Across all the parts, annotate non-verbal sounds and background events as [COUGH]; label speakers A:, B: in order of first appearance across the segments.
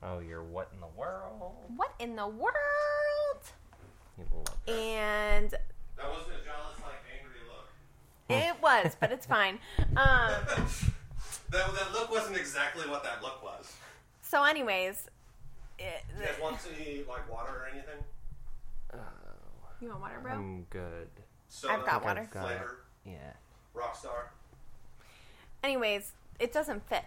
A: Oh,
B: what in the world? And
C: That wasn't a jealous, like, angry look. [LAUGHS]
B: it was, but it's fine. Um,
C: that, that look wasn't exactly what that look was.
B: so, anyways, it,
C: You guys want any, like, water or anything?
B: you want water, bro?
A: Uh, I'm good.
C: Soda,
B: I've got
A: I think
B: water.
A: I've got it.
C: Flavor,
A: Yeah.
C: Rockstar.
B: anyways, it doesn't fit.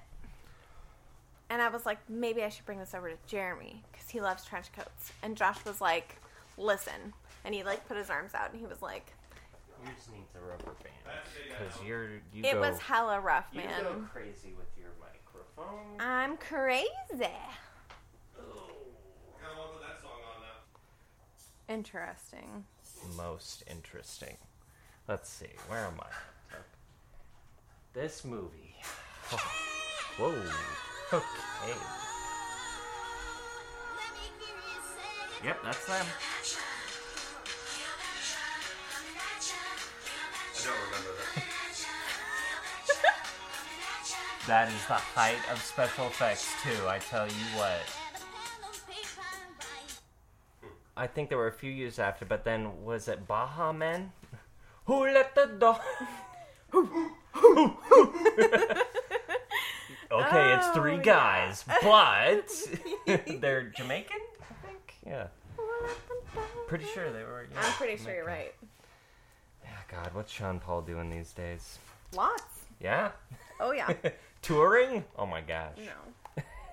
B: And I was like, maybe I should bring this over to Jeremy because he loves trench coats. And Josh was like, listen. And he like put his arms out and he was like,
A: You just need the rubber band because
C: Because
A: you're you
B: it
A: go
B: was hella rough,
A: you go
B: man.
A: crazy with your microphone.
B: I'm crazy. Interesting.
A: most interesting. Let's see, where am I?
B: [LAUGHS]
A: This movie. Whoa. Okay. Yep, that's them.
C: I don't remember [LAUGHS] that.
A: That is the height of special effects, too. I tell you what. I think there were a few years after, but then was it Baha Men? [LAUGHS] Who let the dog? [LAUGHS] okay, it's three
B: Oh,
A: guys, but they're Jamaican, I think. Yeah, pretty sure they were. Yeah,
B: I'm pretty sure you're
A: Jamaican.
B: right.
A: Yeah, God, what's Sean Paul doing these days?
B: Lots.
A: Yeah, [LAUGHS]
B: Oh yeah.
A: touring. Oh my gosh.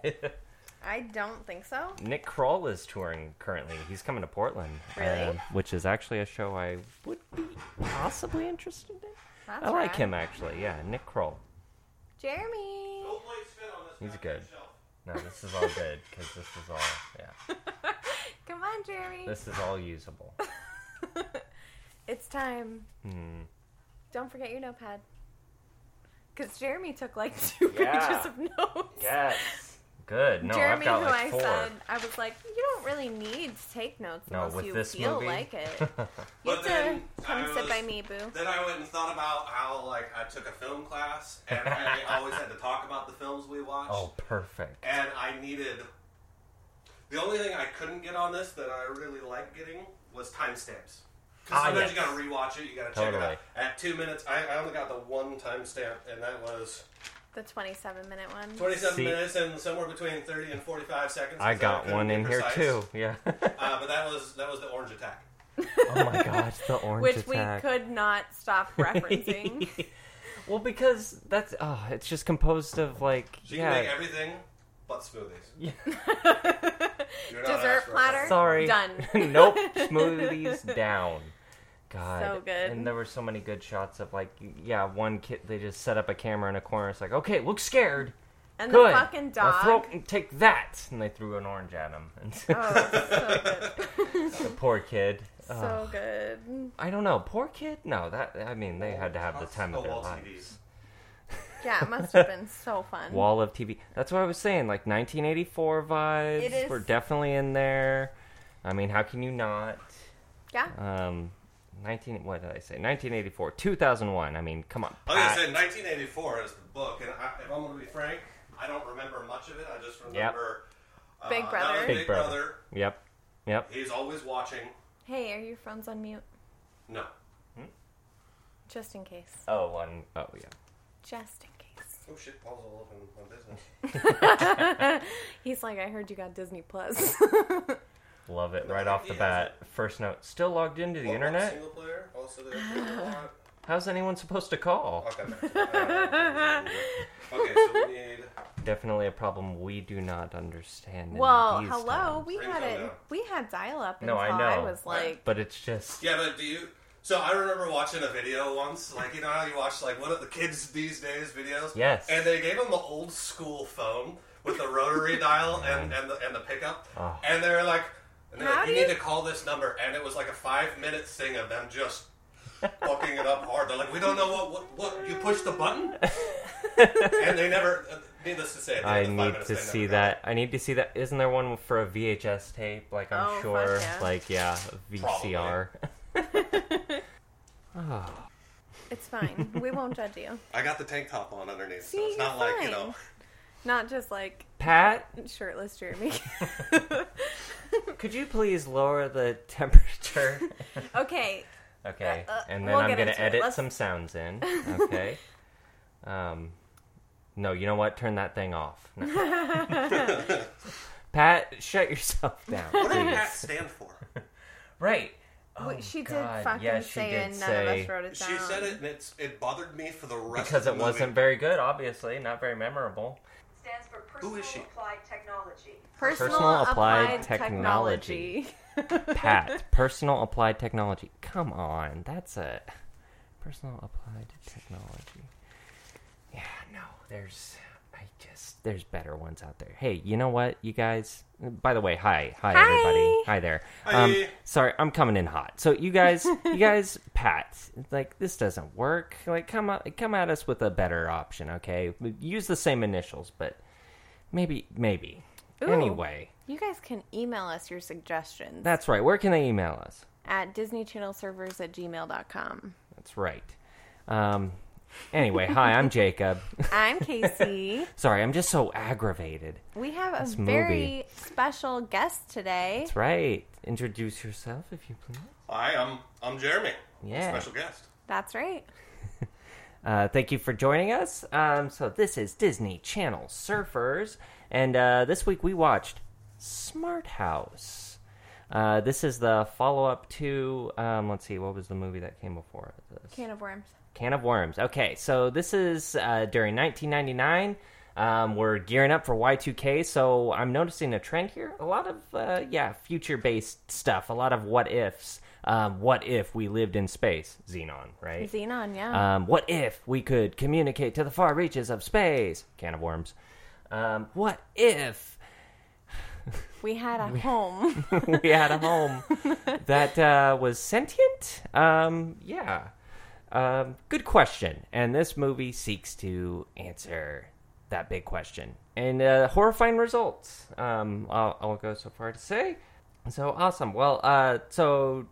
B: No,
A: [LAUGHS]
B: I don't think so.
A: Nick Kroll is touring currently. He's coming to Portland, uh,
B: Really?
A: which is actually a show I would be possibly interested in.
B: That's
A: I like
B: right.
A: him actually. Yeah, Nick Kroll.
B: Jeremy.
C: No plates fit on this
A: He's
C: goddamn
A: good.
C: shelf.
A: No, this is all good because this is all yeah.
B: Come on, Jeremy.
A: This is all usable.
B: [LAUGHS] It's time.
A: Hmm.
B: Don't forget your notepad. Because Jeremy took like [LAUGHS] two
A: Yeah.
B: pages of notes.
A: Yes. Good.
B: [LAUGHS]
A: No,
B: Jeremy,
A: I've got
B: who
A: like
B: I
A: four.
B: said, I was like, you don't really need to take notes
A: no,
B: unless
A: with
B: you
A: this
B: feel
A: movie.
B: like
A: [LAUGHS]
B: it. You
C: But
B: have to
C: then
B: come
C: I
B: sit by
C: was-
B: me, boo.
C: Then I went and thought about how, like, I took a film class, and I always had to talk about the films we watched.
A: oh, perfect.
C: and I needed. The only thing I couldn't get on this that I really liked getting was timestamps. Because
A: Ah,
C: sometimes
A: yes.
C: you gotta rewatch it, you gotta check it
A: Totally.
C: out. At two minutes, I, I only got the one timestamp, and that was
B: The 27 minute one.
C: 27
A: See-
C: minutes and somewhere between 30 and 45 seconds.
A: I
C: 'cause
A: got
C: couldn't
A: one
C: be
A: in here
C: precise.
A: too. Yeah. [LAUGHS]
C: Uh, but that was that was the orange attack.
A: oh my gosh, the orange
B: Which
A: attack.
B: we could not
A: [LAUGHS]
B: stop referencing.
A: well, because that's oh, it's just composed of like
C: She
A: yeah.
C: can make everything but smoothies. You're not
B: Dessert
C: asked for a
B: platter?
C: fucking-
A: Sorry.
B: Done. [LAUGHS]
A: [LAUGHS] nope. Smoothies down. God.
B: So good.
A: And there were so many good shots of like, yeah, one kid. They just set up a camera in a corner. It's like, okay, look scared.
B: And
A: Good.
B: the fucking
A: Now
B: dog.
A: throw- take that. And they threw an orange at him. And [LAUGHS]
B: Oh, so good.
A: the poor kid. Ugh.
B: so good.
A: I don't know. Poor kid. No, that. I mean, they had to have the
C: Lots
A: time of
C: of
A: their
C: wall
A: lives.
C: TVs.
B: Yeah, it must have been so fun.
A: Wall of TV. That's what I was saying. Like 1984 vibes.
B: It is-
A: We're definitely in there. I mean, how can you not?
B: yeah.
A: Um, 19, what did I say? 1984, 2001. I mean, come on.
C: I was gonna
A: Pat.
C: say 1984 is the book, and I, if I'm gonna be frank, I don't remember much of it. I just remember uh,
B: Big
C: that
B: Brother.
C: was
A: Big
C: Big,
A: Brother.
C: brother.
A: Yep. Yep.
C: He's always watching.
B: Hey, are your phones on mute?
C: No,
B: Just in case.
A: Oh, one. Oh, yeah.
B: Just in
A: [LAUGHS]
B: case. [LAUGHS]
C: oh shit, Paul's all up in my business.
B: He's like, I heard you got Disney Plus. [LAUGHS]
A: Love it
C: No,
A: right
C: he
A: off the
C: has
A: bat. First note. Still logged into the
C: Well,
A: internet?
C: Single player.
B: [LAUGHS]
C: Also, there's a lot.
A: How's anyone supposed to call?
C: Okay. okay, so we need.
A: Definitely a problem we do not understand. in
B: well,
A: these
B: hello.
A: times.
B: We
C: Ring
B: had
C: phone
B: it.
C: now.
B: We had dial up.
A: No, I
B: until
A: know.
B: was like,
A: But it's just.
C: Yeah, but do you? So I remember watching a video once, like you know how you watch like one of the kids these days videos.
A: Yes.
C: And they gave him the old school phone with the
A: [LAUGHS]
C: rotary dial and and the, and the pickup,
A: Oh.
C: and they were like, and they're
B: How
C: like,
B: do
C: you,
B: you-
C: need to call this number, and it was like a five minute thing of them just fucking it up hard. They're like, we don't know what what, what you push the
A: [LAUGHS]
C: button, and they never. uh, Needless to say, at the
A: I
C: end of the five
A: need
C: minutes,
A: to
C: they never
A: see
C: got it.
A: that. I need to see that. Isn't there one for a VHS tape? Like, I'm
B: Oh, fuck
A: sure.
B: yeah.
A: Like, yeah,
B: [LAUGHS]
A: VCR. oh.
B: it's fine. we won't judge you.
C: I got the tank top on underneath, so
B: See,
C: it's not
B: you're
C: like you
B: fine.
C: know.
B: Not just like
A: Pat, [LAUGHS]
B: shirtless Jeremy.
A: could you please lower the [LAUGHS] temperature?
B: [LAUGHS] Okay.
A: okay,
B: Uh, uh,
A: and then
B: we'll
A: I'm
B: get
A: gonna
B: into it.
A: edit
B: Let's-
A: some
B: [LAUGHS]
A: sounds in. Okay. um, no, you know what? Turn that thing off. No. Pat,
B: [LAUGHS]
A: shut yourself down.
C: [LAUGHS] What did
A: [LAUGHS] please.
C: that stand for?
A: right.
B: W-
A: Oh,
B: she
A: God,
B: did fucking
A: yeah, she
B: say
A: did
B: it, and none of
A: say-
B: us wrote it down.
C: She said it, and it's, it bothered me for the rest
A: because
C: of
A: it
C: the movie.
A: wasn't very good. Obviously, not very memorable.
D: stands for
C: Who
D: Personal
C: is she?
D: Applied Technology.
B: Personal,
A: Personal applied
B: applied,
A: technology.
B: technology.
A: [LAUGHS] Pat, personal applied technology. Come on, that's a personal applied technology. Yeah, no, there's I just there's better ones out there. Hey, you know what, you guys? By the way, hi, hi,
B: Hi.
A: everybody, hi there. Um,
C: Hi.
A: sorry, I'm coming in hot. So you guys, you guys, Pat, like this doesn't work. Like come out, come at us with a better option, okay? Use the same initials, but maybe, maybe.
B: Ooh.
A: Anyway,
B: you guys can email us your suggestions
A: that's right. Where can they email us?
B: at disneychannelservers at
A: [LAUGHS]
B: gmail.com.
A: That's right. Um, anyway, hi, I'm Jacob. [LAUGHS]
B: I'm Casey.
A: Sorry, I'm just so aggravated.
B: we have a
A: This movie.
B: very special guest today.
A: That's right. Introduce yourself, if you please.
C: Hi, I'm I'm Jeremy.
A: Yeah.
C: Special guest.
B: That's right.
A: Uh, thank you for joining us. Um, so this is Disney Channel Surfers, and uh, this week we watched Smart House. Uh, this is the follow-up to, um, let's see, what was the movie that came before this?
B: Can of worms.
A: Can of Worms. Okay, so this is uh, during 1999. Um, we're gearing up for Y2K, so I'm noticing a trend here. A lot of, uh, yeah, future based stuff, a lot of what ifs. Um, what if we lived in space? Xenon, right?
B: Xenon, yeah.
A: Um, what if we could communicate to the far reaches of space? Can of Worms. Um, what if
B: we had a
A: [LAUGHS]
B: home.
A: we had a home that uh, was sentient. Um, yeah. Um, good question. And this movie seeks to answer that big question. And uh, horrifying results, um, I'll, I'll go so far to say. So awesome. Well, uh, so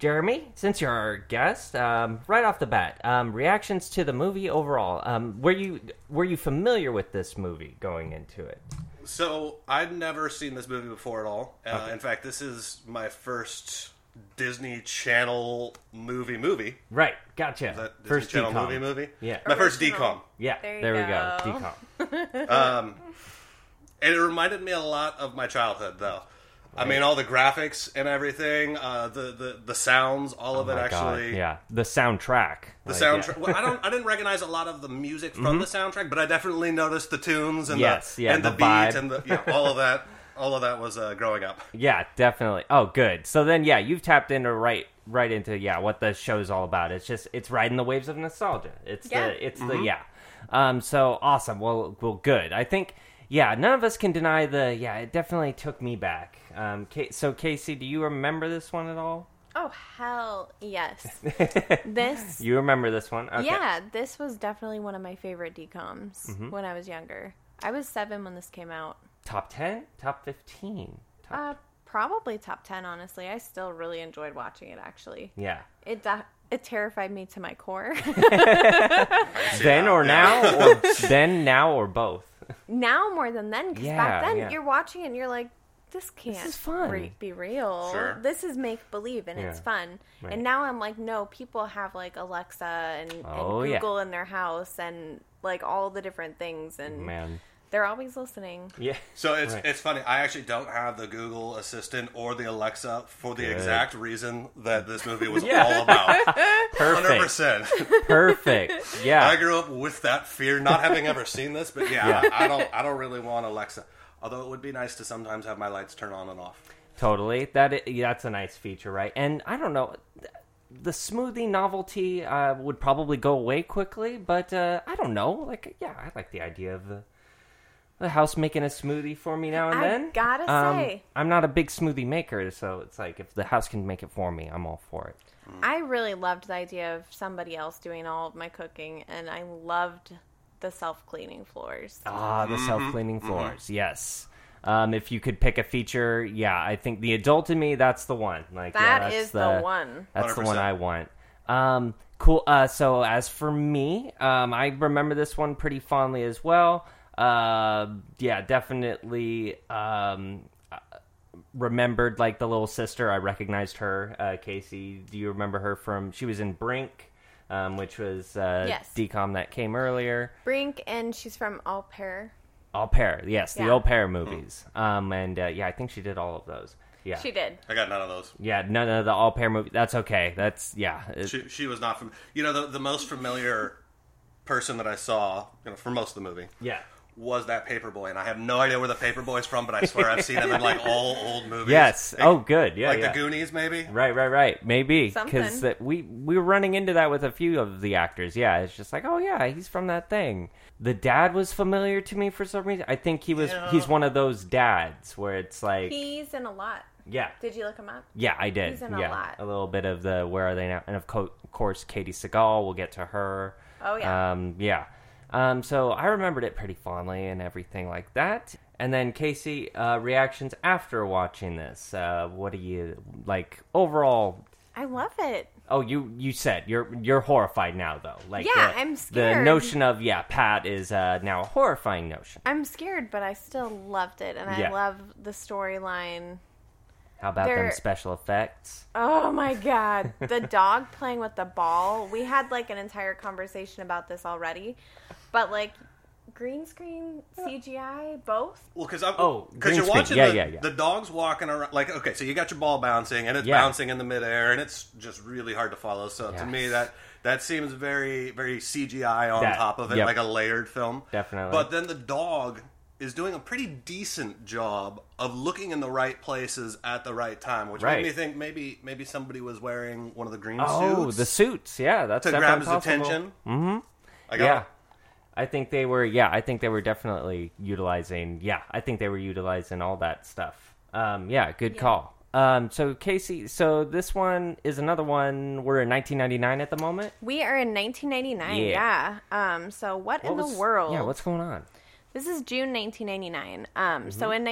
A: Jeremy, since you're our guest, um, right off the bat, um, reactions to the movie overall. Um, were you were you familiar with this movie going into it?
C: So I'd never seen this movie before at all. Uh, In fact, this is my first Disney Channel movie movie.
A: Right. Gotcha.
C: That Disney Channel
A: decom.
C: movie movie.
A: Yeah.
C: My first
B: Original.
C: decom.
A: Yeah,
B: There
A: there,
B: you
A: we go.
B: go.
A: Decom.
C: And it reminded me a lot of my childhood, though. I mean, all the graphics and everything, uh, the, the the sounds, all of it
A: Oh My God,
C: actually.
A: yeah, the soundtrack.
C: The soundtrack. Well, I don't. I didn't recognize a lot of the music from the soundtrack, but I definitely noticed the tunes and
A: Mm-hmm. Yes,
C: the
A: yeah,
C: and the,
A: the
C: beat
A: vibe.
C: and the yeah, all of that. All of that was uh, growing up.
A: Yeah, definitely. Oh, good. So then, yeah, you've tapped into right, right into yeah, what the show's all about. It's just it's riding the waves of nostalgia. It's
B: Yeah.
A: the it's
C: Mm-hmm.
A: the yeah. Um. So awesome. Well, well, good. I think yeah. None of us can deny the yeah. It definitely took me back. Um. Ca- so Casey, do you remember this one at all?
B: oh, hell
A: [LAUGHS]
B: yes. this,
A: You remember this one? Okay. Mm-hmm.
B: yeah, this was definitely one of my favorite decoms when I was younger. I was seven when this came out.
A: Top ten, top fifteen. Top-
B: Uh, probably top 10, honestly. I still really enjoyed watching it, actually.
A: yeah.
B: It, da- it terrified me to my core.
A: [LAUGHS]
B: [LAUGHS]
A: Then or now or then now or both.
B: now more than then, because
A: Yeah,
B: back then
A: yeah.
B: you're watching it and you're like, this can't
A: is fun.
B: re- be real.
C: Sure.
B: This is make believe and it's
A: Yeah.
B: fun.
A: Right.
B: And now I'm like, no, people have like Alexa and,
A: Oh,
B: and
A: yeah.
B: Google in their house and like all the different things, and
A: Man.
B: they're always listening.
A: Mm-hmm. Yeah.
C: [LAUGHS] So it's
A: Right.
C: it's funny. I actually don't have the Google Assistant or the Alexa for the
A: Good.
C: exact reason that this movie was
A: [LAUGHS] Yeah.
C: all about.
A: [LAUGHS]
C: Hundred
A: [LAUGHS] Perfect.
C: percent.
A: Perfect. Yeah.
C: I grew up with that fear, not having ever seen this, but yeah, I, I don't. I don't really want Alexa. Although it would be nice to sometimes have my lights turn on and off.
A: Totally. That i- yeah, that's a nice feature, right? And I don't know, th- the smoothie novelty uh, would probably go away quickly, but uh, I don't know. Like, yeah, I like the idea of the the house making a smoothie for me now and
B: I
A: then.
B: gotta
A: Um,
B: say.
A: I'm not a big smoothie maker, so it's like if the house can make it for me, I'm all for it.
B: I really loved the idea of somebody else doing all of my cooking, and I loved the self cleaning floors.
A: Ah, the self cleaning floors. Yes. Um, if you could pick a feature, yeah, I think the adult in me, that's the one. Like yeah,
B: That
A: that's
B: is the one.
A: That's the one
C: 100%.
A: I want. Um, cool. Uh, so as for me, um, I remember this one pretty fondly as well. Uh, yeah, definitely. Um, remembered like the little sister. I recognized her, uh, Casey. Do you remember her from? She was in Brink, um, which was uh,
B: Yes.
A: decom that came earlier.
B: Brink, and she's from All Pair.
A: Au Pair, yes, the
B: Yeah.
A: Au Pair movies. Um, and uh, yeah, I think she did all of those. Yeah,
B: She did.
C: I got none of those.
A: yeah, none of the Au Pair movies. That's okay. That's yeah. It-
C: She, she was not from. You know, the, the most familiar person that I saw you know, for most of the movie
A: yeah.
C: was that Paperboy, and I have no idea where the Paperboy's from, but I swear I've seen him in like all old movies.
A: Yes.
C: Like,
A: oh, good. Yeah.
C: like
A: yeah.
C: the Goonies, maybe.
A: Right, right, right. Maybe because
B: Something.
A: we we were running into that with a few of the actors. Yeah, it's just like, oh yeah, he's from that thing. The dad was familiar to me for some reason. I think he was.
C: Yeah.
A: He's one of those dads where it's like,
B: He's in a lot.
A: yeah,
B: Did you look him up?
A: yeah, I did.
B: he's in a
A: yeah,
B: lot.
A: little bit of the where are they now, and of co- course Katie Seagal. We'll get to her.
B: Oh, yeah.
A: um, yeah. Um, so I remembered it pretty fondly and everything like that. And then Casey uh, reactions after watching this. Uh, what do you like overall?
B: I love it.
A: Oh, you you said you're you're horrified now though. Like
B: Yeah,
A: the,
B: I'm
A: The
B: scared.
A: notion of yeah, Pat is uh, now a horrifying notion.
B: I'm scared, but I still loved it, and
A: Yeah.
B: I love the storyline.
A: How about them
B: There-
A: special effects?
B: Oh my god, the dog playing with the ball. We had like an entire conversation about this already, but like green screen, CGI, both.
C: Well, because I'm
A: Oh, green
C: because you're
A: screen.
C: watching
A: Yeah,
C: the,
A: yeah, yeah.
C: the dogs walking around. Like, okay, so you got your ball bouncing and it's
A: Yeah.
C: bouncing in the midair, and it's just really hard to follow. So to me,
A: Yes.
C: that that seems very very CGI on
A: That-
C: top of it,
A: yep.
C: like a layered film.
A: Definitely.
C: But then the dog is doing a pretty decent job of looking in the right places at the right time, which
A: Right.
C: made me think maybe maybe somebody was wearing one of the green
A: Oh,
C: suits
A: the suits. Yeah, that's
C: to grab
A: definitely
C: his
A: possible.
C: attention. Mm-hmm. I got
A: Yeah.
C: it.
A: I think they were yeah, I think they were definitely utilizing yeah, I think they were utilizing all that stuff. Um yeah, good call. Um so Casey, so this one is another one we're in 1999 at the moment.
B: We are in 1999.
A: Yeah.
B: Yeah. Um so what, in
A: What was-
B: the world?
A: Yeah, what's going on?
B: This is June 1999. Um
A: Mm-hmm.
B: so in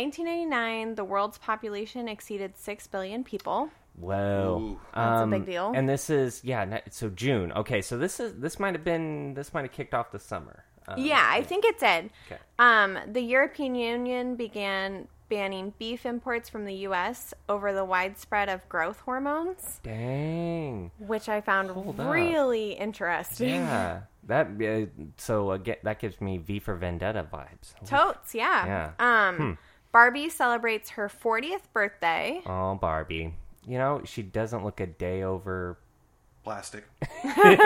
B: 1999, the world's population exceeded 6 billion people.
A: Whoa, Um,
C: Ooh.
B: That's a big deal.
A: And this is yeah, ni- so June. Okay, so this is this might have been this might have kicked off the summer. Um,
B: yeah, I think it did.
A: Okay.
B: Um, the European Union began banning beef imports from the U.S. over the widespread of growth hormones,
A: Dang.
B: which I found
A: Hold up.
B: really interesting.
A: Yeah. That uh, so again, that gives me V for Vendetta vibes.
B: Totes, yeah. Um, Barbie celebrates her 40th birthday.
A: Hmm. Oh, Barbie. You know, she doesn't look a day over.
C: Plastic.
B: and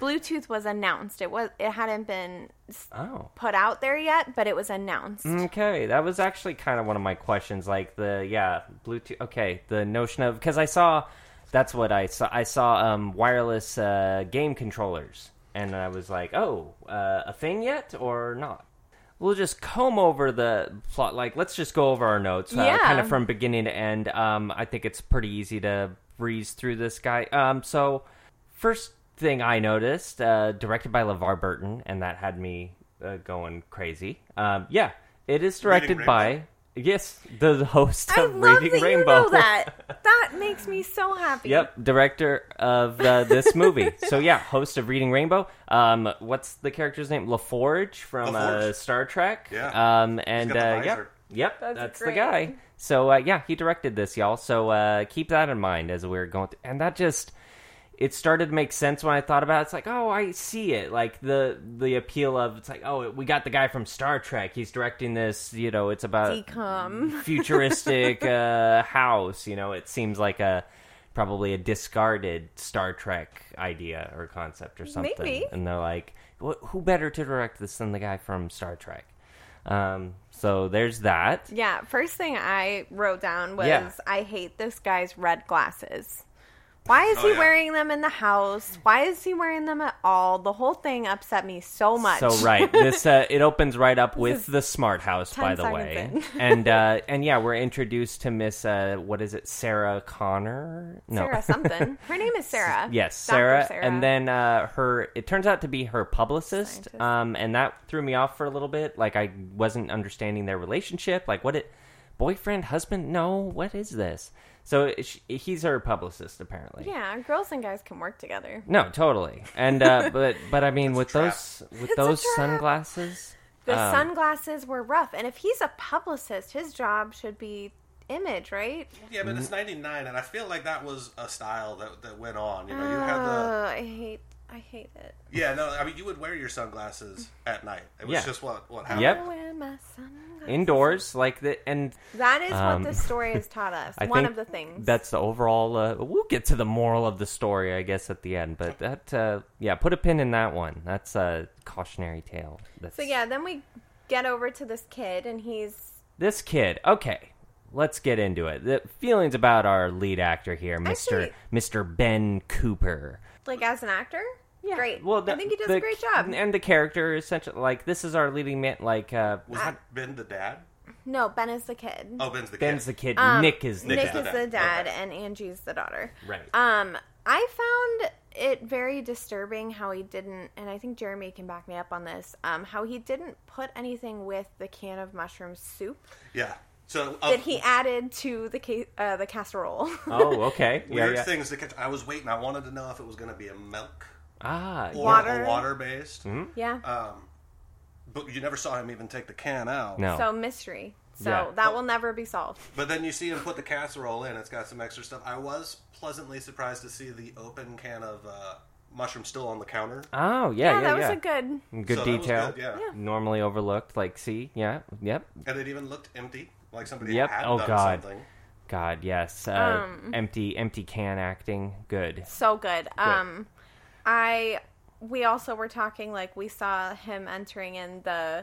B: Bluetooth was announced. It was it hadn't been s-
A: Oh.
B: put out there yet, but it was announced.
A: Okay, that was actually kind of one of my questions. Like the yeah, Bluetooth. Okay, the notion of because I saw that's what I saw. I saw um, wireless uh, game controllers, and I was like, oh, uh, a thing yet or not? We'll just comb over the plot. Like, let's just go over our notes, uh,
B: Yeah.
A: kind of from beginning to end. Um, I think it's pretty easy to breeze through this guy. Um, so first thing I noticed, uh, directed by LeVar Burton, and that had me uh, going crazy. Um, yeah, it is directed
C: Rainbow.
A: by yes, the, the host
B: I
A: [LAUGHS] of
B: love
A: Reading
B: that
A: Rainbow.
B: you know
A: [LAUGHS]
B: that. That makes me so happy.
A: Yep, director of uh,
B: [LAUGHS]
A: this movie. so yeah, host of Reading Rainbow. Um, what's the character's name? LaForge from Uh,
C: LaForge.
A: Star Trek.
C: Yeah.
A: Um, and
C: got the
A: uh, yep,
C: visor.
A: yep, that's,
B: That's
A: the
B: great.
A: guy. So uh, yeah, he directed this, y'all. So uh, keep that in mind as we're going. Through. And that just it started to make sense when I thought about it. It's like, oh, I see it. Like the the appeal of it's like, oh, we got the guy from Star Trek. He's directing this. You know, it's about
B: Become.
A: futuristic uh, house. You know, it seems like a probably a discarded Star Trek idea or concept or something.
B: Maybe.
A: And they're like, "Wh- who better to direct this than the guy from Star Trek? Um, so there's that.
B: Yeah, first thing I wrote down was
A: Yeah.
B: I hate this guy's red glasses. Why is
C: Oh,
B: he
C: yeah.
B: wearing them in the house? Why is he wearing them at all? The whole thing upset me so much.
A: So right, this uh, it opens right up with the smart house,
B: 10
A: by the
B: seconds
A: way,
B: in.
A: [LAUGHS]
B: [LAUGHS]
A: and uh, and yeah, we're introduced to Miss uh, what is it, Sarah Connor? No,
B: Sarah something. Her name
A: [LAUGHS]
B: is Sarah.
A: Yes,
B: Dr.
A: Sarah, and then uh, her. It turns out to be her publicist,
B: Scientist.
A: um, and that threw me off for a little bit. Like I wasn't understanding their relationship. Like what it, boyfriend, husband? No, what is this? So it, sh he's her publicist apparently.
B: Yeah, girls and guys can work together. [LAUGHS]
A: No, totally. And uh, but but I mean, with
C: trap.
A: those with
B: It's a
A: those
B: trap.
A: sunglasses,
B: The
A: Um,
B: sunglasses were rough, and if he's a publicist, his job should be image, right?
C: Yeah, but
A: Mm-hmm.
C: it's '99, and I feel like that was a style that that went on. You know, you had the
B: Oh, I hate, I hate it.
C: yeah. No, I mean, you would wear your sunglasses at night. It was
A: Yeah.
C: just what what happened.
A: Yep.
B: I wear Oh, my sunglasses.
A: Indoors, like the and
B: That is
A: Um,
B: what this story
A: [LAUGHS]
B: has taught us.
A: I
B: One
A: think
B: of the things.
A: that's the overall. Uh, we'll get to the moral of the story, I guess, at the end. But that, uh, yeah, put a pin in that one. That's a cautionary tale. That's,
B: so yeah, then we get over to this kid, and he's
A: this kid. Okay, let's get into it. The feelings about our lead actor here, Mister
B: Actually-
A: Mister Ben Cooper.
B: like as an actor, great.
A: Well,
B: I
A: the-
B: think he does
A: the-
B: a great job.
A: And the character is essentially like this is our leading man. Like uh,
C: Was that
B: Ah.
C: Ben the dad?
B: No, Ben is the kid.
C: Oh, Ben's the
A: Ben's the
C: kid.
A: kid.
B: Um,
A: Nick is the
B: Nick
A: dad.
B: is the dad, and Angie's the daughter.
A: Right.
B: Um, I found it very disturbing how he didn't, and I think Jeremy can back me up on this. Um, how he didn't put anything with the can of mushroom soup
C: Yeah. So oh,
B: that
C: of
B: he added to the ca- uh, the casserole. [LAUGHS]
A: oh, okay. Yeah,
C: weird
A: yeah.
C: things that catch, I was waiting. I wanted to know if it was going to be a milk
A: Ah,
C: or
B: Water.
C: a water based.
A: Mm-hmm.
B: yeah.
C: Um, but you never saw him even take the can out.
A: no.
B: So mystery. So
A: Oh. Yeah.
B: that will never be solved.
C: But then you see him put the casserole in. It's got some extra stuff. I was pleasantly surprised to see the open can of uh, mushroom still on the counter.
A: oh,
B: Yeah,
A: yeah, yeah,
B: that
A: yeah.
B: was
A: Mm.
B: a good.
A: good
C: So that was
A: detail.
C: good, yeah. Yeah.
A: Normally overlooked. Like, see, yeah, yep.
C: And it even looked empty, like somebody
A: Yep.
C: had
A: Oh,
C: done
A: God.
C: something. [LAUGHS]
A: God, yes. Uh,
B: Um.
A: empty, empty can acting. Good.
B: so good. Um, I we also were talking like we saw him entering in the,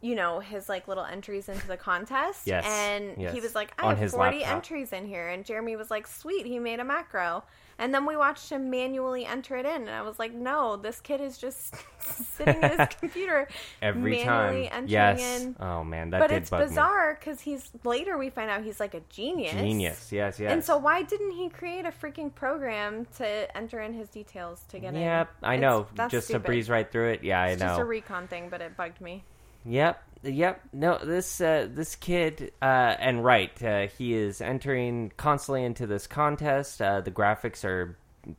B: you know, his like little entries into the contest.
A: Yes,
B: and he
A: yes.
B: was like, I
A: On
B: have
A: his
B: forty
A: laptop.
B: entries in here, and Jeremy was like, sweet, he made a macro. And then we watched him manually enter it in, and I was like, "No, this kid is just [LAUGHS] sitting at
A: [LAUGHS]
B: his computer
A: Every
B: manually
A: time.
B: entering
A: Yes.
B: in."
A: Oh man, that
B: But
A: did
B: it's
A: bug
B: bizarre because he's later we find out he's like a
A: me. Genius. Yes. Yes.
B: and so, why didn't he create a freaking program to enter in his details to get in?
A: Yep, I
B: It's-
A: know.
B: that's
A: Just
B: stupid.
A: to breeze right through it. Yeah, I
B: It's
A: know.
B: just a recon thing, but it bugged me.
A: Yep. Yep. No, this uh, this kid uh, and right, uh, he is entering constantly into this contest. Uh, the graphics are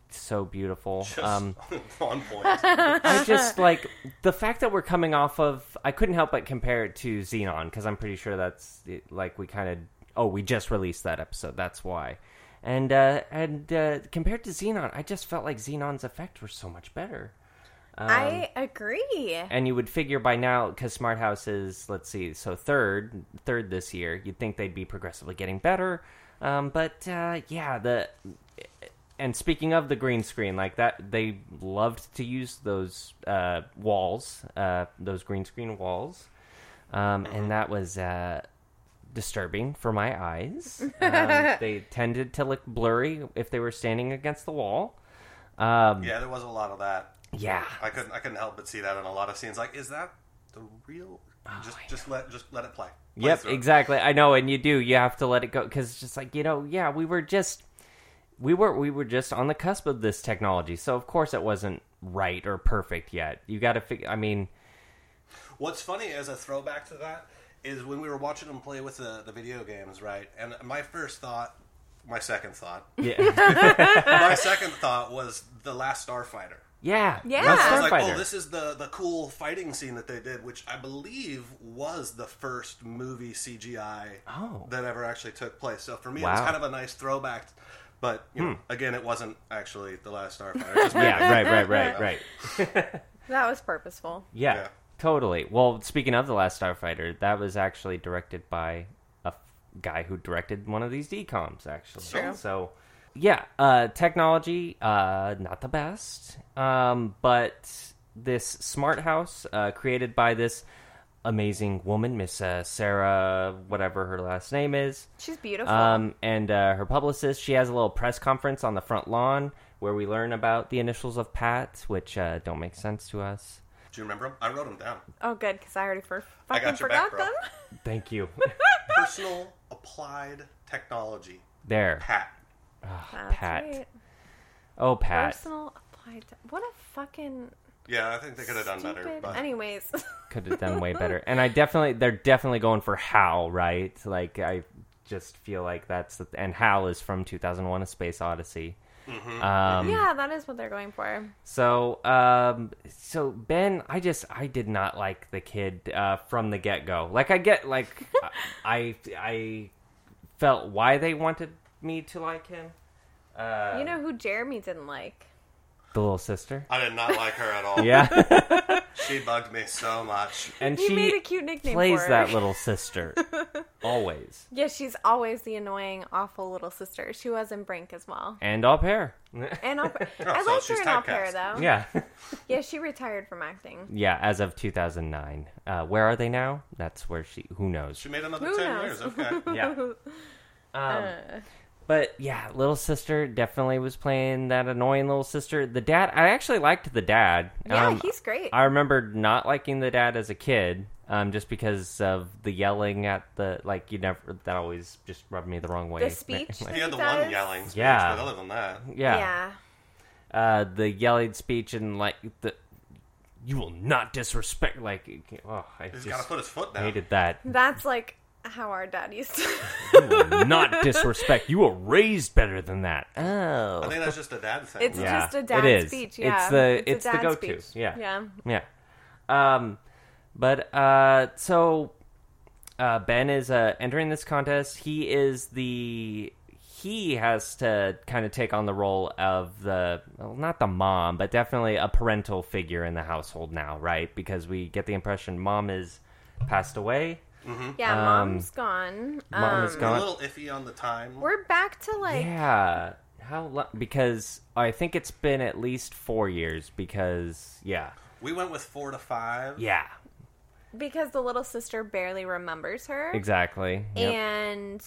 A: so beautiful.
C: Just
A: Um,
C: [LAUGHS] on point.
A: I just like the fact that we're coming off of. I couldn't help but compare it to Xenon because I'm pretty sure that's like we kind of. Oh, we just released that episode. That's why. And uh, and uh, compared to Xenon, I just felt like Xenon's effect was so much better. Um,
B: I agree.
A: and you would figure by now because smart house is let's see so third third this year you'd think they'd be progressively getting better um, but uh, yeah the and speaking of the green screen like that they loved to use those uh, walls uh, those green screen walls um, and that was uh, disturbing for my eyes um, they tended to look blurry if they were standing against the wall [LAUGHS] um,
C: yeah, there was a lot of that.
A: yeah
C: I couldn't. I couldn't help but see that in a lot of scenes. Like, is that the real? just, just let, just let it play. Play
A: Oh, Yep,
C: through it.
A: exactly. I know, and you do. You have to let it go because it's just like you know, yeah, we were just, we were, we were just on the cusp of this technology, so of course it wasn't right or perfect yet. You got to figure. I mean,
C: What's funny as a throwback to that is when we were watching him play with the, the video games, right? And my first thought, my second
A: [LAUGHS]
C: thought,
A: yeah,
C: my second thought was the Last Starfighter.
A: yeah,
B: Yeah.
A: Last
C: I was like,
A: Starfighter.
C: oh, this is the the cool fighting scene that they did, which I believe was the first movie CGI
A: Oh.
C: that ever actually took place. So for me, it was
A: Wow. Hmm.
C: kind of a nice throwback. But you know, again, it wasn't actually the Last
A: [LAUGHS]
C: Starfighter. It just made-
A: yeah, right, right, right, right.
B: That was purposeful.
A: Yeah,
C: Yeah.
A: totally. Well, speaking of the Last Starfighter, that was actually directed by a f- guy who directed one of these DComs, actually.
B: True.
A: So, yeah, uh, technology uh, not the best, um, but this smart house uh, created by this amazing woman, Miss uh, Sarah, whatever her last name is.
B: She's beautiful.
A: Um, and uh, her publicist, she has a little press conference on the front lawn where we learn about the initials of Pat, which uh, don't make sense to us.
C: Do you remember him? I wrote him down.
B: oh, good, because I already for-
C: I
B: fucking
C: got your back,
B: forgot
C: bro.
B: them.
A: [LAUGHS] Thank you.
C: Personal applied technology.
A: There,
C: Pat.
B: That's
A: Pat.
B: right.
A: Oh, Pat.
B: Personal applied. to- what a fucking
C: Yeah, I think they could have done better.
B: stupid-
C: But
B: Anyways, [LAUGHS]
A: Could have done way better. And I definitely, they're definitely going for Hal, right? Like, I just feel like that's the, and Hal is from 2001 A Space Odyssey. Um,
B: yeah, that is what they're going for.
A: So, um, so Ben, I just I did not like the kid uh, from the get go. Like I get like I I felt why they wanted me to like him. Uh,
B: you know who Jeremy didn't like?
A: the little sister.
C: I did not like her at
B: [LAUGHS]
C: all.
A: Yeah,
C: She bugged me so much.
A: and
B: He
A: she
B: made a cute nickname
A: plays
B: for her.
A: that
B: [LAUGHS]
A: little sister always,
B: yeah, she's always the annoying, awful little sister. She was in Brink as
A: [LAUGHS]
B: well.
A: and all pair.
B: And au pair.
A: Oh,
B: I
C: so
B: liked her
C: she's
B: in au pair,
C: typecast.
B: though. [LAUGHS]
A: yeah, Um,
B: Yeah, she retired from acting.
A: yeah. As of two thousand nine, uh, where are they now? That's where she. Who knows?
B: [LAUGHS]
C: She made another
B: Who
C: 10
B: knows?
C: years.
B: [LAUGHS]
C: Okay.
A: Yeah. Um,
B: Uh.
A: But yeah, little sister definitely was playing that annoying little sister. The dad, I actually liked the dad.
B: Yeah,
A: Um,
B: he's great.
A: I remember not liking the dad as a kid, um, just because of the yelling at the like you never that always just rubbed me the wrong way.
B: The speech
A: [LAUGHS] Like,
C: He had the
B: He does.
C: one yelling speech,
A: Yeah.
C: but other than that,
A: yeah, Uh, the yelling speech and like the you will not disrespect. Like oh, I
C: he's got to
A: just
C: put his foot down.
A: hated that.
B: That's like how our dad used to. [LAUGHS]
A: you will not disrespect. You were raised better than that. Oh,
C: I think that's just a dad thing.
B: It's
A: Yeah,
B: just a
A: it
B: dad
A: is. It's
B: speech. Yeah.
A: the-
B: a
A: it's the
B: dad
A: go-to.
B: speech.
A: Yeah.
B: Yeah.
A: Yeah. Um, but uh, so uh, Ben is uh, entering this contest. He is the he has to kind of take on the role of the well, not the mom, but definitely a parental figure in the household now, right? Because we get the impression mom is passed away.
B: Yeah.
C: Mm-hmm.
A: Um,
B: mom's gone.
A: Mom is
B: Um,
C: a
A: gone.
C: little iffy on the time.
B: We're back to like.
A: yeah. How lo- because I think it's been at least four years because yeah
C: We went with four to five.
A: yeah
B: because the little sister barely remembers her
A: exactly Yep.
B: and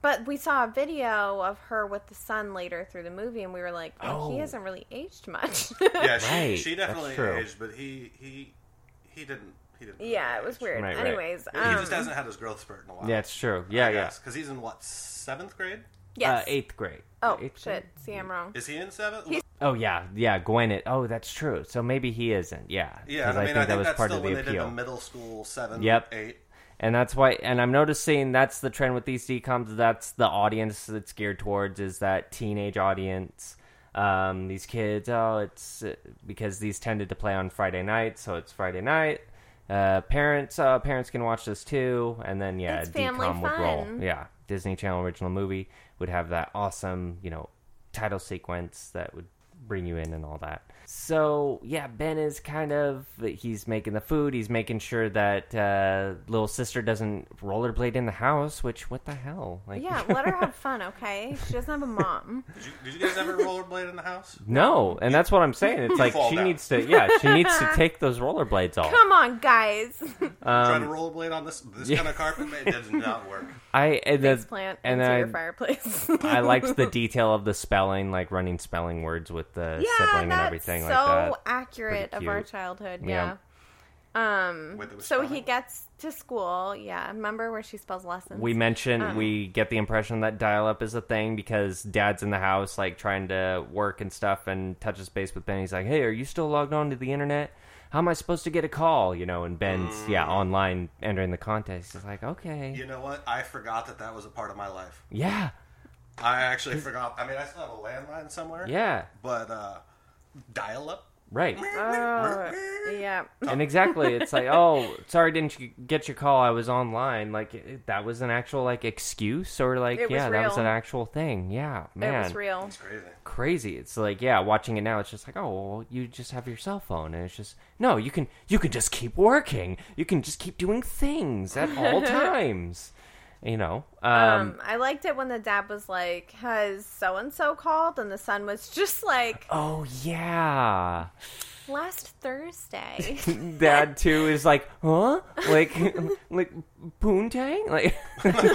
B: but we saw a video of her with the son later through the movie and we were like well,
A: Oh.
B: he hasn't really aged
A: [LAUGHS]
B: much [LAUGHS]
C: Yeah, she,
A: Right,
C: she
A: that's
C: definitely
A: true.
C: aged, but he he he didn't. He didn't. really
B: yeah it was
C: age.
B: weird
A: Right, right.
B: anyways
C: He
B: um,
C: just
A: uh,
C: hasn't had his growth spurt in a while.
A: yeah it's true yeah yeah
C: because he's in what seventh grade?
B: yes
A: Uh, eighth grade.
B: oh
A: Eighth grade?
B: shit see i'm
A: [LAUGHS]
B: wrong
C: Is he in seventh?
A: Oh yeah, yeah. Gwen. It. Oh, that's true. So maybe he isn't. Yeah.
C: yeah,
A: 'cause
C: and I mean, I think,
A: that was
C: that's
A: part
C: still
A: of the
C: when they did the
A: appeal.
C: middle school seven,
A: Yep.
C: eight.
A: and that's why. And I'm noticing that's the trend with these decoms. That's the audience that's geared towards is that teenage audience. Um, these kids. Oh, it's uh, because these tended to play on Friday night, so it's Friday night. Uh, parents. Uh, parents can watch this too. And then yeah,
B: It's
A: a
B: family
A: decom would roll.
B: fun.
A: Yeah, Disney Channel original movie would have that awesome, you know, title sequence that would bring you in and all that. So yeah, Ben is kind of he's making the food. He's making sure that uh, little sister doesn't rollerblade in the house. Which what the hell? Like,
B: yeah let her have fun okay she doesn't have a
A: [LAUGHS]
B: mom
C: Did you, did you guys ever [LAUGHS] rollerblade in the house?
A: no, and that's
B: [LAUGHS]
A: what I'm saying. It's like
C: fall
A: she
C: down.
A: needs to yeah she needs to take those rollerblades off.
B: come on guys [LAUGHS]
A: Um,
C: Trying to rollerblade on this this kind of carpet, it did
B: [LAUGHS]
C: not work.
A: I and
B: This
A: the,
B: plant
A: and
B: into your
A: I,
B: fireplace [LAUGHS]
A: I liked the detail of the spelling, like running spelling words with the
B: yeah
A: sibling and
B: that's
A: everything
B: so
A: like that.
B: accurate
A: Pretty
B: of our
A: cute.
B: childhood
A: Yeah.
B: yeah, um
C: With it was
B: So he
C: spelling.
B: gets to school. Yeah, remember where she spells lessons?
A: We mentioned
B: Mm.
A: we get the impression that dial up is a thing because dad's in the house, like trying to work and stuff, and touches base with Ben. He's like, "Hey, are you still logged on to the internet? How am I supposed to get a call?" You know, and Ben's
B: Mm.
A: yeah online entering the contest. He's like, "Okay,
C: You know what? I forgot that that was a part of my life.
A: yeah,
C: I actually forgot. I mean, I still have a landline somewhere.
A: yeah,
C: But uh, dial up.
B: [LAUGHS]
A: right." Uh,
B: Oh, yeah. [LAUGHS]
A: And exactly, it's like, "Oh, sorry, didn't you get your call? I was online." Like it- that was an actual like excuse, or like,
B: It was
A: yeah, that was
B: real.
A: an actual thing. Yeah, man,
B: It was real.
C: It's crazy.
A: crazy. It's like, yeah, watching it now, it's just like, oh, well, you just have your cell phone, and it's just no, you can you can just keep working, you can just keep doing things at [LAUGHS] all times, you know. Um,
B: Um, I liked it when the dad was like, "Has so and so called?" and the son was just like,
A: oh yeah, [LAUGHS]
B: "Last Thursday." [LAUGHS]
A: dad too is like, huh, like [LAUGHS] like poontang, like, [LAUGHS]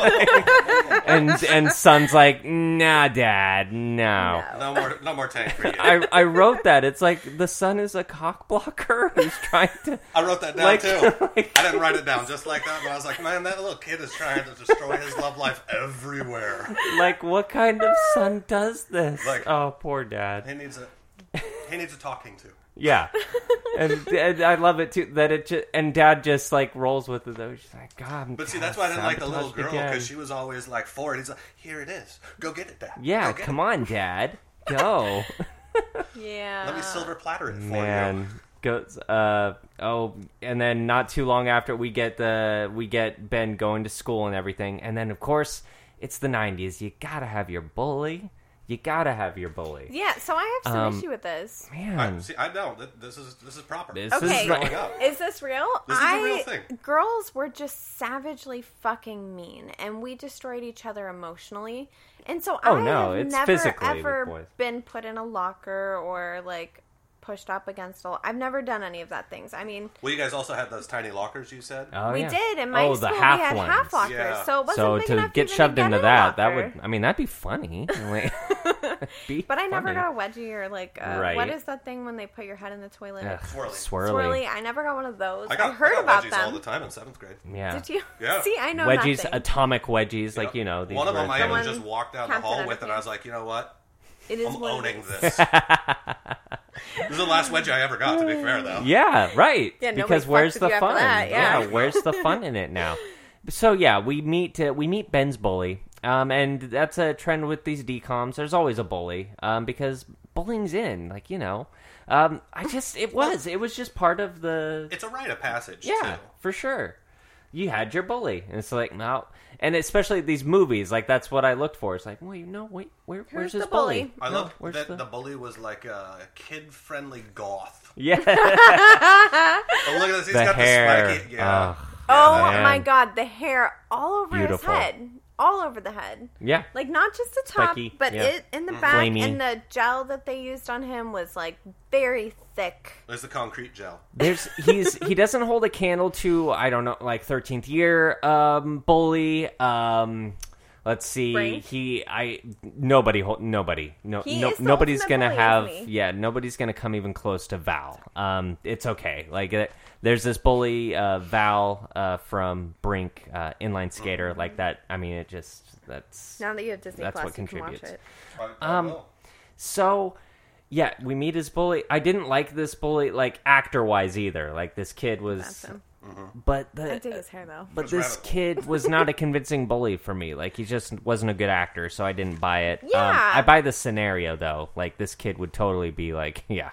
A: and and son's like, nah, dad, no.
C: No more, no more tank for you. I,
A: I, I wrote that. It's like the son is a cock blocker who's trying to
C: wrote that down
A: like,
C: too.
A: [LAUGHS] like
C: I didn't write it down just like that, but I was like, man, that little kid is trying to destroy his love life everywhere.
A: like what kind of
B: [LAUGHS]
A: son does this?
C: Like-
A: oh, poor dad.
C: He needs a, he needs a talking to.
B: [LAUGHS]
A: Yeah, and, and I love it too that it ju- and dad just like rolls with it though. She's like, God,
C: But see,
A: God,
C: that's why I didn't like the little
A: sabotaged
C: girl
A: again."
C: because she was always like forward. He's like, here it is, go get it, Dad.
A: yeah,
C: Go get
A: come
C: it."
A: on, dad.
C: [LAUGHS]
A: go. [LAUGHS]
B: Yeah.
C: Let me silver platter it for you.
A: Man. Goes uh oh and then not too long after we get the we get Ben going to school and everything and then of course it's the 90s you gotta have your bully you gotta have your bully
B: Yeah, so I have some
A: Um,
B: issue with this.
C: I,
A: man
C: see, I know that this is this is proper.
A: This
B: Okay.
A: is
C: Growing up.
B: Is this real?
C: This is a real thing.
B: Girls were just savagely fucking mean, and we destroyed each other emotionally. And so
A: Oh,
B: I
A: no,
B: have
A: it's
B: never
A: physically with
B: ever
A: boys.
B: been put in a locker or like pushed up against a. lo- I've never done any of that things. I mean,
C: Well, you guys also had those tiny lockers. You said.
A: Oh,
B: we
A: yeah.
B: did in my
A: oh,
B: school.
A: the
B: We
A: half
B: had
A: ones.
B: half lockers,
C: Yeah.
B: so it wasn't
A: so
B: big
A: to
B: enough
A: get
B: even
A: shoved
B: to get
A: into
B: in a
A: that that
B: locker.
A: would i mean that'd
B: [LAUGHS]
A: be funny Like, be
B: But I never
A: funny.
B: got a wedgie or like uh, what
A: Right.
B: is that thing when they put your head in the toilet?
A: Ugh,
C: Swirly.
B: Swirly. I never got one of those. I,
C: I got
B: heard
C: I got
B: about
C: wedgies
B: them.
C: all the time in seventh grade.
A: yeah
B: Did you?
C: Yeah.
B: See, I know
A: wedgies
B: nothing.
A: atomic wedgies like you know these
C: one of
A: were
C: them I
A: things.
C: even
B: Someone
C: just walked down the
B: camped it
C: hall
B: out
C: with,
B: of
C: and I
B: you.
C: was like, you know what?
B: it is
C: I'm
B: what it
C: owning
B: [LAUGHS] is.
C: this. this is the last wedge I ever got. To be fair, though.
A: Yeah, right.
B: Yeah, nobody
A: because
B: fucks
A: where's
B: with
A: the
B: you after
A: fun?
B: that, yeah.
A: where's the fun in it now? So yeah, we meet uh, we meet Ben's bully, um, and that's a trend with these decoms. There's always a bully, um, because bullying's in, like you know. Um, I just it was it was just part of the
C: It's a rite of passage.
A: yeah,
C: Too.
A: for sure. You had your bully, and it's like no, and especially these movies, like that's what I looked for. It's like, well, you know, wait, where, where's
B: the
A: this
B: bully?
A: bully?
C: I
A: No,
C: love
A: where's
C: that the... bully was like a kid-friendly goth.
A: [LAUGHS] yeah,
C: But look at this. He's
A: the
C: got the
A: hair.
C: spiky. Yeah.
A: Ugh.
B: Oh
A: Man.
B: my god, the hair all over
A: Beautiful.
B: his head, all over the head.
A: yeah,
B: Like not just the top,
A: Spiky,
B: but
A: yeah.
B: it in the
C: Mm-hmm.
B: back,
A: Flamey.
B: and the gel that they used on him was like very thick.
C: There's the concrete gel.
A: There's he's he doesn't hold a candle to I don't know like 13th year um bully um let's see
B: Frank?
A: he I nobody hol- nobody no,
B: He
A: no-
B: is the
A: nobody's
B: ultimate
A: gonna
B: bully,
A: have
B: isn't he?
A: yeah nobody's gonna come even close to Val um it's okay like it, there's this bully uh, Val uh, from Brink uh, inline skater like that I mean it just that's
B: Mm-hmm. Now that you have Disney
A: That's
B: Plus,
A: what
B: you can watch
A: contributes.
B: it.
C: I- I
A: Um,
C: will.
A: So, yeah, we meet his bully. I didn't like this bully, like actor wise either. Like this kid was,
B: Awesome.
A: but
B: I dig
A: the
B: his hair though.
A: but
C: That's
A: this
C: radical.
A: kid was not a convincing bully for me. Like he just wasn't a good actor, so I didn't buy it. Um,
B: Yeah.
A: I buy the scenario though. Like this kid would totally be like, [LAUGHS] yeah.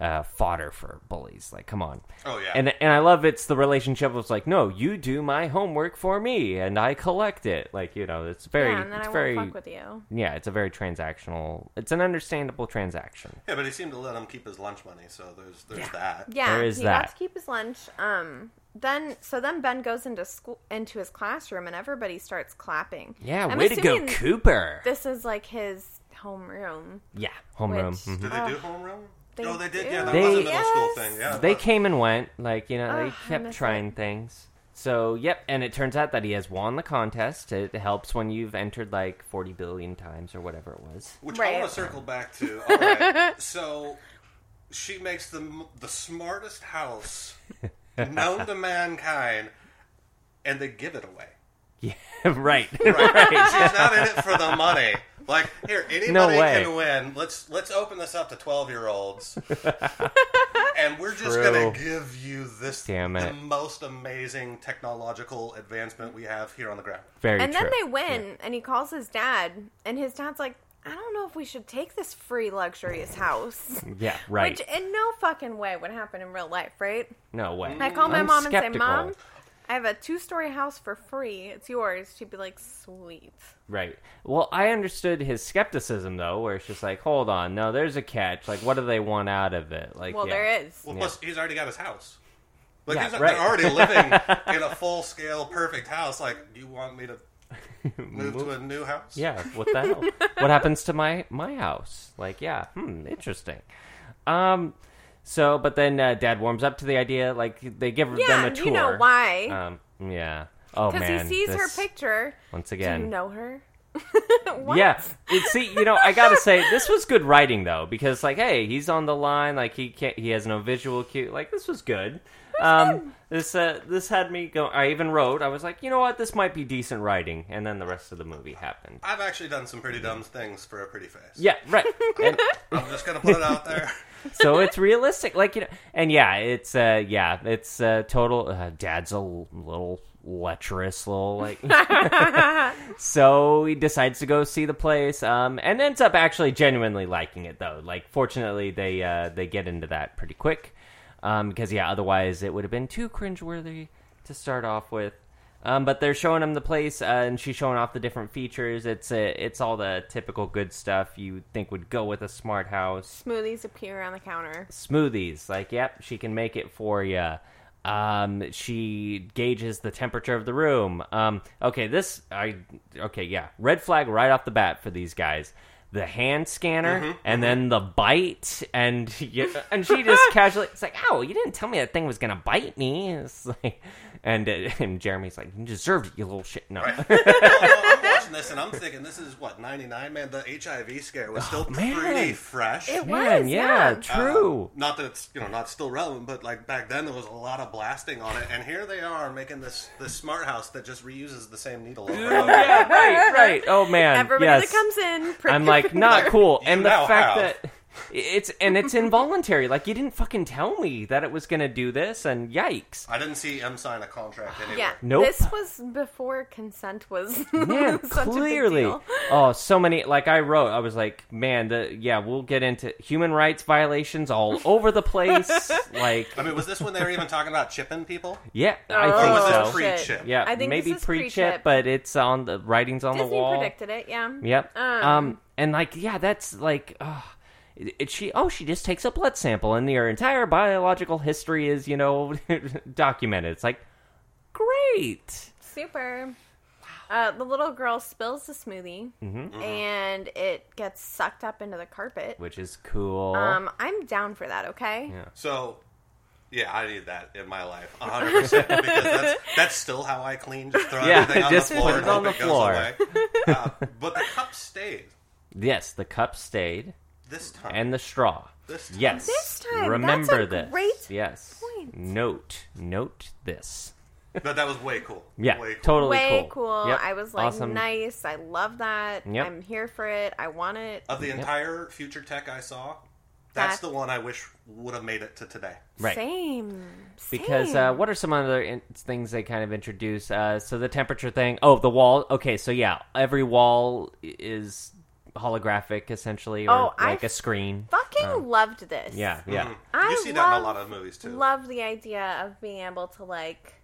A: Uh, fodder for bullies. Like, come on.
C: Oh, yeah.
A: And and I love it's the relationship was like, no, you do my homework for me, and I collect it. Like, you know, it's very,
B: yeah, and then
A: it's
B: I
A: very
B: won't fuck with you.
A: yeah, it's a very transactional. It's an understandable transaction.
C: Yeah, but he seemed to let him keep his lunch money, so there's there's that.
B: Yeah,
A: There is
B: he
A: that.
B: got to keep his lunch. Um, then so then Ben goes into school into his classroom, and everybody starts clapping.
A: Yeah,
B: I'm
A: way to go,
B: assuming
A: Cooper.
B: This is like his homeroom.
A: yeah, homeroom.
B: Which-
A: mhm.
C: Did they do homeroom?
B: They
C: oh, they did.
B: do.
C: Yeah, that
A: They-
C: was a middle school
B: Yes.
C: thing. Yeah, it
A: They
C: was.
A: came and went, like you know,
B: Ugh,
A: they
B: Ah, I
A: kept
B: miss
A: trying things. So yep, and it turns out that he has won the contest. It helps when you've entered like forty billion times or whatever it was. [LAUGHS]
C: Which I
B: Right.
C: want to circle back to. All right. so she makes the m- the smartest house known to mankind, and they give it away.
A: Yeah,
B: [LAUGHS]
A: right.
C: She's not in it for the money. Like here, anybody
A: way.
C: can win. Let's let's open this up to twelve year
A: [LAUGHS]
C: olds, and we're just
A: True.
C: gonna give you this
A: Damn
C: the
A: it.
C: most amazing technological advancement we have here on the ground.
A: Very
B: and
A: true.
B: then they win, and he calls his dad, and his dad's like, "I don't know if we should take this free luxurious house."
A: yeah, [LAUGHS] right.
B: Which in no fucking way would happen in real life, right?
A: no way.
B: And I call my
A: I'm
B: mom and say,
A: skeptical.
B: "Mom, I have a two-story house for free. It's yours." She'd be like, "Sweet."
A: Right. Well, I understood his skepticism though, where it's just like, hold on, no, there's a catch. Like, what do they want out of it? Like,
B: Well,
A: yeah.
B: there is.
C: Well, plus he's already got his house. Like
A: Yeah,
C: he's,
A: right.
C: they're already
A: [LAUGHS]
C: living in a full scale, perfect house. Like, do you want me to move to a new house?
A: Yeah, what the hell? what happens to my my house? Like, yeah, hmm, interesting. Um, so, but then uh, Dad warms up to the idea. Like, they give them
B: Yeah,
A: a tour.
B: you know why?
A: Um, yeah. Oh
B: Because
A: man,
B: he sees her
A: this-
B: picture.
A: once
B: Do you
A: again.
B: know her? [LAUGHS]
A: Yeah, it, see, you know, I gotta say this was good writing though, because like, hey, he's on the line, like he can't, he has no visual cue. Like this was good. Um, this uh, this had me go. I even wrote. I was like, you know what, this might be decent writing, and then the rest of the movie happened.
C: I've actually done some pretty dumb things for a pretty face.
A: Yeah, right.
B: [LAUGHS]
A: And-
C: I'm just gonna put it out there.
A: [LAUGHS]
C: [LAUGHS]
A: so it's realistic like you know and yeah it's uh yeah it's uh total uh, dad's a l- little lecherous little like [LAUGHS] so he decides to go see the place um and ends up actually genuinely liking it though like fortunately they uh they get into that pretty quick um because yeah otherwise it would have been too cringeworthy to start off with um but they're showing him the place uh, and she's showing off the different features it's a, it's all the typical good stuff you think would go with a smart house
B: Smoothies appear on the counter.
A: smoothies. Like, yep, she can make it for you. Um, she gauges the temperature of the room. Um, okay, this I okay, yeah, red flag right off the bat for these guys. The hand scanner and then the bite and [LAUGHS] yeah, and she just [LAUGHS] casually it's like, "Ow, you didn't tell me that thing was gonna bite me." It's like, and uh, and Jeremy's like, "You deserved it, you little shit." No,
C: I'm watching this and I'm thinking, this is what, 99? Man, the HIV scare was still
A: Oh, man.
C: pretty fresh.
B: It
A: [LAUGHS] man,
B: was,
A: yeah,
B: yeah.
A: true.
C: Um, not that it's you know not still relevant, but like back then there was a lot of blasting on it, and here they are making this this smart house that just reuses the same needle over and over.
A: Oh, yeah, right, [LAUGHS] right. Oh man,
B: Everybody
A: yes.
B: that comes in, prick
A: I'm
B: your
A: like,
B: finger.
A: not cool. And the
C: now
A: fact
C: have.
A: that it's and it's involuntary. Like you didn't fucking tell me that it was gonna do this. And
B: [LAUGHS]
A: yikes.
C: I didn't see M sign a contract anywhere.
B: Yeah,
A: Nope.
B: This was before consent was [LAUGHS]
A: Yeah,
B: such
A: clearly.
B: A big deal.
A: Oh, so many. Like I wrote, I was like, man, the yeah, we'll get into human rights violations all over
B: [LAUGHS]
A: the place. like,
C: I mean, was this when they were even talking about chipping people?
A: [LAUGHS] yeah,
B: Oh,
C: Or was
A: I
C: this
A: think so.
C: pre-
B: shit.
C: pre-chip?
A: Yeah,
B: I think
A: maybe
B: this is
A: pre-chip,
B: pre-chip.
A: but it's on the writing's on the
B: Disney
A: wall.
B: predicted it. Yeah.
A: Yep. Um,
B: Um,
A: and like yeah, that's like uh, it, it- she oh she just takes a blood sample and their entire biological history is you know [LAUGHS] documented. It's like great.
B: Super. Uh, the little girl spills the smoothie,
A: Mm-hmm.
B: and it gets sucked up into the carpet.
A: Which is cool.
B: Um, I'm down for that. Okay.
A: Yeah.
C: So, yeah, I need that in my life, 100 percent because that's, that's still how I clean. Just throw
A: Yeah,
C: everything on
A: just
C: the floor
A: put it
C: and
A: on
C: hope
A: the
C: it goes
A: floor.
C: away. [LAUGHS] Uh, but the cup stayed
A: yes, the cup stayed
C: this time.
A: and the straw.
C: this time.
A: Yes.
B: This time, that's a
A: Remember this.
B: great
A: yes.
B: point.
A: Note. Note this.
C: but that was way cool.
A: Yeah.
C: way cool.
A: Totally
B: Way
A: cool.
B: cool.
A: Yep.
B: I was like,
A: awesome.
B: nice. I love that.
A: Yep.
B: I'm here for it. I want it.
C: Of the
A: Yep.
C: entire future tech I saw, that's
B: That-
C: the one I wish would have made it to today.
A: Right.
B: Same.
A: because uh,
B: Same.
A: what are some other in- things they kind of introduce? Uh, so the temperature thing. Oh, the wall. Okay, so yeah, every wall i- is holographic essentially, or
B: Oh, I
A: like a
B: f-
A: screen. Um,
B: Fucking loved this.
A: Oh. Yeah, yeah.
C: Mhm.
B: I
C: you see that in a
B: love-
C: lot of movies too.
B: Love the idea of being able to like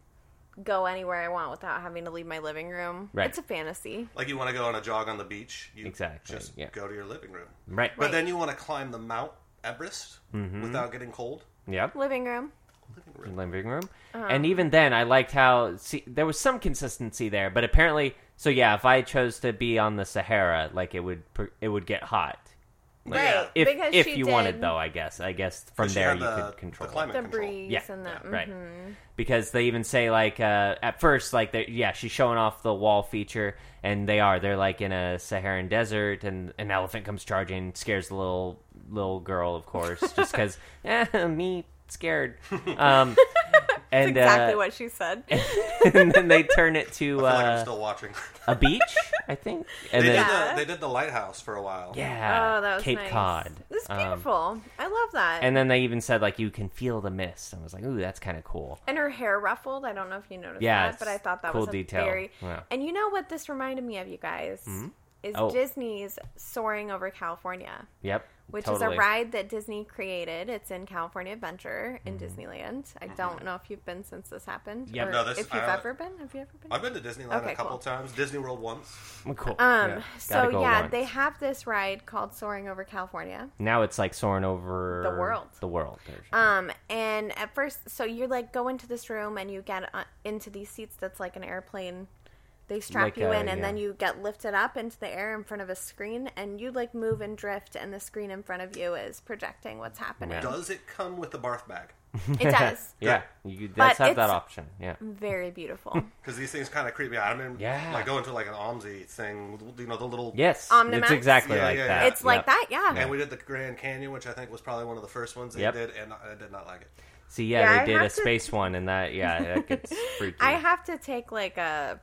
B: go anywhere I want without having to leave my living room.
A: Right.
B: It's a fantasy.
C: like you want to go on a jog on the beach, you
A: Exactly,
C: just
A: yeah.
C: go to your living room.
A: Right.
C: But
B: Right.
C: then you want to climb the Mount Everest
A: Mm-hmm.
C: without getting cold.
A: Yep.
B: Living room.
C: Living
A: in
C: room.
A: the living room.
B: Uh-huh.
A: and even then, I liked how see, there was some consistency there. But apparently, so yeah, if I chose to be on the Sahara, like it would pr- it would get hot. Like,
B: Right,
A: If
B: because
A: if
B: she
A: you
B: did-
A: wanted though, I guess I guess from
C: She
A: there
C: had
A: you
C: the-
A: could control.
C: the
A: it.
C: climate
B: The
C: control.
B: breeze
A: Yeah,
B: and the
C: yeah,
A: right
B: mhm.
A: because they even say like uh, at first like they yeah she's showing off the wall feature and they are they're like in a saharan desert and an elephant comes charging scares the little little girl of
B: [LAUGHS]
A: course just because [LAUGHS] me scared um and
B: exactly
A: uh,
B: what she said.
A: [LAUGHS] and then they turn it
C: [LAUGHS]
A: to
C: I feel like I'm
A: uh,
C: still watching.
A: a beach
C: [LAUGHS]
A: i think and
C: They did,
A: then
B: Yeah.
C: the, they did the lighthouse for a while.
A: yeah
B: Oh, that was
A: cape
B: nice.
A: cod
B: This is
A: Um,
B: beautiful. I love that. And,
A: and then they even said like you can feel the mist i was like ooh that's kind of cool
B: her hair ruffled. I don't know if you noticed
A: Yeah,
B: that, but I
A: it's
B: thought that
A: cool
B: was a
A: detail.
B: very.
A: Yeah.
B: And you know what this reminded me of, you guys, is
A: Oh.
B: Disney's Soaring Over California.
A: yep
B: which
A: totally.
B: is a ride that Disney created. It's in California Adventure
A: Mm-hmm.
B: in Disneyland. I don't know if you've been since this happened.
A: Yep.
B: or
C: No, this-
B: if you've
C: I-
B: ever been. Have you ever been? Um,
C: I've been to Disneyland
B: Okay,
C: a couple
B: cool.
C: times, Disney World once.
A: Well, cool
B: um.
A: Yeah. Gotta
B: So
A: go
B: yeah,
A: once.
B: they have this ride called Soaring Over California.
A: Now it's like soaring over
B: The world.
A: The world.
B: Um, and at first, so you're like go into this room and you get uh, into these seats that's like an airplane. They strap
A: Like
B: you
A: a-
B: in, and
A: yeah.
B: then you get lifted up into the air in front of a screen, and you like move and drift, and the screen in front of you is projecting what's happening.
C: Does it come with the barf bag?
A: [LAUGHS]
B: It does. [LAUGHS]
A: yeah, you does have that
B: it's-
A: option. Yeah,
B: Very beautiful.
C: Because these things kind of creep me out. I mean,
A: Yeah.
C: like going to like an OMSI thing, with, you know, the little.
A: yes, it's
B: Omnimax?
A: exactly
C: Yeah,
A: like
C: yeah,
A: that.
C: yeah.
B: It's like
A: Yep.
B: that, yeah.
C: And we did the Grand Canyon, which I think was probably one of the first ones they
A: Yep.
C: did, and I did not like it.
A: See, yeah,
B: Yeah,
A: they
B: I
A: did a
B: have to-
A: space one, and that
B: [LAUGHS]
A: yeah, that gets freaky.
B: I have to take like a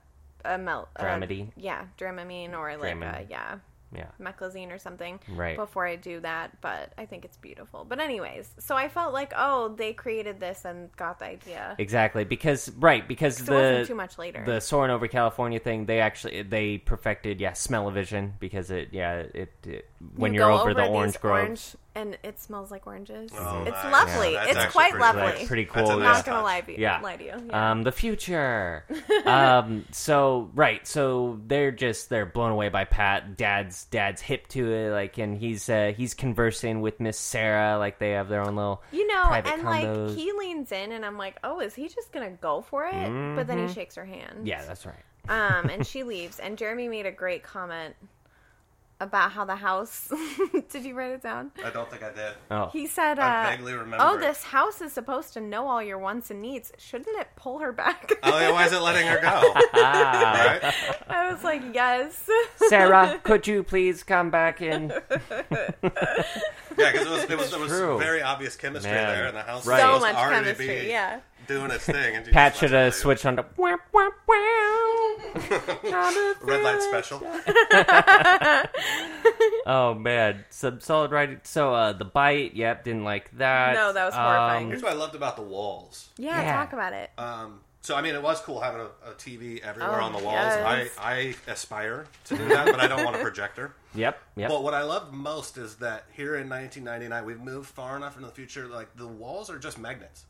B: a mel- uh,
A: Dramedy?
B: yeah, Dramamine or like
A: Dramamine.
B: a yeah
A: Yeah.
B: meclizine or something
A: Right.
B: before I do that, but I think it's beautiful. But anyways, so I felt like, oh, they created this and got the idea.
A: Exactly. Because right, because
B: So
A: the
B: it wasn't too much later.
A: the soaring over California thing, they actually they perfected yeah smell o vision because it yeah it, it when
B: You
A: you are
B: go
A: over, the
B: these
A: orange groves,
B: and it smells like oranges.
C: Oh,
B: it's
C: nice.
B: lovely.
C: Yeah, that's
B: it's
C: actually
B: quite
C: pretty
B: lovely.
C: nice.
A: pretty
C: That's
A: cool.
C: a
A: yeah.
C: nice
B: Not gonna lie, to you-
A: Yeah.
B: lie to you. Yeah.
A: Um, the future. um, [LAUGHS] so right, so they're just they're blown away by Pat. Dad's dad's hip to it, like, and he's uh, he's conversing with Miss Sarah, like they have their own little
B: you know,
A: private
B: and
A: condos.
B: like he leans in, and I'm like, oh, is he just gonna go for it? But then he shakes her hand.
A: Mm-hmm. yeah, that's right.
B: um, and she [LAUGHS] leaves. And Jeremy made a great comment about how the house. [LAUGHS] did you write it down?
C: I don't think I did.
A: Oh,
B: He said, uh,
C: I vaguely remember.
B: "Oh,
C: it.
B: this house is supposed to know all your wants and needs. Shouldn't it pull her back?"
C: Oh, yeah, why is it letting her
A: [LAUGHS]
C: go? right?
B: [LAUGHS] I was like, "Yes."
A: [LAUGHS]
B: [LAUGHS]
A: Sarah, could you please come back in?
C: Yeah, because it was, it was, it was
A: True.
C: very obvious chemistry
A: Man.
C: there, and the house
A: Right. So
C: was
B: much
C: already
B: chemistry,
C: being-
B: yeah.
C: doing its thing. And she
A: Pat
C: just
A: should have
C: left it.
A: switched on to wah, wah, wah.
C: Red light special.
A: Oh man, some solid writing. So uh, the bite, yep, didn't like that. Um,
B: No, that was horrifying.
C: Here's what I loved about the walls.
B: Yeah,
A: Yeah.
B: talk about it.
C: Um, so I mean, it was cool having a, a TV everywhere
B: Oh,
C: on the walls.
B: yes.
C: I, I aspire to do that, but I don't
B: [LAUGHS]
C: want a projector.
A: Yep, yep.
C: But what I love most is that here in 1999, we've moved far enough into the future. Like the walls are just magnets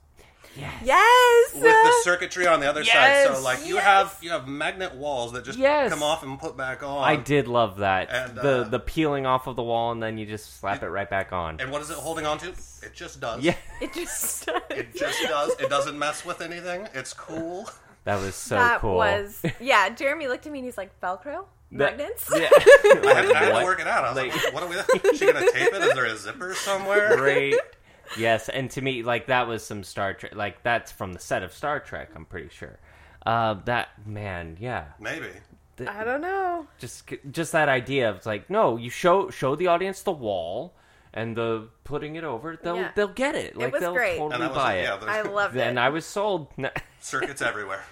B: Yes.
C: with the circuitry on the other side.
A: Yes.
C: So like you
B: Yes.
C: have you have magnet walls that just
A: Yes.
C: come off and put back on.
A: I did love that
C: And,
A: the
C: uh,
A: the peeling off of the wall, and then you just slap it right back on.
C: And what is it holding on to? It just does.
A: Yeah,
B: [LAUGHS] it
C: [LAUGHS]
B: just
C: It just does. It doesn't mess with anything. It's cool.
A: that was so
B: that
A: cool. [LAUGHS]
B: was yeah. Jeremy looked at me and he's like, "Velcro
A: That-
B: magnets."
A: yeah, [LAUGHS]
C: I had, I had
A: What?
C: to work it out. I was like, what are we? Is she gonna tape it? Is there a zipper somewhere?
A: great. Yes, and to me, like that was some Star Trek. Like that's from the set of Star Trek. I'm pretty sure. Uh, that man, yeah,
C: Maybe.
B: [LAUGHS]
A: Th-
B: I don't know.
A: just just that idea of it's like, no, you show show the audience the wall and the putting it over, they'll
B: Yeah.
A: they'll get it. Like
B: was
A: they'll
B: great.
A: totally
C: And I was
A: buy
C: like,
A: it.
C: yeah,
B: I
C: there's
B: loved
A: then
B: it.
A: I was sold. [LAUGHS]
C: circuits everywhere.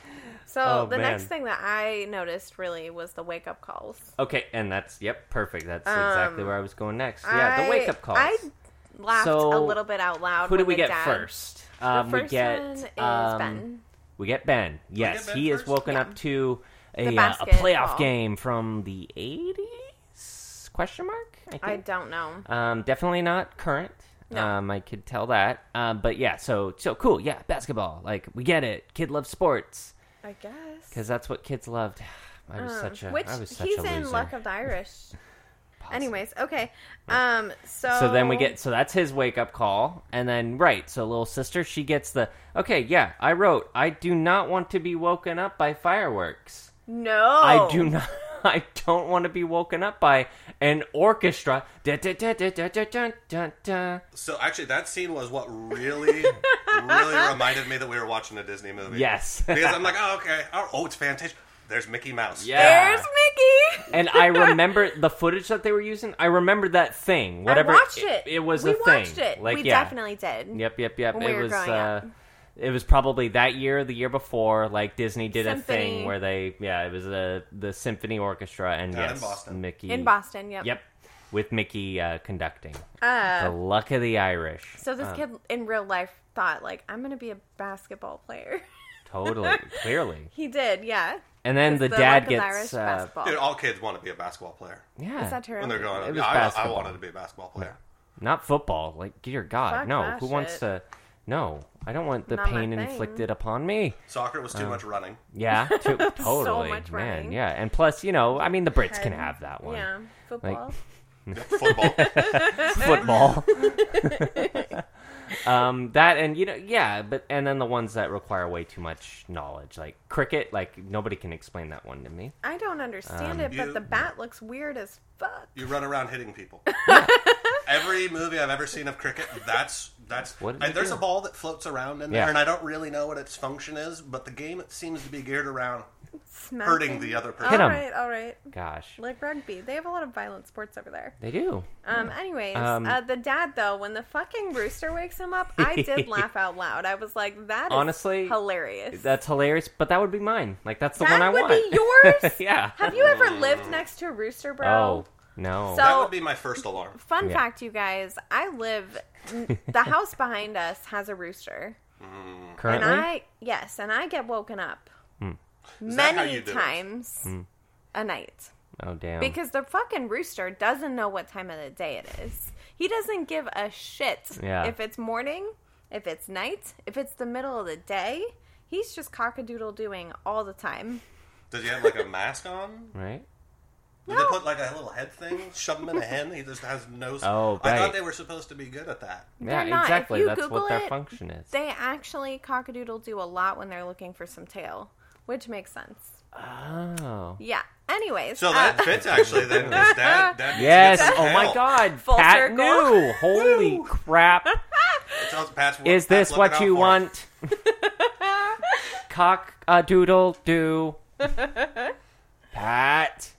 B: so
A: Oh,
B: the next
A: man.
B: thing that I noticed really was the wake up calls.
A: okay, and that's yep, perfect. That's exactly where I was going next. Yeah,
B: Um, I-
A: the wake up calls.
B: I laughed a
A: So,
B: little bit out loud.
A: Who do
B: when
A: we
B: the
A: get
B: dad-
A: first?
B: The
A: Um,
B: first
A: we get
B: one is
A: um,
B: Ben.
A: We get Ben. Yes,
C: Ben
A: he is
C: first?
A: woken
B: Yeah.
A: up to a,
B: The
A: uh, a playoff
B: basketball.
A: game from the eighties? Question mark. I think.
B: I don't know.
A: Um, definitely not current.
B: No.
A: Um, I could tell that. Um, but yeah, so so cool. Yeah, basketball. Like we get it. Kid loves sports
B: I guess.
A: because that's what kids loved. [SIGHS] I was
B: Um,
A: such a.
B: which
A: I was such
B: he's
A: a loser.
B: in Luck of the Irish.
A: [LAUGHS] Possibly.
B: Anyways, okay. Um. So.
A: So then we get so that's his wake up call, and then right, so little sister she gets the okay, yeah, I wrote I do not want to be woken up by fireworks.
B: no.
A: I do not. [LAUGHS] I don't want to be woken up by an orchestra. Da, da, da, da, da, da, da, da, da.
C: So actually, that scene was what really, really reminded me that we were watching a Disney movie.
A: Yes.
C: Because I'm like, oh okay, oh, oh, it's fantastic. There's Mickey Mouse.
A: Yeah.
B: There's Mickey.
A: and I remember the footage that they were using. I remember that thing. Whatever.
B: I watched it.
A: It was
B: we
A: a thing.
B: watched it.
A: Like,
B: we
A: yeah.
B: definitely did.
A: Yep, yep, yep.
B: when
A: it
B: we were
A: was.
B: growing
A: uh,
B: up.
A: It was probably that year, the year before. Like Disney did a thing
B: Symphony.
A: where they, yeah, it was a, the symphony orchestra and
C: Down in
A: yes,
C: Boston.
A: Mickey
B: In Boston. Yep.
A: Yep, with Mickey uh, conducting. the
B: Uh,
A: luck of the Irish.
B: so this
A: Uh,
B: kid in real life thought like I'm gonna be a basketball player. [LAUGHS]
A: totally, clearly,
B: he did. Yeah.
A: and then
B: 'Cause
A: the,
B: Luck
A: dad
B: of
A: gets.
B: Irish
A: Uh,
B: basketball.
C: Dude, all kids want to be a basketball player
A: yeah,
B: Is that true?
C: when they're
A: It
C: growing
A: was
C: up. I, I
A: basketball.
C: wanted to be a basketball player.
A: Not football. Like, dear God,
B: Fuck
A: no.
B: that
A: Who wants
B: shit.
A: to? No, I don't want the
B: Not my
A: pain
B: thing.
A: inflicted
B: [LAUGHS]
A: upon me.
C: Soccer was
A: Oh.
C: too much
A: [LAUGHS]
C: running.
A: Yeah, to, totally,
B: much
A: man.
B: running.
A: Yeah, and plus, you know, I mean, the Brits can
B: Head.
A: have that one.
B: Yeah. Football.
C: Football.
B: [LAUGHS]
A: Football. um, that and you know, yeah, but and then the ones that require way too much knowledge, like cricket. Like nobody can explain that one to me.
B: I don't
A: um,
B: understand it, but
C: You-
B: the bat looks weird as fuck.
C: You run around hitting people. Every movie I've ever seen of cricket, that's that's.
A: What did
C: and
A: it
C: there's
A: do?
C: a ball that floats around in
A: Yeah.
C: there, and I don't really know what its function is, but the game seems to be geared around
B: Smacking.
C: hurting the other person.
A: Hit 'em.
B: All right, all right.
A: Gosh,
B: Like rugby, they have a lot of violent sports over there.
A: they do.
B: Um. Anyways,
A: Um,
B: uh, the dad though, when the fucking rooster wakes him up, I
A: [LAUGHS]
B: did laugh out loud. I was like, "That is
A: Honestly,
B: hilarious."
A: That's hilarious, but that would be mine. Like that's the
B: That
A: one I
B: would
A: want. [LAUGHS]
B: be yours?
A: yeah.
B: Have you ever lived next to a rooster, bro?
A: Oh, No.
B: So-
C: That would be my first alarm.
B: Fun
A: Yeah.
B: fact, you guys, I live.
A: [LAUGHS]
B: the house behind us has a rooster,
A: Currently,
B: and I yes, and I get woken up
A: Hmm.
C: that how
B: many
C: you do it?
B: times a night
A: oh damn.
B: because the fucking rooster doesn't know what time of the day it is. He doesn't give a shit
A: Yeah.
B: if it's morning, if it's night, if it's the middle of the day. He's just cockadoodle doing all the time.
C: Does he have like a mask on?
A: right.
C: Did they put like a little head thing, shove him in a hen? He just has no.
A: Oh,
C: I
A: right.
C: thought they were supposed to be good at that.
A: Yeah,
B: not. If
A: exactly.
B: you
A: That's
B: Google
A: what their
B: it,
A: function is.
B: They actually cockadoodle do a lot when they're looking for some tail, which makes sense. [LAUGHS]
A: Oh.
B: Yeah. Anyways,
C: So
B: uh,
C: that fits actually. Then 'cause that, that means he
A: Yes.
C: gets
A: Oh my
C: hell.
A: God.
B: Full
A: Pat
B: circle.
A: knew.
B: [LAUGHS]
A: Holy crap.
C: It sounds- Pat's-
A: Is
C: Pat's
A: this
C: looking out
A: what you
C: for him.
A: want? [LAUGHS] Cock a doodle do. [LAUGHS] Pat.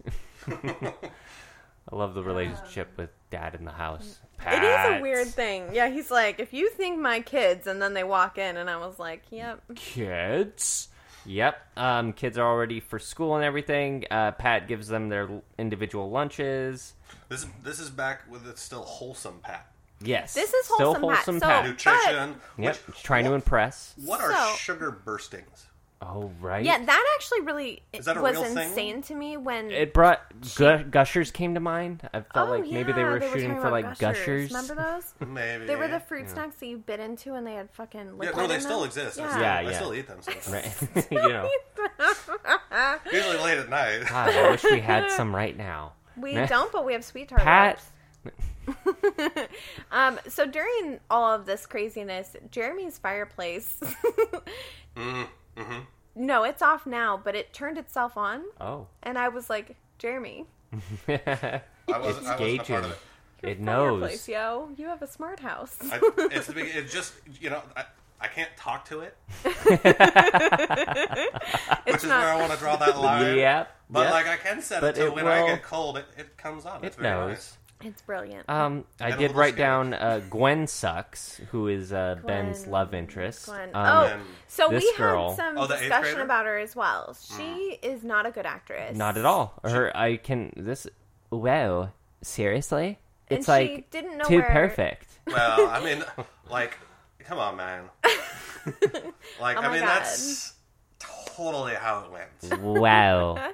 A: I love the relationship with dad in the house. Pat.
B: it is a weird thing. Yeah, he's like, if you think my kids, and then they walk in, and I was like, yep.
A: kids. Yep. Um, kids are already for school and everything. Uh, Pat gives them their l- individual lunches.
C: This is- this is back with it's still wholesome, Pat.
A: Yes.
B: This is
A: Still
B: wholesome
A: wholesome
B: Pat, so-
C: [LAUGHS] Nutrition.
A: Yep.
C: which-
A: Trying to
C: what-
A: impress.
C: What are
B: So-
C: sugar burstings?
A: Oh right.
B: Yeah, that actually really
C: Is that a
B: was
C: real thing?
B: insane to me when
A: It brought gu- gushers came to mind. I felt
B: Oh,
A: like maybe they
B: yeah,
A: were
B: talking
A: shooting for
B: about
A: like gushers.
B: Remember
A: [LAUGHS]
B: those?
C: Maybe [LAUGHS]
B: They were the fruit snacks that you bit into, and they had fucking.
C: Yeah,
B: Liquid
C: no, they
B: in
C: still
B: them.
C: exist. I,
B: Yeah.
C: still,
A: Yeah,
C: I
A: yeah.
C: still eat them sometimes.
A: [LAUGHS]
B: [LAUGHS]
A: Right. you know.
C: Usually late at night.
A: God, I wish we had some right now.
B: We
A: Meh.
B: don't, but we have sweet tarts.
A: Pat.
B: [LAUGHS] Um, so during all of this craziness, Jeremy's fireplace. [LAUGHS]
C: Mm-hmm,
B: No, it's off now, but it turned itself on,
A: Oh.
B: and I was like, Jeremy,
C: [LAUGHS] I wasn't, I wasn't a part of
A: Gauging.
C: it.
A: It
B: fireplace,
A: knows.
B: yo, you have a smart house. [LAUGHS]
C: I, it's, the big- it's just, you know, I, I can't talk to it, which
B: it's
C: is where I
B: not.
C: want to draw
A: [LAUGHS]
C: that line.
A: Yep.
C: But,
A: yep.
C: like, I can set
A: But
C: it so
A: it
C: when I
A: will-
C: get cold, it, it comes on. It's
A: it
C: very
A: knows.
C: nice.
B: It's brilliant.
A: Um, I
C: And a
A: did
C: little
A: write
C: scary.
A: down uh, Gwen Sucks, who is uh, Ben's
B: Gwen-
A: love interest.
B: Gwen.
A: Um,
B: oh,
C: then
B: so
A: this
B: we
A: girl-
B: had some
C: Oh, the eighth
B: discussion
C: grader? Hmm.
B: about her as well. She is not a good actress.
A: Not at all. Her, I can. This. Whoa. Seriously?
B: And
A: It's
B: she
A: like
B: didn't know
A: too
B: where-
A: perfect.
B: [LAUGHS]
C: Well, I
A: [LAUGHS]
C: mean, like, come on, man. Like,
B: Oh
C: I
B: my
C: mean,
B: God.
C: that's totally how it
A: Mm.
C: went.
A: wow.
B: [LAUGHS]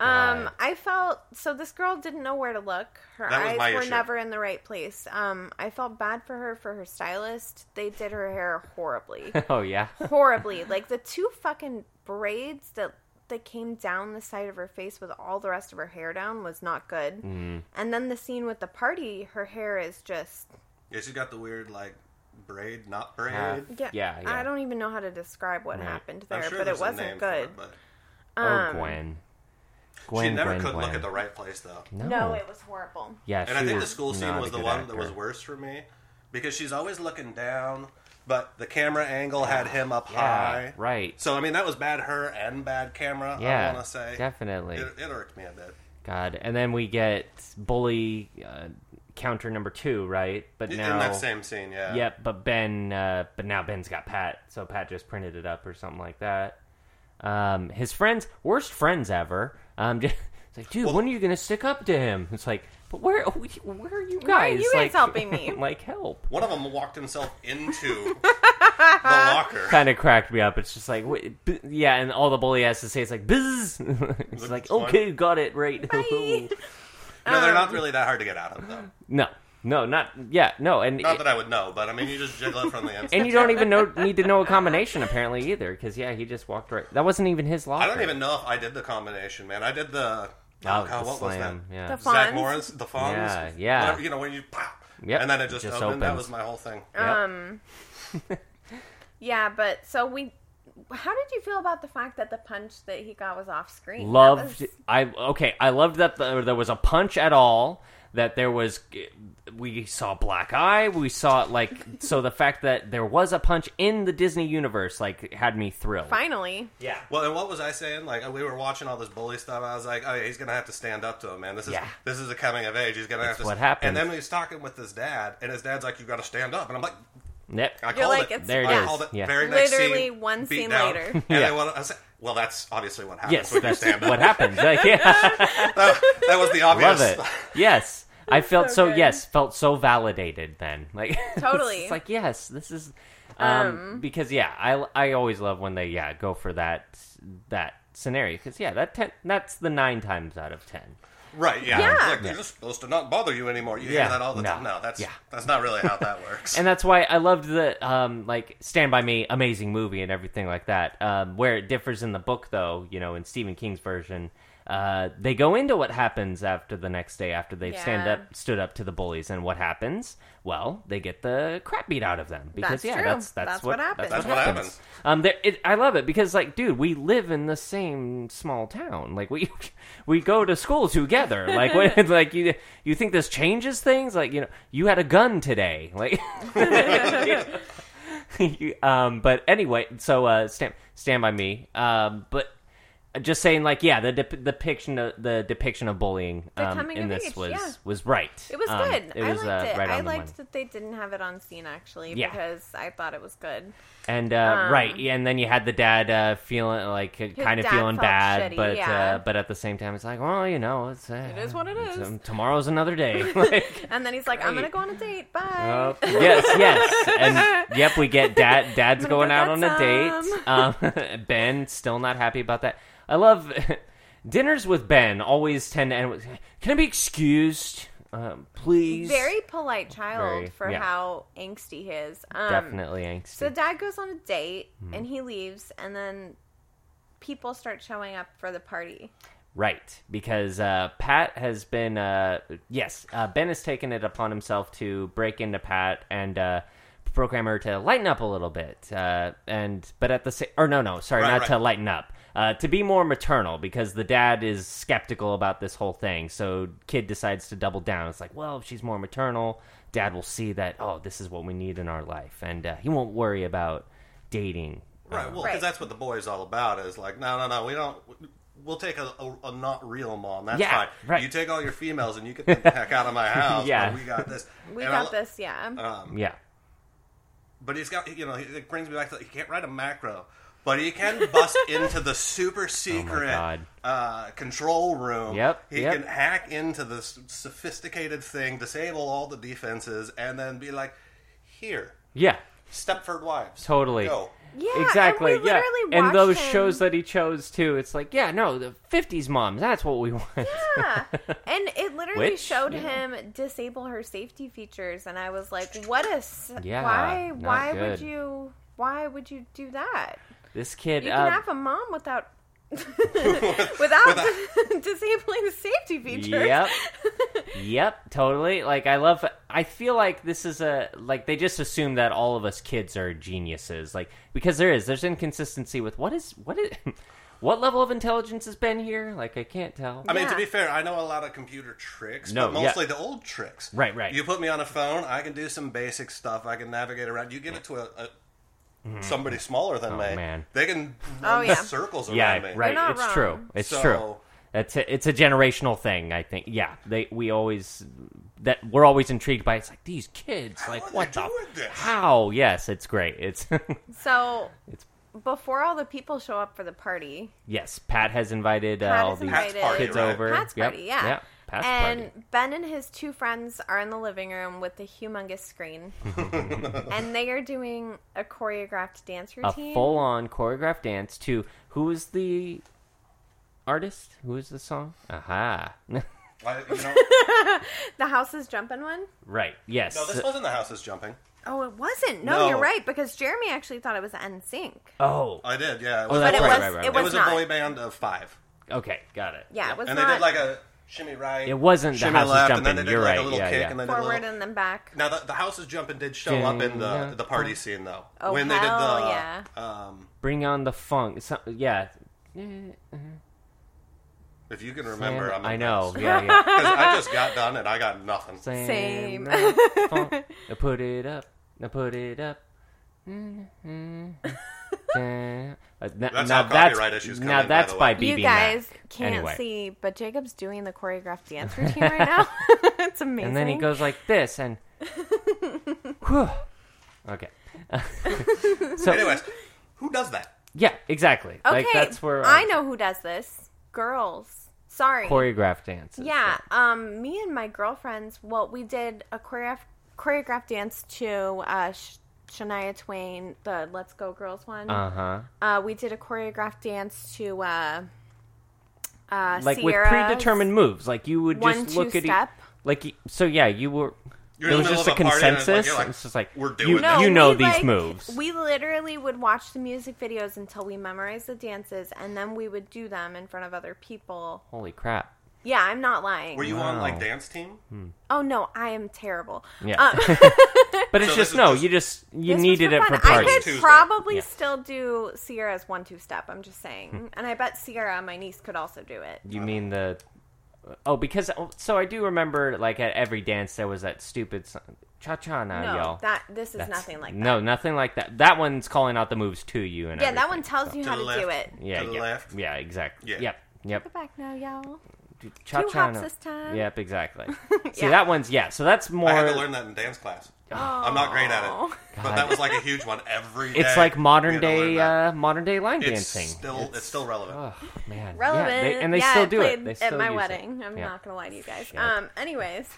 B: Um, I felt so this girl didn't know where to look. Her
C: That was
B: eyes
C: my
B: were
C: issue.
B: never in the right place. Um, I felt bad for her for her stylist. They did her hair horribly.
A: [LAUGHS] oh yeah.
B: horribly. Like the two fucking braids that that came down the side of her face with all the rest of her hair down was not good.
A: Mm.
B: And then the scene with the party, her hair is just
C: Yeah, she's got the weird, like, braid, not braid.
A: Uh,
B: yeah,
A: Yeah, yeah.
B: I don't even know how to describe what happened there,
C: I'm sure
B: but it
C: there's a name
B: wasn't
C: for
B: good.
C: it, but-
A: oh
B: Um,
A: Gwen. Gwen.
C: she never
A: Gwen,
C: could
A: Gwen.
C: look at the right place, though.
A: No.
B: no, it was horrible.
A: Yeah,
C: And I
A: she
C: think the
A: was
C: school scene
A: not
C: was
A: a
C: the
A: good
C: one
A: actor.
C: that was worse for me because she's always looking down, but the camera angle had him up
A: Yeah,
C: high.
A: right.
C: So I mean, that was bad her and bad camera.
A: yeah,
C: I want to say
A: definitely.
C: it, it irked me a bit.
A: God, and then we get bully uh, counter number two, right? But
C: In-
A: now,
C: In that same scene, yeah.
A: yep. But Ben, uh, but now Ben's got Pat, so Pat just printed it up or something like that. Um, his friends, worst friends ever. Um, [LAUGHS] it's like, dude, when are you gonna stick up to him? It's like, but where, where are you guys?
B: Why are you guys
A: like,
B: helping me?
A: [LAUGHS] like, help.
C: One of them walked himself [LAUGHS] into the locker.
A: Kind of cracked me up. It's just like, wait, b- yeah, and all the bully has to say is like, "Bzz." [LAUGHS] it's
C: Look,
A: like,
C: it's fine.
A: okay, got it, right?
B: Bye.
C: No, they're not really that hard to get out of, though.
A: [LAUGHS] no, no, not yeah, no, and
C: Not that I would know, but I mean, you just jiggle it from the inside.
A: and you don't even know need to know a combination apparently either because yeah he just walked right that wasn't even his locker
C: I don't even know if I did the combination, man. I did the.
A: oh,
C: Oh,
A: the
C: God, what was that?
A: slam, yeah
B: The
C: Zach
B: Fonz?
C: Morris, the Fonz.
A: Yeah, yeah.
C: Whatever, you know when you pop,
A: Yep,
C: and then it just,
A: just
C: opened. That
A: opens.
C: was my whole thing.
A: Yep. [LAUGHS]
B: Um, yeah, but so we. How did you feel about the fact that the punch that he got was off screen? That
A: loved
B: was-
A: I okay I loved that the, there was a punch at all that there was we saw black eye we saw like so the fact that there was a punch in the Disney universe like had me thrilled
B: finally,
A: yeah
C: Well, and what was I saying? Like we were watching all this bully stuff. I was like, oh, yeah, he's gonna have to stand up to him, man. This is
A: Yeah.
C: this is a coming of age. He's gonna have to.
A: what happens.
C: And then he was talking with his dad, and his dad's like, you got to stand up, and I'm like,
A: Yep.
C: I
B: You're
C: called
B: like,
C: it.
B: it's-
A: There it
C: I
A: is.
C: called it.
A: Yeah.
C: Very next
B: Literally
C: scene,
B: one
C: beat
B: scene
C: down,
B: later.
C: And
A: Yeah.
C: they went, I was like, well, that's obviously what happens
A: Yes,
C: when you
A: that's [LAUGHS]
C: stand up.
A: what happens. Like, yeah,
C: that, that was the obvious.
A: love it. Yes, I felt
B: so
A: so,
B: good.
A: yes, felt so validated then. [LAUGHS] Like
B: Totally.
A: it's like yes, this is um, because yeah, I I always love when they yeah go for that that scenario because yeah that ten, that's the nine times out of ten.
C: Right, yeah.
B: Yeah.
C: Like, you're just supposed to not bother you anymore. You
A: Yeah,
C: hear that all the
A: no,
C: time. No, that's
A: yeah.
C: that's not really how that works.
A: [LAUGHS] and that's why I loved the um, like Stand by Me, amazing movie and everything like that. Um, where it differs in the book, though, you know, in Stephen King's version, uh, they go into what happens after the next day after they've stand
B: Yeah.
A: up, stood up to the bullies, and what happens? Well, they get the crap beat out of them because
B: That's
A: yeah,
B: true.
A: that's that's,
B: That's
A: what,
B: what happens.
A: That's,
C: That's what
A: happens.
C: happens.
A: Um, there, it, I love it because like, dude, we live in the same small town. Like we [LAUGHS] we go to school together. Like [LAUGHS] what, like you you think this changes things? Like you know, you had a gun today. Like. [LAUGHS] You- [LAUGHS] um, but anyway, so uh, stand stand by me. Um, but just saying, like, yeah, the dep depiction of the depiction of bullying
B: The
A: um,
B: coming
A: in
B: of
A: this
B: age,
A: was
B: yeah.
A: was right.
B: It was
A: Um,
B: good. I liked
A: uh,
B: it.
A: right
B: I
A: on
B: liked
A: the money.
B: that they didn't have it on scene actually
A: Yeah.
B: because I thought it was good.
A: and uh, right, yeah, and then you had the dad uh, feeling like kind of
B: um, dad
A: feeling
B: felt
A: bad,
B: shitty,
A: but
B: yeah.
A: uh, but at the same time, it's like, well, you know, it's uh,
B: It is what it
A: it's,
B: is.
A: um, tomorrow's
B: [LAUGHS]
A: another day. [LAUGHS] Like,
B: And then he's like, "I'm
A: Great.
B: gonna go on a date. Bye."
A: Oh, yes, yes, and yep, we get dad. Dad's
B: I'm gonna
A: going
B: go get
A: out on a date. [LAUGHS] Um, ben still not happy about that. I love dinners with Ben. Always tend to end with, "Can I be excused, um, please?"
B: Very polite child
A: Very,
B: for
A: yeah.
B: how angsty he is. Um,
A: definitely angsty.
B: So dad goes on a date
A: Mm-hmm.
B: and he leaves, and then people start showing up for the party.
A: Right, because uh, Pat has been uh, yes, uh, Ben has taken it upon himself to break into Pat and uh, program her to lighten up a little bit, uh, and but at the same or no no sorry
C: Right,
A: not
C: right.
A: to lighten up uh, to be more maternal because the dad is skeptical about this whole thing, so kid decides to double down. It's like well if she's more maternal, dad will see that oh this is what we need in our life, and uh, he won't worry about dating.
C: Right. Well, because
B: Right.
C: that's what the boy is all about. Is like, no, no, no. We don't. We'll take a, a, a not real mom. That's
A: Yeah,
C: fine.
A: right.
C: You take all your females and you get the heck out of
A: [LAUGHS]
C: my house.
A: Yeah.
C: but we got this.
B: We
C: And I
B: got
C: lo-
B: this, yeah.
A: uh,
C: Um,
A: Yeah.
C: but he's got. You know, it brings me back to. He can't write a macro, but he can
A: [LAUGHS]
C: bust into the super secret
A: Oh God.
C: uh, control room.
A: Yep,
C: He
A: yep.
C: can hack into this sophisticated thing, disable all the defenses, and then be like, here,
A: Yeah.
C: Stepford Wives.
A: Totally.
C: Go.
B: yeah, and we
A: exactly. yeah,
B: literally
A: and
B: watched
A: those
B: him-
A: shows that he chose too. It's like, yeah, no, the '50s moms. That's what we [LAUGHS] want.
B: Yeah. And it literally
A: Which,
B: showed
A: you know.
B: him disable her safety features and I was like, "What is
A: Yeah,
B: why
A: not
B: why
A: good.
B: would you why would you do that?
A: This kid,
B: You
A: uh,
B: can have a mom
A: [LAUGHS]
B: without without [LAUGHS] disabling the safety features. [LAUGHS]
A: yep, yep, totally. Like, I love. I feel like this is a like they just assume that all of us kids are geniuses. Like, because there is there's inconsistency with what is what is [LAUGHS] what level of intelligence has been here. Like, I can't tell.
C: I mean, to
B: Yeah.
C: be fair, I know a lot of computer tricks,
A: No,
C: but
A: yeah.
C: mostly the old tricks.
A: Right, right.
C: You put me on a phone, I can do some basic stuff. I can navigate around. You give it to a, a somebody smaller than me,
A: Mm-hmm. Oh, man.
C: they can
B: Oh,
C: run
B: yeah.
C: circles around
A: yeah,
C: me.
A: right.
B: not
A: It's
B: wrong.
A: true. It's
C: So-
A: true. It's a, it's a generational thing, I think. Yeah, they we always that we're always intrigued by. It's like these kids,
C: are
A: like
C: they
A: what the
C: Oh, doing this?
A: how? Yes, it's great. It's [LAUGHS]
B: So
A: It's-
B: before all the people show up for the party,
A: yes. Pat has invited uh,
B: Pat
A: all
B: is
A: these
B: invited.
C: party,
A: kids
C: right?
A: over.
B: Pat's
A: Yep,
B: party, yeah.
A: yeah. Pat's
B: and
A: party.
B: Ben and his two friends are in the living room with the humongous screen,
A: [LAUGHS]
B: and they are doing a choreographed dance
A: A
B: routine.
A: full-on choreographed dance to who is the artist? Who is the song? Aha! [LAUGHS]
C: I, you know,
B: the house is jumping one.
A: right. Yes.
C: no, this wasn't the house is jumping.
B: Oh, it wasn't. No,
C: No.
B: you're right because Jeremy actually thought it was NSYNC.
A: oh.
C: I did, yeah. It
A: Oh,
C: was,
A: that's
B: it
A: right,
B: was-
A: right, right,
B: it
A: right.
C: it was a
B: not.
C: boy band of five,
A: okay, got it.
B: Yeah, it was
C: and
B: not
C: they did like a shimmy right,
A: It wasn't the
C: shimmy
A: house
C: left,
A: is
C: and then
A: jumping.
C: they did
A: You're
C: like
A: right.
C: a little
A: yeah,
C: kick,
A: yeah.
C: and then a
B: forward
C: little.
B: and then back.
C: Now the, the house is jumping did show up in the the party scene though
B: Oh,
C: when they did the
B: hell yeah.
C: um
A: Bring on the funk. Some, yeah.
C: if you can remember I'm
A: I know.
C: [LAUGHS] impressed.
A: Yeah, yeah.
C: 'Cause I just got done and I got nothing.
B: Same.
A: old
B: [LAUGHS]
A: funk. I put it up. I put it up. Mm-hmm. now
C: That's how copyright issues come
A: now
C: in, by
A: that's
C: the
A: by,
C: way.
A: BB
B: You guys
A: Mac.
B: can't
A: Anyway.
B: see, but Jacob's doing the choreographed
A: [LAUGHS]
B: dance routine right now. [LAUGHS] it's amazing. [LAUGHS]
A: And then he goes like this, and whew, Okay. so
C: Anyways, who does that?
A: yeah, exactly.
B: Okay,
A: Like that's where
B: I know who does this. Girls. Sorry.
A: choreographed dances.
B: yeah. Um. Me and my girlfriends. Well, we did a choreo- choreographed dance to uh, Sh- Shania Twain, the "Let's Go Girls" one.
A: Uh huh.
B: Uh, we did a choreographed dance to uh, uh,
A: Like
B: Sierra's
A: with predetermined moves. Like you would
B: one
A: just
B: two
A: look at
B: step.
A: E- like y- so. Yeah, you were.
C: You're in
A: there was
C: the middle
A: just a
C: of a party and it's like,
A: consensus.
C: you're like,
A: it's just like
C: "We're
A: you,
C: doing this."
A: you
B: we,
A: know these
B: like,
A: moves.
B: We literally would watch the music videos until we memorized the dances, and then we would do them in front of other people. [LAUGHS]
A: Holy crap!
B: Yeah, I'm not lying.
C: Were you on
A: Wow.
C: like dance team?
B: oh no, I am terrible.
A: Yeah. [LAUGHS]
B: Um,
A: But it's
C: So this
A: just
C: is
A: no.
C: just-
A: you just you
B: this was
A: needed it for
B: fun.
A: parties.
B: I could
C: Tuesday.
B: probably
A: Yeah. Hmm.
B: still do Sierra's one two step. I'm just saying, and I bet Sierra, my niece, could also do it.
A: You mean the? Oh, because oh, so I do remember. Like at every dance, there was that stupid cha cha now,
B: no,
A: y'all.
B: that this is
A: That's-
B: nothing like that.
A: No, nothing like that. That one's calling out the moves to you, and
B: yeah, that
A: everything,
B: one tells
A: so-
B: you
C: To
B: how
C: the
B: to do
C: left.
B: it.
A: Yeah,
C: To the
A: yeah,
C: left.
A: Yeah, exactly.
C: Yeah.
A: Yep, yep.
B: Go back now, y'all.
A: Cha-cha
B: hops
A: now.
B: this time. [LAUGHS]
A: Yep, exactly. See,
B: Yeah.
A: that one's yeah. So that's more.
C: I had to learn that in dance class. I'm not great at it, but that was like a huge one every day.
A: It's like
C: we
A: modern
C: had to learn
A: day,
C: that.
A: uh, modern day line
C: it's
A: dancing.
C: still it's, still relevant.
A: Oh man,
B: relevant.
A: Yeah, they, and they
B: Yeah,
A: still
B: it
A: do it.
B: played
A: They still
B: at my
A: use it.
B: wedding. I'm
A: Yeah.
B: not gonna lie to you guys.
A: Shit.
B: Um,
A: [LAUGHS]
B: anyways,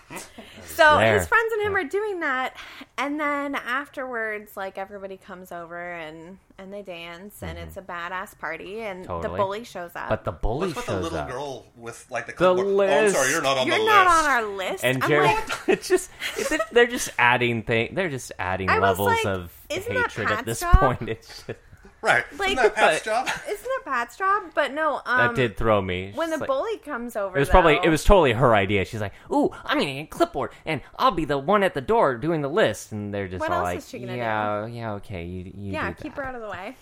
B: so
A: There.
B: his friends and him
A: Yeah.
B: are doing that, and then afterwards, like everybody comes over and and they dance, and it's a badass party, and the
A: Mm-hmm. Totally.
B: bully shows up.
A: But the bully
C: What's with the
A: shows
C: little
A: up,
C: girl with like the,
A: The
C: clipboard? Oh, I'm sorry, you're not on
B: you're
C: the
B: not
C: list.
B: on our list.
A: and
B: I'm
A: Jerry.
B: like,
A: [LAUGHS] it's just it's, it- they're just adding thing. They're just adding
B: I was
A: levels
B: like,
A: of
B: isn't that
A: hatred at
B: Pat's
A: this
B: job?
A: point. It's just,
C: Right.
B: Like,
C: Isn't that Pat's
A: but-
C: job?
B: [LAUGHS] isn't that Pat's job? But no, um,
A: that did throw me. It's
B: when the
A: just like-
B: bully comes over,
A: It was probably
B: though-
A: it was totally her idea. She's like, "Ooh, I'm gonna get a clipboard, and I'll be the one at the door doing the list." And they're just
B: What
A: all
B: else
A: like,
B: is she gonna
A: "Yeah, yeah, okay, you, you
B: yeah,
A: do
B: keep
A: that."
B: her out of the way.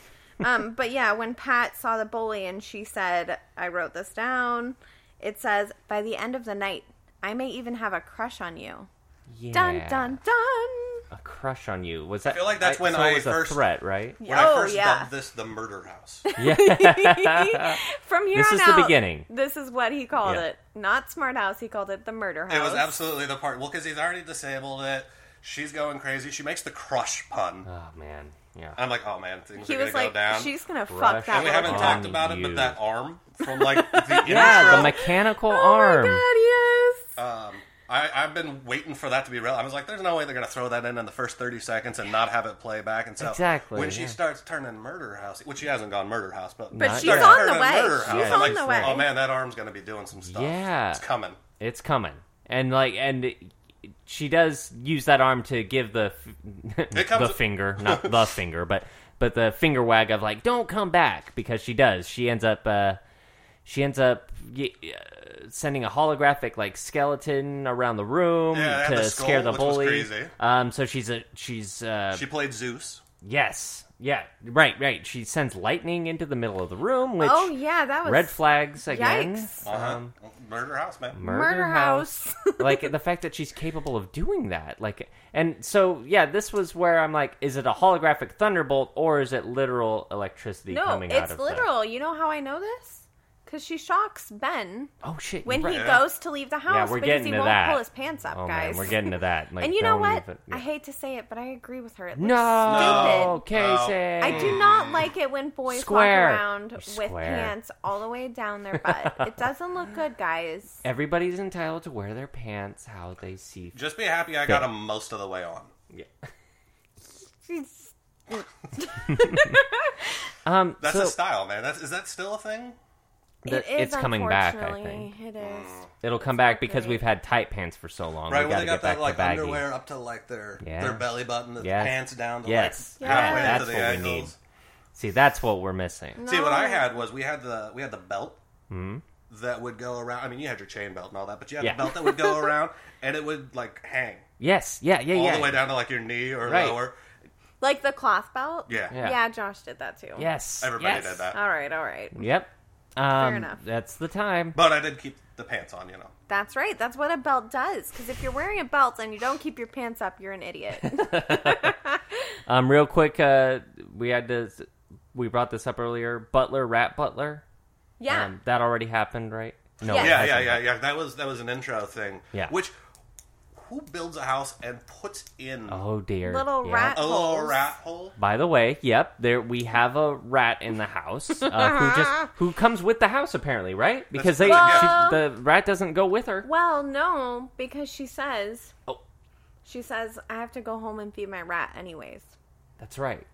B: Um, [LAUGHS] but yeah, when Pat saw the bully and she said, I wrote this down, it says, By the end of the night, I may even have a crush on you.
A: Yeah.
B: Dun, dun, dun.
A: A crush on you was that?
C: feel like that's when
A: so
C: I
A: it was
C: first-
A: a threat, right?
C: When I
B: Oh,
C: first
B: yeah.
C: dubbed this the murder house.
B: [LAUGHS] From here
A: This
B: on
A: is the
B: out,
A: beginning.
B: This is what he called
A: Yeah.
B: it. Not smart house, he called it the murder house.
C: It was absolutely the part. Well, because he's already disabled it. She's going crazy. She makes the crush pun.
A: Oh man, yeah.
C: I'm like, oh man, things
B: He
C: are going
B: was
C: to
B: like,
C: go down.
B: she's gonna fuck
A: Rush
B: that.
C: and we
B: little
C: haven't
B: girl."
C: talked about it,
A: you.
C: but that arm from like the
A: yeah, the
C: intro,
A: mechanical
B: Oh
A: arm.
B: my god, yes.
C: um, I, I've been waiting for that to be real. I was like, there's no way they're going to throw that in in the first 30 seconds and not have it play back. And so
A: Exactly,
C: when she
A: yeah.
C: starts turning murder house, which she hasn't gone murder house, but
B: But
A: Not
B: she's
A: yet.
C: starts
B: on the
C: turning
B: way.
C: murder
B: She's
C: house, I'm
B: on
C: like,
B: the way.
C: Oh man, that arm's going to be doing some stuff.
A: Yeah.
C: it's coming.
A: It's coming, and like, and it- she does use that arm to give the f- [LAUGHS] the
C: comes-
A: finger,
C: [LAUGHS]
A: not the finger, but but the finger wag of like, don't come back, because she does. She ends up, uh, she ends up y- uh, sending a holographic like skeleton around the room
C: Yeah, they had
A: to
C: the skull,
A: scare the
C: which was
A: bully.
C: crazy.
A: Um, so she's a she's uh,
C: She played Zeus.
A: yes, yeah, right, right. She sends lightning into the middle of the room, which
B: Oh, yeah, that was.
A: red flags again.
B: Yikes.
C: Uh-huh.
A: Um,
C: murder house, man.
A: murder,
B: Murder
A: house, [LAUGHS]
B: House.
A: like the fact that she's capable of doing that like and so yeah this was where i'm like is it a holographic thunderbolt or is it literal electricity
B: No,
A: coming out
B: it's
A: of
B: literal. You know how I know this? Because she shocks Ben
A: the... oh shit
B: when
A: you're
B: he
A: right.
C: Yeah.
B: goes to leave the house
A: we're
B: because
A: getting
B: he
A: to
B: won't
A: that.
B: pull his pants up,
A: oh
B: guys.
A: man
B: [LAUGHS]
A: we're getting to that like
B: and you know
A: don't
B: what?
A: even-
B: I hate to say it, but I agree with her. It looks
A: no
B: stupid.
C: No.
A: Casey.
B: I do not like it when boys
A: Square.
B: walk around
A: You're
B: with
A: square.
B: pants all the way down their butt.
A: [LAUGHS]
B: it doesn't look good, guys.
A: everybody's entitled to wear their pants how they see fit.
C: Just be happy I got him most of the way on.
A: Yeah.
B: She's-
A: [LAUGHS] um
C: That's
A: so
C: a style, man. That's, is that still a thing?
A: the-
B: it is,
A: it's coming back i
B: unfortunately.
A: think
B: It is.
A: it'll come back because
B: great.
A: we've had tight pants for so long
C: Right
A: we
C: when
A: gotta
C: they
A: get
C: got
A: back
C: that like
A: Oh to baggy
C: underwear up to like their
A: Yeah.
C: their belly button, the
A: Yes.
C: pants down to
A: Yes.
C: like
B: Yeah.
C: halfway
B: That's
C: up to the
A: what we
C: ankles.
A: need. see that's what we're missing
C: See what I
B: No.
C: had was we had the we had the belt that would go around. I mean, you had your chain belt and all that, but you had
A: Hmm? Yeah.
C: the belt that would
A: [LAUGHS]
C: go around and it would like hang
A: Yes. Yeah. Yeah.
C: all
A: yeah.
C: the way down to like your knee or
A: Right.
C: lower.
B: Like the cloth belt?
C: Yeah.
A: Yeah.
B: Yeah, Josh did that too.
A: Yes.
C: Everybody
A: yes.
C: did that.
B: All right, all right.
A: Yep. Um,
B: enough.
A: That's the time.
C: But I did keep the pants on, you know.
B: That's right. That's what a belt does. Because if you're wearing a belt and you don't keep your pants up, you're an idiot. [LAUGHS]
A: Um, real quick, uh, we had to. We brought this up earlier. Butler, Rat Butler.
B: Yeah.
A: Um, that already happened, right? No.
B: Yeah.
A: it
C: Yeah,
A: hasn't.
C: yeah, yeah, yeah. That was that was an intro thing.
A: Yeah.
C: Which who builds a house and puts in
A: Oh dear.
B: Little
A: Yeah.
B: rat.
C: a little
B: Holes.
C: rat hole?
A: By the way, yep, there we have a rat in the house uh,
B: [LAUGHS]
A: who just who comes with the house apparently, right? Because they
C: Well-
A: she, the rat doesn't go with her.
B: Well, no, because she says
A: Oh,
B: she says I have to go home and feed my rat anyways.
A: that's right.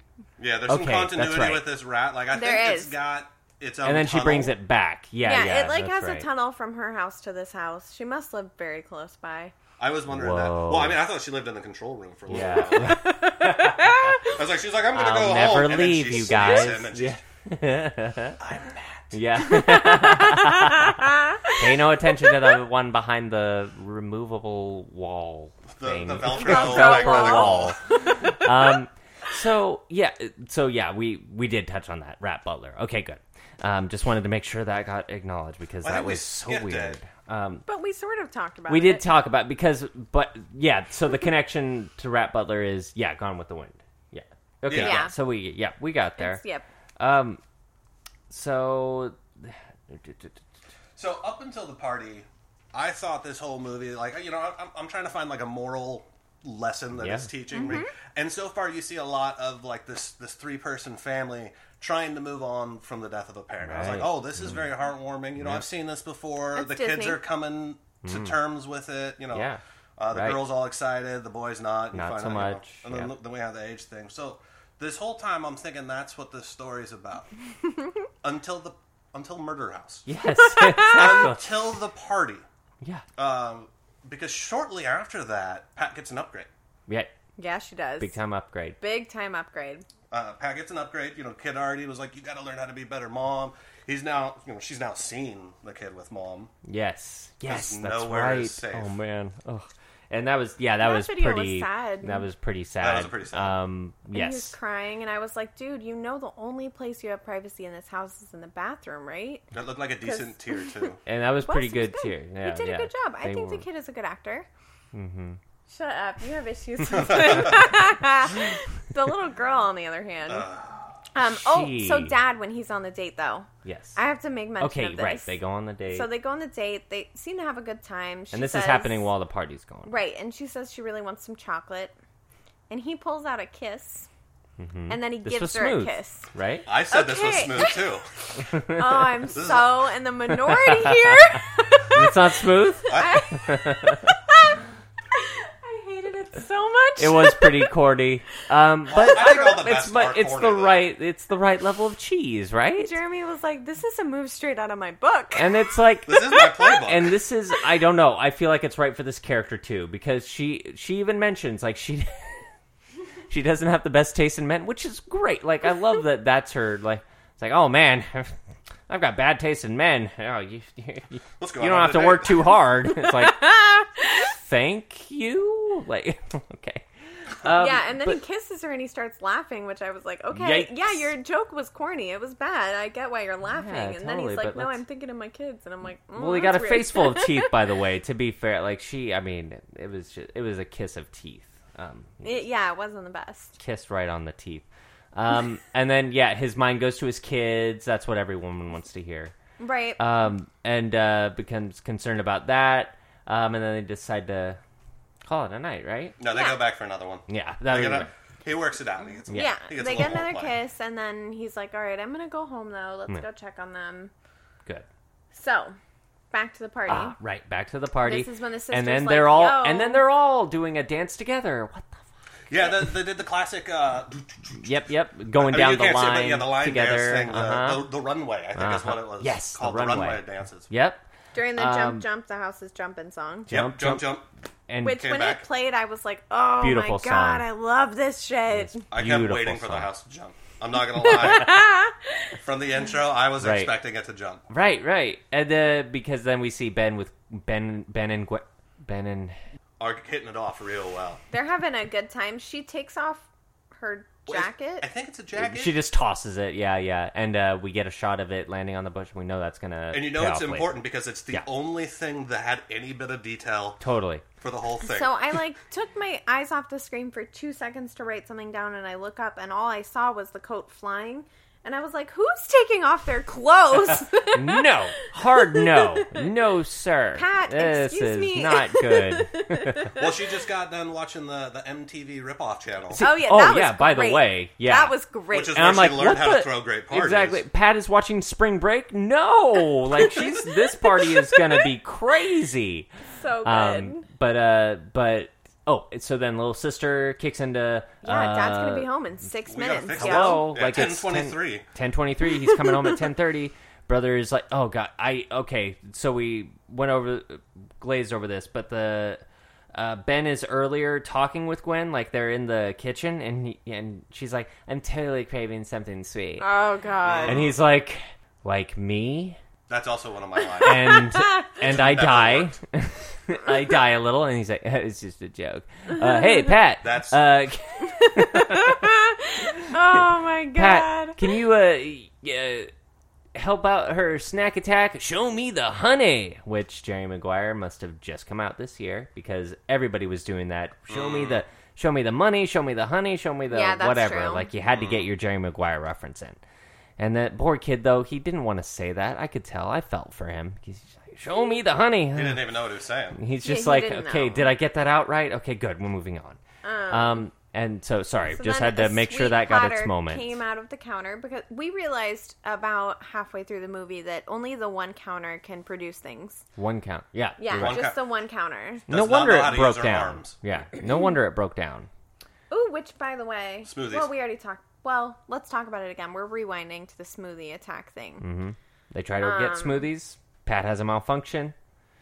C: Yeah, there's
A: Okay,
C: some
A: that's
C: continuity
A: right.
C: with this rat. Like I
B: There
C: think
B: is.
C: it's got its own.
A: and then she
C: tunnel.
A: brings it back. Yeah,
B: Yeah,
A: yeah.
B: it like
A: that's
B: has
A: right.
B: a tunnel from her house to this house. She must live very close by.
C: I was wondering that.
A: Whoa.
C: Well, I mean, I thought she lived in the control room for a little while.
A: Yeah,
C: I was like, she's like, I'm gonna
A: I'll
C: go
A: never
C: home. and
A: leave
C: then she
A: you
C: slaps
A: guys.
C: Him and she's
A: yeah.
B: [LAUGHS]
A: I'm Matt. Yeah. Pay no attention to the one behind the removable wall
C: The-
A: thing.
C: the Velcro,
A: [LAUGHS]
B: like,
A: wall. um, so yeah, so yeah, we we did touch on that Rat Butler. Okay, good. Um, just wanted to make sure that got acknowledged because
C: I
A: that
C: think we
A: was so
C: skipped
A: weird.
C: it.
A: Um,
B: But we sort of talked about
A: we
B: it.
A: did talk about because, but yeah, so the connection to Rat Butler is yeah, Gone with the Wind. Yeah. Okay.
C: Yeah.
A: Yeah. So we yeah we got there.
B: It's- Yep.
A: Um, so [SIGHS]
C: So up until the party, I thought this whole movie, like you know, I'm, I'm trying to find like a moral lesson that
A: Yeah. Mm-hmm.
C: it's teaching me. And so far, you see a lot of like this this three person family trying to move on from the death of a parent. I was like,
A: Right. Mm-hmm.
C: oh, this is very heartwarming. You know, I've seen this before.
B: That's
C: the kids
B: Disney.
C: are coming to terms with it. You know,
A: Mm. Yeah.
C: uh, the
A: Right.
C: girls all excited, the boys not. You
A: Not so
C: out, you know.
A: much.
C: And then,
A: Yeah.
C: then we have the age thing. So this whole time, I'm thinking that's what this story's
A: [LAUGHS]
C: about until the until Murder House
A: yes, [LAUGHS] exactly.
C: until the party,
A: yeah,
C: um, because shortly after that, Pat gets an upgrade.
A: yeah,
B: Yeah, she does.
A: big time upgrade.
B: Big time upgrade.
C: Uh, Pat gets an upgrade. You know, kid already was like, "You got to learn how to be a better mom." He's now, you know, she's now seen the kid with mom.
A: Yes, yes, that's
C: nowhere
A: right.
C: is safe.
A: Oh man, oh, and that was yeah, that,
B: That
A: was
B: video was
A: pretty
B: sad.
A: That was pretty sad.
C: was pretty sad.
A: Um,
B: And He was
A: yes,
B: crying, and I was like, dude, you know the only place you have privacy in this house is in the bathroom, right?
C: That looked like a decent tier
B: [LAUGHS]
C: too.
A: and that was
B: Well,
A: pretty
B: she was
A: good too. Yeah,
B: he did
A: yeah.
B: a good job. I
A: They
B: think
A: were-
B: the kid is a good actor. Mm-hmm. Shut up. You have
A: [LAUGHS]
B: issues. [LAUGHS] the little girl, on the other hand. um, oh, so
A: She-
B: dad, when he's on the date, though,
A: Yes.
B: I have to make mention
A: okay,
B: of this.
A: right. They go on the date,
B: So they go on the date. They seem to have a good time. She
A: and this
B: says-
A: is happening while the
B: [LAUGHS]
A: party's going.
B: Right, and she says she really wants some chocolate, and he pulls out a kiss, and then he
A: Mm-hmm. This was
B: gives her
A: smooth,
B: a
A: [LAUGHS]
B: kiss.
A: right?
C: I said this was
B: Okay.
C: smooth
B: [LAUGHS]
C: too.
B: Oh, I'm
C: is-
B: so in the minority
A: [LAUGHS]
B: here.
A: it's not smooth.
B: I hated it so much.
A: It was pretty corny. Um, but
C: I think all the best
A: it's but
C: are
A: it's
C: corny,
A: the
C: though.
A: right it's the right level of cheese, right?
B: Jeremy was like, "This is a move straight out of my book."
A: And it's like
C: This is my playbook.
A: [LAUGHS] and this is I don't know. I feel like it's right for this character too because she she even mentions like she [LAUGHS] she doesn't have the best taste in men, which is great. Like I love that that's her like it's like oh man, [LAUGHS] I've got bad taste in men. Oh, you [LAUGHS] you, you
C: Let's go.
A: don't
C: out on
A: have
C: the
A: to work
C: date.
A: too hard. It's like thank you. Like [LAUGHS] okay. Um,
B: yeah, and then
A: but-
B: he kisses her and he starts laughing, which I was like, "Okay,
A: Yikes.
B: yeah, your joke was corny. It was bad. I get why you're laughing."
A: Yeah,
B: and then he's
A: totally,
B: like,
A: but
B: "No,
A: let's-
B: I'm thinking of my kids," and I'm like, mm,
A: Well, he
B: that's
A: got a
B: weird."
A: face full of teeth, by the way. To be fair, like she, I mean, it was just, it was a kiss of teeth. Um,
B: [LAUGHS] It- yeah, it wasn't the best.
A: kissed right on the teeth.
C: [LAUGHS]
A: Um, and then yeah, his mind goes to his kids. That's what every woman wants to hear.
B: Right.
A: Um, and uh, becomes concerned about that. Um, and then they decide to call it a night, right?
C: No, they
B: Yeah.
C: go back for another one.
A: Yeah, that
C: They
A: was
C: get a- he works it out. He gets a-
B: Yeah,
C: he gets
B: they
C: a
B: get
C: little
B: another
C: play.
B: kiss, and then he's like, "All right, I'm gonna go home though. Let's go check on them."
A: good.
B: So, back to the party.
A: Ah, right, back to the party.
B: This is when the sister's
A: and then
B: like,
A: they're all
B: "Yo."
A: and then they're all doing a dance together. What
C: [LAUGHS]
A: the?
C: Yeah, they, they did the classic. Uh,
A: Yep, yep. Going
C: I mean,
A: down
C: you
A: the
C: can't
A: line,
C: see, but yeah, the line
A: together.
C: dance thing, the,
A: uh-huh.
C: the, the runway. I think is what it was.
A: Yes, the
C: called
A: runway.
C: runway dances.
A: Yep.
B: During the
A: Um,
B: jump, jump, the house is jumping song.
C: Yep,
A: Jump,
C: jump, jump.
A: And
B: Which,
C: Came
B: when
C: back.
B: it played, I was like, "Oh
A: Beautiful
B: my god,
A: song.
B: I love this shit."
C: I kept
A: Beautiful
C: waiting for the
A: song.
C: house to jump. I'm not gonna lie.
B: [LAUGHS]
C: From the intro, I was
A: Right.
C: expecting it to jump.
A: right, right, and uh, because then we see Ben with Ben, Ben and Gwen, Ben and
C: Are hitting it off real well.
B: They're having a good time. She takes off her jacket.
C: I think it's a jacket.
A: she just tosses it. Yeah, yeah, and uh, we get a shot of it landing on the bush. and We know that's gonna
C: and you know
A: pay
C: it's
A: off later.
C: important because it's the
A: Yeah.
C: only thing that had any bit of detail
A: Totally.
C: for the whole thing.
B: So
A: [LAUGHS]
B: I like took my eyes off the screen for two seconds to write something down, and I look up, and all I saw was the coat flying, And I was like, who's taking off their
A: [LAUGHS]
B: clothes?
A: No, hard no, no, sir.
B: Pat,
A: this
B: excuse
A: is
B: me.
A: not
B: [LAUGHS]
A: good.
C: Well, she just got done watching the, the MTV ripoff channel.
B: [LAUGHS] oh yeah,
A: Oh,
B: that
A: yeah,
B: was
A: by the
B: great.
A: way, yeah.
B: That was great.
C: Which is
A: And
C: where
A: I'm
C: she
A: like,
C: learned
A: what
C: how
A: the?
C: to throw great parties.
A: Exactly. Pat is watching Spring Break. No, like
B: [LAUGHS]
A: she's this party is gonna be crazy.
B: so good.
A: Um, but uh, but oh, so then little sister kicks into
B: yeah, dad's
A: uh,
B: gonna be home in six
C: we gotta
B: minutes.
C: fix
B: yo.
C: this.
A: hello
C: Yeah,
A: like it's
C: 10:23.
A: 1023 he's coming home at 1030 brother is like oh god i okay so we went over glazed over this but the uh, ben is earlier talking with gwen like they're in the kitchen and he, and she's like i'm totally craving something sweet
B: Oh god.
A: [LAUGHS] and he's like like me
C: That's also one of my lines.
A: and and i
C: That
A: die i die a little and he's like [LAUGHS] it's just a joke uh, hey pat
C: That's-
A: uh,
B: Oh my god.
A: Pat, can you uh, uh help out her snack attack? Show me the honey, which Jerry Maguire must have just come out this year because everybody was doing that. Show me the show me the money, show me the honey, show me the
B: Mm. Yeah, that's
A: whatever.
B: true. Mm.
A: Like you had to get your Jerry Maguire reference in. And that poor kid though, he didn't want to say that. I could tell. I felt for him. He's just like, "Show me the honey."
C: He didn't even know what he was saying.
A: [LAUGHS] He's
B: Yeah,
A: just
B: he
A: like,
B: didn't
A: okay,
B: know.
A: did I get that out right? Okay, good. We're moving on. Um, and so sorry,
B: So
A: just
B: then
A: had to
B: a
A: make sure
B: sweet
A: that got its
B: platter
A: moment.
B: Came out of the counter because we realized about halfway through the movie that only the one counter can produce things.
A: One count. Yeah.
B: Yeah,
A: you're right.
C: One
B: just
C: cou-
B: the one counter.
A: No
C: Does not
A: wonder
C: know how to
A: it
C: use
A: broke
C: her
A: down.
C: arms.
A: Yeah. No wonder it broke down.
B: Ooh, which by the way,
C: Smoothies.
B: Well, we already talked. Well, let's talk about it again. We're rewinding to the smoothie attack thing.
A: Mm-hmm. They try to
B: Um,
A: get smoothies. Pat has a malfunction.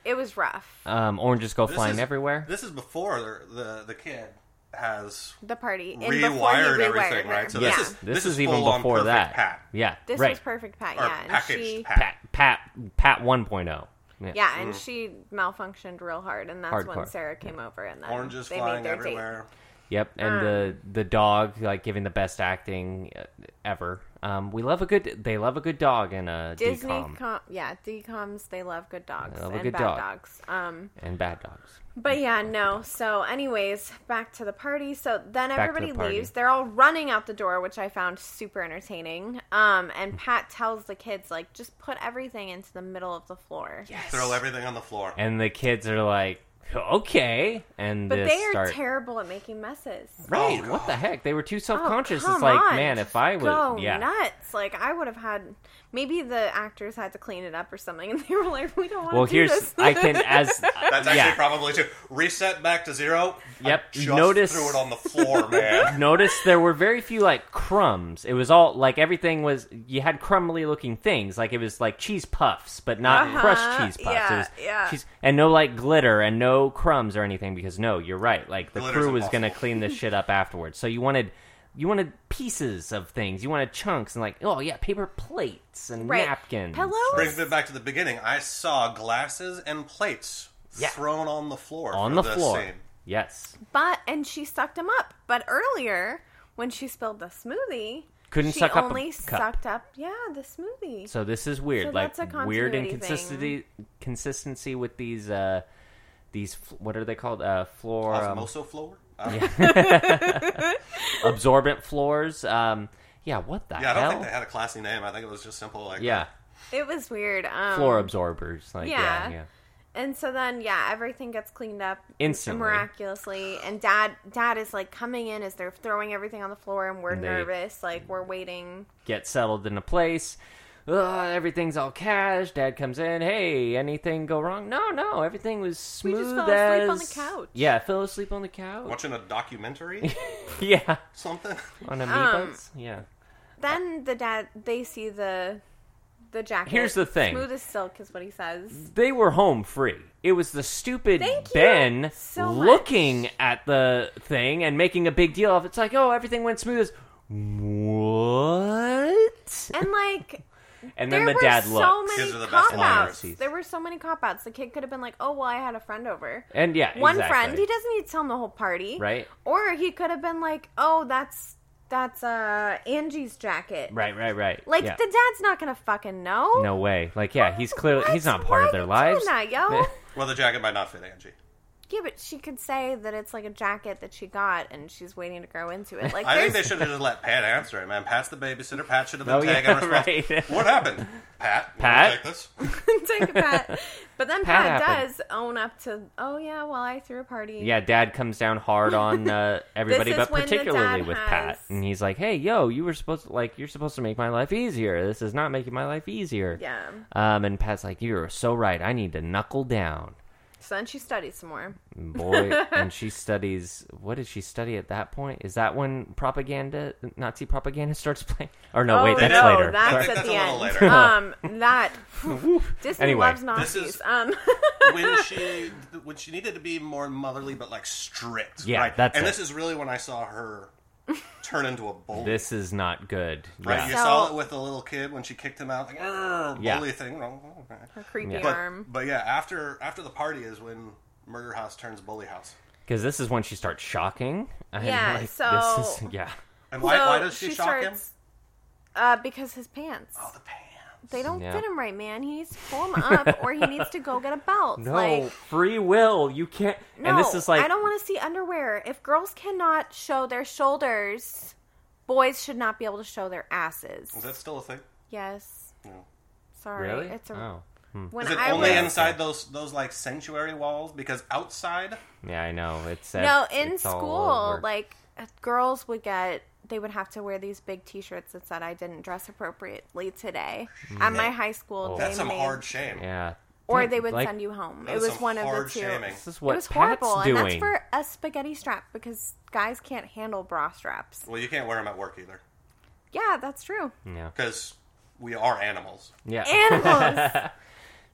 B: It was rough.
A: Um, oranges go flying
C: is,
A: everywhere.
C: This is before the the, the kid has
B: The party and before he
C: rewired everything,
B: her.
C: right? So
B: yeah.
C: this is
A: this,
C: this
A: is, even
C: full-on
A: before
C: perfect
A: that.
C: Pat.
A: Yeah.
B: this
A: right.
B: was perfect Pat.
C: Or
B: Yeah, and
C: packaged
B: she
C: Pat.
A: Pat. Pat. Pat 1.0. Yeah.
B: yeah,
C: mm.
B: and she malfunctioned real hard, and that's when
A: Hardcore.
B: Sarah came over, and then
C: Oranges
B: they made
C: flying
B: their
C: everywhere.
A: Yep. And the
B: Um.
A: the dog like giving the best acting uh, ever. Um, we love a good. They love a good dog and a
B: date. Disney,
A: decom
B: com- yeah, DComs, they love good dogs
A: love a
B: and
A: good
B: bad
A: dog.
B: dogs. Um,
A: and bad dogs.
B: But yeah, no. So, anyways, back to the party. So then
A: to
B: everybody
A: the party.
B: leaves. They're all running out the door, which I found super entertaining. Um,
A: Mm.
B: and Pat tells the kids like, just put everything into the middle of the floor.
C: Throw everything on the floor.
A: And the kids are like, okay. And
B: But
A: this
B: they are
A: start
B: terrible at making messes.
A: Right.
C: Oh,
A: what the heck? They were too self
B: Oh,
A: conscious.
B: come
A: it's like,
B: on,
A: man, if I
B: go
A: would, yeah,
B: nuts. Like I would have had. Maybe the actors had to clean it up or something, and they were like, "We don't want
A: Well,
B: to do
A: here's
B: this." [LAUGHS]
A: I can as
C: That's actually
A: yeah.
C: probably true. Reset back to zero. I
A: Yep.
C: just
A: Notice-
C: threw it on the
A: [LAUGHS]
C: floor, man.
A: Notice
C: [LAUGHS]
A: there were very few like crumbs. It was all like everything was. You had crumbly looking things. Like it was like cheese puffs, but not
B: Uh-huh,
A: crushed cheese puffs.
B: yeah,
A: it was
B: yeah.
A: cheese and no like glitter and no crumbs or anything. Because no, you're right. Like the
C: Glitter's
A: crew was gonna
C: impossible.
A: clean this shit up afterwards. So you wanted. You wanted pieces of things. You wanted chunks and like, oh yeah, paper plates and
B: Right.
A: napkins.
B: Pillows?
C: Brings me back to the beginning. I saw glasses and plates
A: Yeah.
C: thrown on the floor.
A: on
C: for
A: the
C: this
A: floor.
C: Scene.
A: Yes.
B: But and she sucked them up. But earlier, when she spilled the smoothie,
A: Couldn't
B: she
A: suck up a
B: only
A: cup.
B: sucked up. Yeah, the smoothie.
A: So this is weird,
B: So
A: like
B: that's a
A: weird
B: continuity
A: inconsistency consistency with these uh these f- what are they called uh floor um,
C: Osmoso floor. Uh,
A: absorbent floors um yeah what the
C: yeah, I don't
A: hell
C: think they had a classy name. I think it was just simple like
A: yeah
B: It was weird. Um,
A: floor absorbers like yeah
B: yeah.
A: yeah,
B: And so then, yeah, everything gets cleaned up
A: Instantly.
B: miraculously. And dad, dad is like coming in as they're throwing everything on the floor, and we're
A: And they-
B: nervous, like we're waiting.
A: get settled into place Ugh, everything's all cash dad comes in hey anything go wrong no no everything was
B: We
A: smooth
B: just fell asleep on
A: as-
B: the couch.
A: yeah fell asleep on the couch
C: watching a
A: [LAUGHS]
C: documentary,
A: yeah
C: something.
A: on amoebas
B: Um,
A: yeah
B: Then the dad, they see the the jacket.
A: Here's the thing.
B: smooth as silk is what he says.
A: they were home free. It was the stupid
B: Thank you
A: Ben
B: so much.
A: looking at the thing and making a big deal of it. it's like, oh, everything went smooth as what?
B: And like
A: And
B: there
A: then the
B: were
A: dad
B: so
A: looked.
B: many
C: Kids are the best
B: cop outs.
A: liars.
B: There were so many cop outs. The kid could have been like, "Oh well, I had a friend over."
A: and yeah,
B: One
A: exactly.
B: friend. He doesn't need to tell him the whole party,
A: Right.
B: Or he could have been like, "Oh, that's that's uh Angie's jacket."
A: Right, right, right.
B: Like
A: yeah.
B: the dad's not gonna fucking know.
A: no way. Like yeah, he's clearly
B: What?
A: he's not part
B: Why
A: of their
B: are you
A: lives. [LAUGHS]
B: Doing that, yo.
C: Well, the jacket might not fit Angie.
B: Yeah, but she could say that it's like a jacket that she got and she's waiting to grow into
A: [LAUGHS]
B: it. Like,
C: I think they
B: there's-
C: should have just let Pat answer it, man. Pat's the babysitter. Pat should have been
A: Oh,
C: taking
A: yeah,
C: responsibility.
A: [LAUGHS] right.
C: What happened, Pat? you wanna take
A: Pat? [LAUGHS]
C: this?
B: take
C: [LAUGHS]
B: Pat. But then Pat,
A: Pat happened.
B: does own up to, oh yeah, well I threw a party.
A: Yeah, dad comes
B: [LAUGHS]
A: down hard on uh, everybody,
B: is
A: but
B: when the
A: particularly
B: dad
A: with
B: has-
A: Pat. And he's like, "Hey, yo, you were supposed to like you're supposed to make my life easier. This is not making my life easier."
B: Yeah.
A: Um, and Pat's like, "You're so right. I need to knuckle down,
B: So then she studies some more.
A: And
B: [LAUGHS]
A: boy." and she studies. What did she study at that point? Is that when propaganda, Nazi propaganda, [LAUGHS] starts playing? Or no,
B: oh,
A: wait, that's
B: no,
A: later.
B: That's
C: I think
B: at
C: that's
B: the
C: a
B: end.
C: little later.
B: um,
A: [LAUGHS]
B: that Disney
A: Anyway,
B: loves Nazis.
C: this is-
B: Um, [LAUGHS]
C: when she when she needed to be more motherly, but like strict.
A: Yeah,
C: right?
A: that's
C: And
A: it.
C: this is really when I saw her turn into a bully.
A: This is not good.
C: right, you
A: Yeah.
B: So-
C: saw it with the little kid when she kicked him out, like "Arr,
A: Yeah.
C: bully thing. Oh, okay.
B: her creepy
A: Yeah.
C: But,
B: arm.
C: but yeah, after after the party is when Murder House turns Bully House.
A: Because this is when she starts shocking. And,
B: Yeah,
A: [LAUGHS] like,
B: so-
A: This is, yeah.
C: And why,
B: So
C: why does she, shock him?
B: starts- Uh, because his pants.
C: Oh, the pants.
B: They don't
A: Yeah.
B: fit him right, man. He needs to pull them
A: [LAUGHS]
B: up, or he needs to go get a belt.
A: No,
B: like,
A: free will. You can't.
B: no.
A: and this is like
B: I don't want to see underwear. If girls cannot show their shoulders, boys should not be able to show their asses.
C: Is that still a thing?
B: Yes.
C: No.
B: Sorry,
A: really.
B: it's a. When
A: oh.
C: Hmm. Is it
B: I
C: only
B: was,
C: inside those those like sanctuary walls? Because outside,
A: Yeah, I know. It's uh,
B: no in
A: it's all
B: school,
A: over.
B: like uh, girls would get. They would have to wear these big T-shirts that said "I didn't dress appropriately today."
A: Mm.
B: At my high school, they
C: that's some
B: made-
C: hard shame.
A: yeah.
B: or
A: Dude,
B: they would
A: Oh. like,
B: send you home.
C: That
B: It
C: is
B: was
C: some
B: one of the
C: hard
B: two.
C: shaming.
A: This is what
B: it was
A: Pat's
B: horrible,
A: doing.
B: and that's for a spaghetti strap because guys can't handle bra straps.
C: Well, you can't wear them at work either,
B: Yeah, that's true.
A: yeah.
C: because we are animals.
A: Yeah. [LAUGHS]
B: Animals.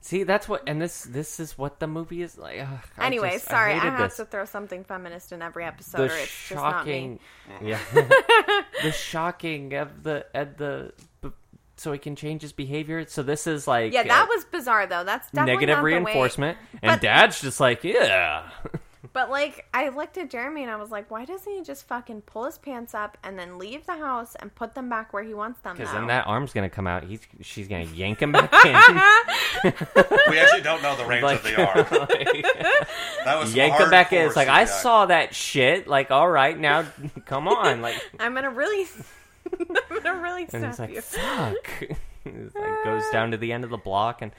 A: See, that's what, and this this is what the movie is like. Ugh, I
B: anyway,
A: just-
B: sorry, I,
A: I, hated
B: have
A: this.
B: to throw something feminist in every episode,
A: the
B: or it's
A: shocking, yeah,
B: [LAUGHS]
A: the shocking of the at the, b- so he can change his behavior. So this is like
B: just not me. Yeah, that
A: uh,
B: was bizarre though. That's definitely
A: negative
B: not the way-
A: reinforcement,
B: But-
A: and Dad's just like, yeah,
B: But like, I looked at Jeremy and I was like, why doesn't he just fucking pull his pants up and then leave the house and put them back where he wants them?
A: because
B: Now?
A: then that arm's gonna come out. He's she's gonna yank him back
B: [LAUGHS]
A: in,
C: We actually don't know
A: [LAUGHS]
C: the range
A: Like-
C: of the arm.
A: like,
C: That was some
A: yank him back in.
C: hardcore
A: It's like I
C: CGI.
A: saw that shit. Like, all right, now [LAUGHS] come on, like.
B: I'm gonna really, [LAUGHS] I'm gonna really
A: And
B: snap
A: he's like,
B: you.
A: fuck. [LAUGHS] It's like,
B: Ah.
A: goes down to the end of the block. And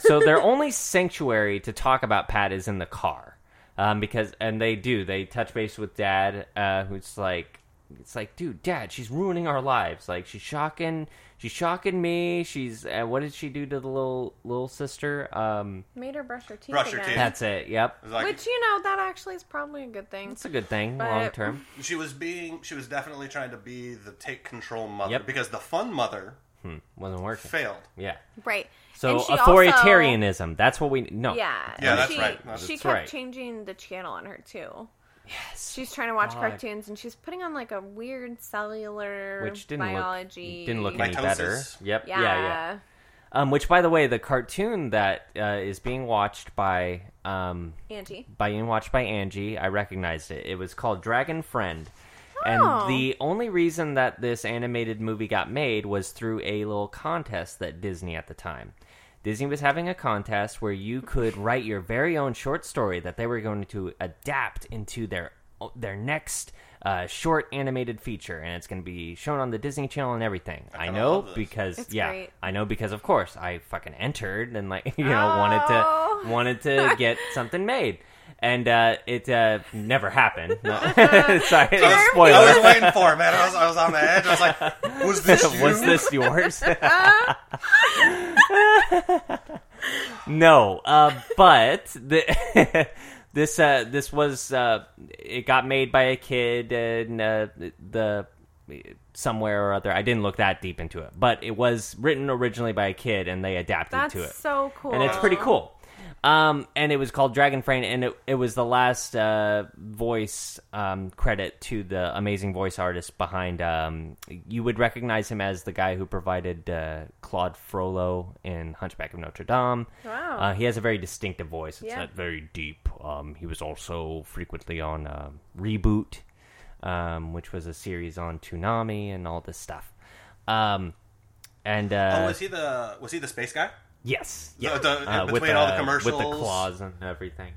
A: so
B: [LAUGHS]
A: their only sanctuary to talk about Pat is in the car. Um, because, and they do, they touch base with dad, uh, who's like, it's like, dude, dad, she's ruining our lives. Like, she's shocking, she's shocking me. She's, uh, what did she do to the little, little sister? Um,
B: Made her brush her teeth.
C: Brush her
B: again.
C: teeth.
A: that's it. Yep.
C: It was like,
B: Which you know that actually is probably a good thing.
A: It's a good thing
B: But-
A: long term.
C: she was being, she was definitely trying to be the take control mother
A: Yep.
C: because the fun mother
A: Wasn't working.
C: failed.
A: Yeah.
B: Right.
A: So
B: And she
A: authoritarianism. That's what we, no.
B: Also, yeah.
C: Yeah, that's
B: she,
C: right. That's-
B: she
A: that's
B: kept
A: right.
B: changing the channel on her too.
A: Yes.
B: She's trying to watch
A: God.
B: cartoons and she's putting on like a weird cellular
A: Which didn't look-
B: biology.
A: didn't look any
C: Mitosis.
A: better. Yep.
B: Yeah.
A: yeah. yeah. Um, which, by the way, the cartoon that uh, is being watched by um,
B: Auntie.
A: being watched by Angie, I recognized it. It was called Dragon Friend,
B: Oh.
A: and the only reason that this animated movie got made was through a little contest that Disney at the time. Disney was having a contest where you could write your very own short story that they were going to adapt into their their next uh, short animated feature, and it's going to be shown on the Disney Channel and everything. I,
C: kinda
A: know
C: love this.
A: because
B: It's
A: yeah,
B: great.
A: I know because of course I fucking entered and like [LAUGHS] you know wanted
B: Oh.
A: to wanted to get something made. And uh, it uh, never happened. No. [LAUGHS] Sorry, it was a
C: I was
A: spoiler.
C: waiting for it, man. I was, I was on the edge. I was like, was
A: [LAUGHS]
C: this you?
A: Was this yours? [LAUGHS] no, uh, but the, [LAUGHS] this uh, this was uh, it got made by a kid in uh, the somewhere or other. I didn't look that deep into it, but it was written originally by a kid, and they adapted
B: That's
A: to it.
B: so cool.
A: And it's pretty cool. Um, and it was called Dragon Frame, and it, it was the last uh, voice um, credit to the amazing voice artist behind. Um, you would recognize him as the guy who provided uh, Claude Frollo in Hunchback of Notre Dame.
B: Wow.
A: Uh, he has a very distinctive voice. It's
B: Yeah.
A: not very deep. Um, he was also frequently on uh, Reboot, um, which was a series on Toonami and all this stuff. Um, and uh,
C: Oh, was he the was he the space guy?
A: Yes. Uh,
C: The- the- between all the commercials.
A: with the claws and everything.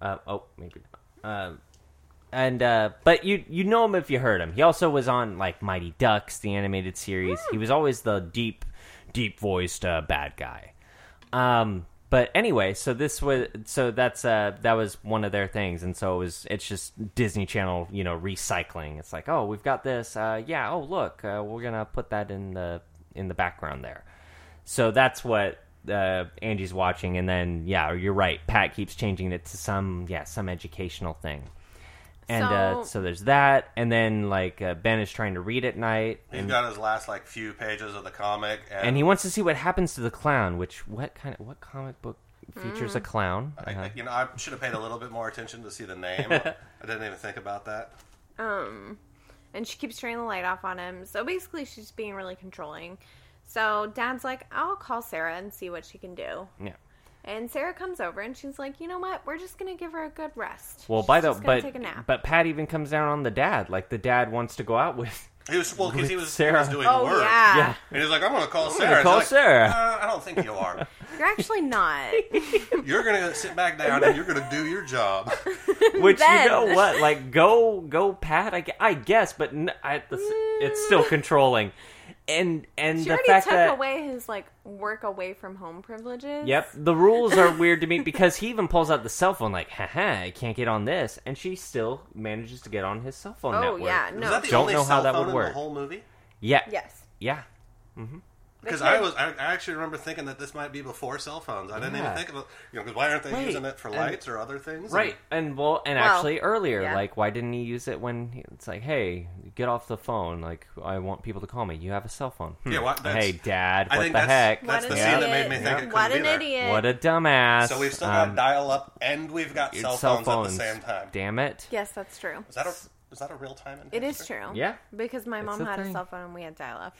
A: Uh, oh, maybe not. Um, and uh, but you you know him if you heard him. He also was on like Mighty Ducks, the animated series. He was always the deep, deep voiced uh, bad guy. Um, but anyway, so this was so that's uh that was one of their things, and so it was it's just Disney Channel, you know, recycling. It's like, oh, we've got this. Uh, yeah. Oh, look, uh, we're gonna put that in the in the background there. So that's what uh, Angie's watching, and then yeah, you're right. Pat keeps changing it to some yeah some educational thing. And uh,
B: So-
A: so there's that, and then like uh, Ben is trying to read at night,
C: He's got his last like few pages of the comic, and,
A: and he wants to see what happens to the clown. Which what kind of what comic book features
B: Mm.
A: a clown? Uh-huh.
C: I, I- you know, I should have paid a little bit more attention to
A: [LAUGHS]
C: see the name. I didn't even think about that.
B: Um, and she keeps turning the light off on him. So basically, she's being really controlling. So Dad's like, I'll call Sarah and see what she can do.
A: Yeah.
B: And Sarah comes over and she's like, you know what? We're just gonna give her a good rest.
A: Well,
B: She's
A: by the
B: just gonna
A: but
B: take a nap.
A: but Pat even comes down on the dad. Like the dad wants to go
B: [LAUGHS]
A: out with.
C: He was well because he was, he
A: Sarah.
C: was doing
B: oh
C: work.
B: yeah.
A: Yeah.
C: And he's like, I'm gonna call
A: gonna
C: Sarah.
A: call
C: She's like,
A: Sarah.
C: "Uh, I don't think you are.
B: you're actually
A: [LAUGHS]
B: not.
C: You're gonna sit back down and you're gonna do your job.
A: [LAUGHS] Which you
B: Ben. [LAUGHS]
A: know what? Like go go Pat. I, gue- I guess, but n I this, it's still controlling. And and
B: Mm. She
A: the
B: already
A: fact
B: took
A: that
B: away his like work away from home privileges.
A: Yep, the
B: [LAUGHS]
A: rules are weird to me because he even pulls out the cell phone, like, haha, I can't get on this, and she still manages to get on his cell phone
B: Oh
A: network.
B: yeah. [LAUGHS] No.
C: Is that the
A: Don't
C: only
A: know
C: cell
A: how that
C: phone
A: would
C: in
A: work.
C: the whole movie?
A: yeah, yeah,
B: yes.
A: yeah.
C: Because
B: Okay.
C: I was, I I actually remember thinking that this might be before cell phones. I didn't
A: Yeah.
C: even think about, you know, because why aren't they
A: Wait,
C: using it for
A: and-
C: lights or other things?
A: Right, and well, and
B: Well,
A: actually earlier,
B: yeah.
A: like, why didn't he use it when he, it's like, hey, get off the phone? Like, I want people to call me. You have a cell phone. Hmm.
C: Yeah, why- that's-
A: hey, Dad,
C: I
A: what
C: think
A: the
C: that's-
A: heck?
B: What
C: That's
B: an
C: the
B: idiot.
C: scene that made me think it
B: What
C: couldn't
B: an
C: be there.
B: idiot.
A: What a dumbass.
C: So we've still got
A: Um,
C: dial up and we've got
A: your
C: cell phones, at the same time.
A: Damn it.
B: yes, that's true.
C: Is that a is that a real time?
B: It is
C: enhancer?
B: true.
A: Yeah.
B: Because my mom
A: the
B: had
A: thing.
B: a cell phone and we had dial up.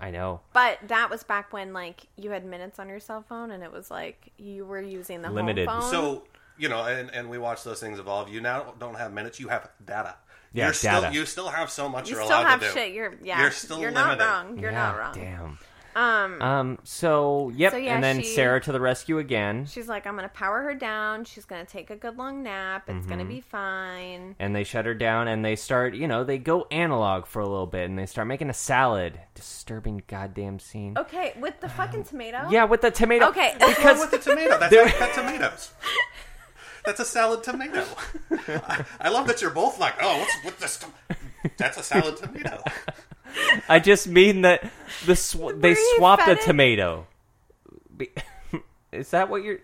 A: I know.
B: But that was back when like you had minutes on your cell phone and it was like you were using the
A: Limited.
B: home phone.
C: So you know, and, and we watch those things evolve. You now don't have minutes; you have data.
A: Yeah,
C: You're
A: data.
C: Still, you still have so much.
B: you
C: are
B: still
C: allowed
B: have
C: to do.
B: shit. You're yeah.
C: You're still
B: you're
C: limited.
B: not wrong. You're
A: Yeah,
B: not wrong.
A: Damn.
B: Um,
A: Um. So yep,
B: So, yeah,
A: and then
B: she-
A: Sarah to the rescue again.
B: she's like, I'm gonna power her down. She's gonna take a good long nap. It's gonna
A: Mm-hmm.
B: be fine.
A: and they shut her down and they start you know they go analog for a little bit and they start making a salad disturbing goddamn scene
B: Okay, with the fucking tomato.
A: yeah with the tomato
B: Oh. Okay. [LAUGHS]
A: because
C: with the tomato. That's
A: There-
C: like cut tomatoes. That's a salad tomato. I, I love that you're both like, oh, what's with this? tom- That's a salad tomato.
A: [LAUGHS] i just mean that the sw- they
B: he
A: swapped the
B: fed it?
A: tomato Be- [LAUGHS] is that what you're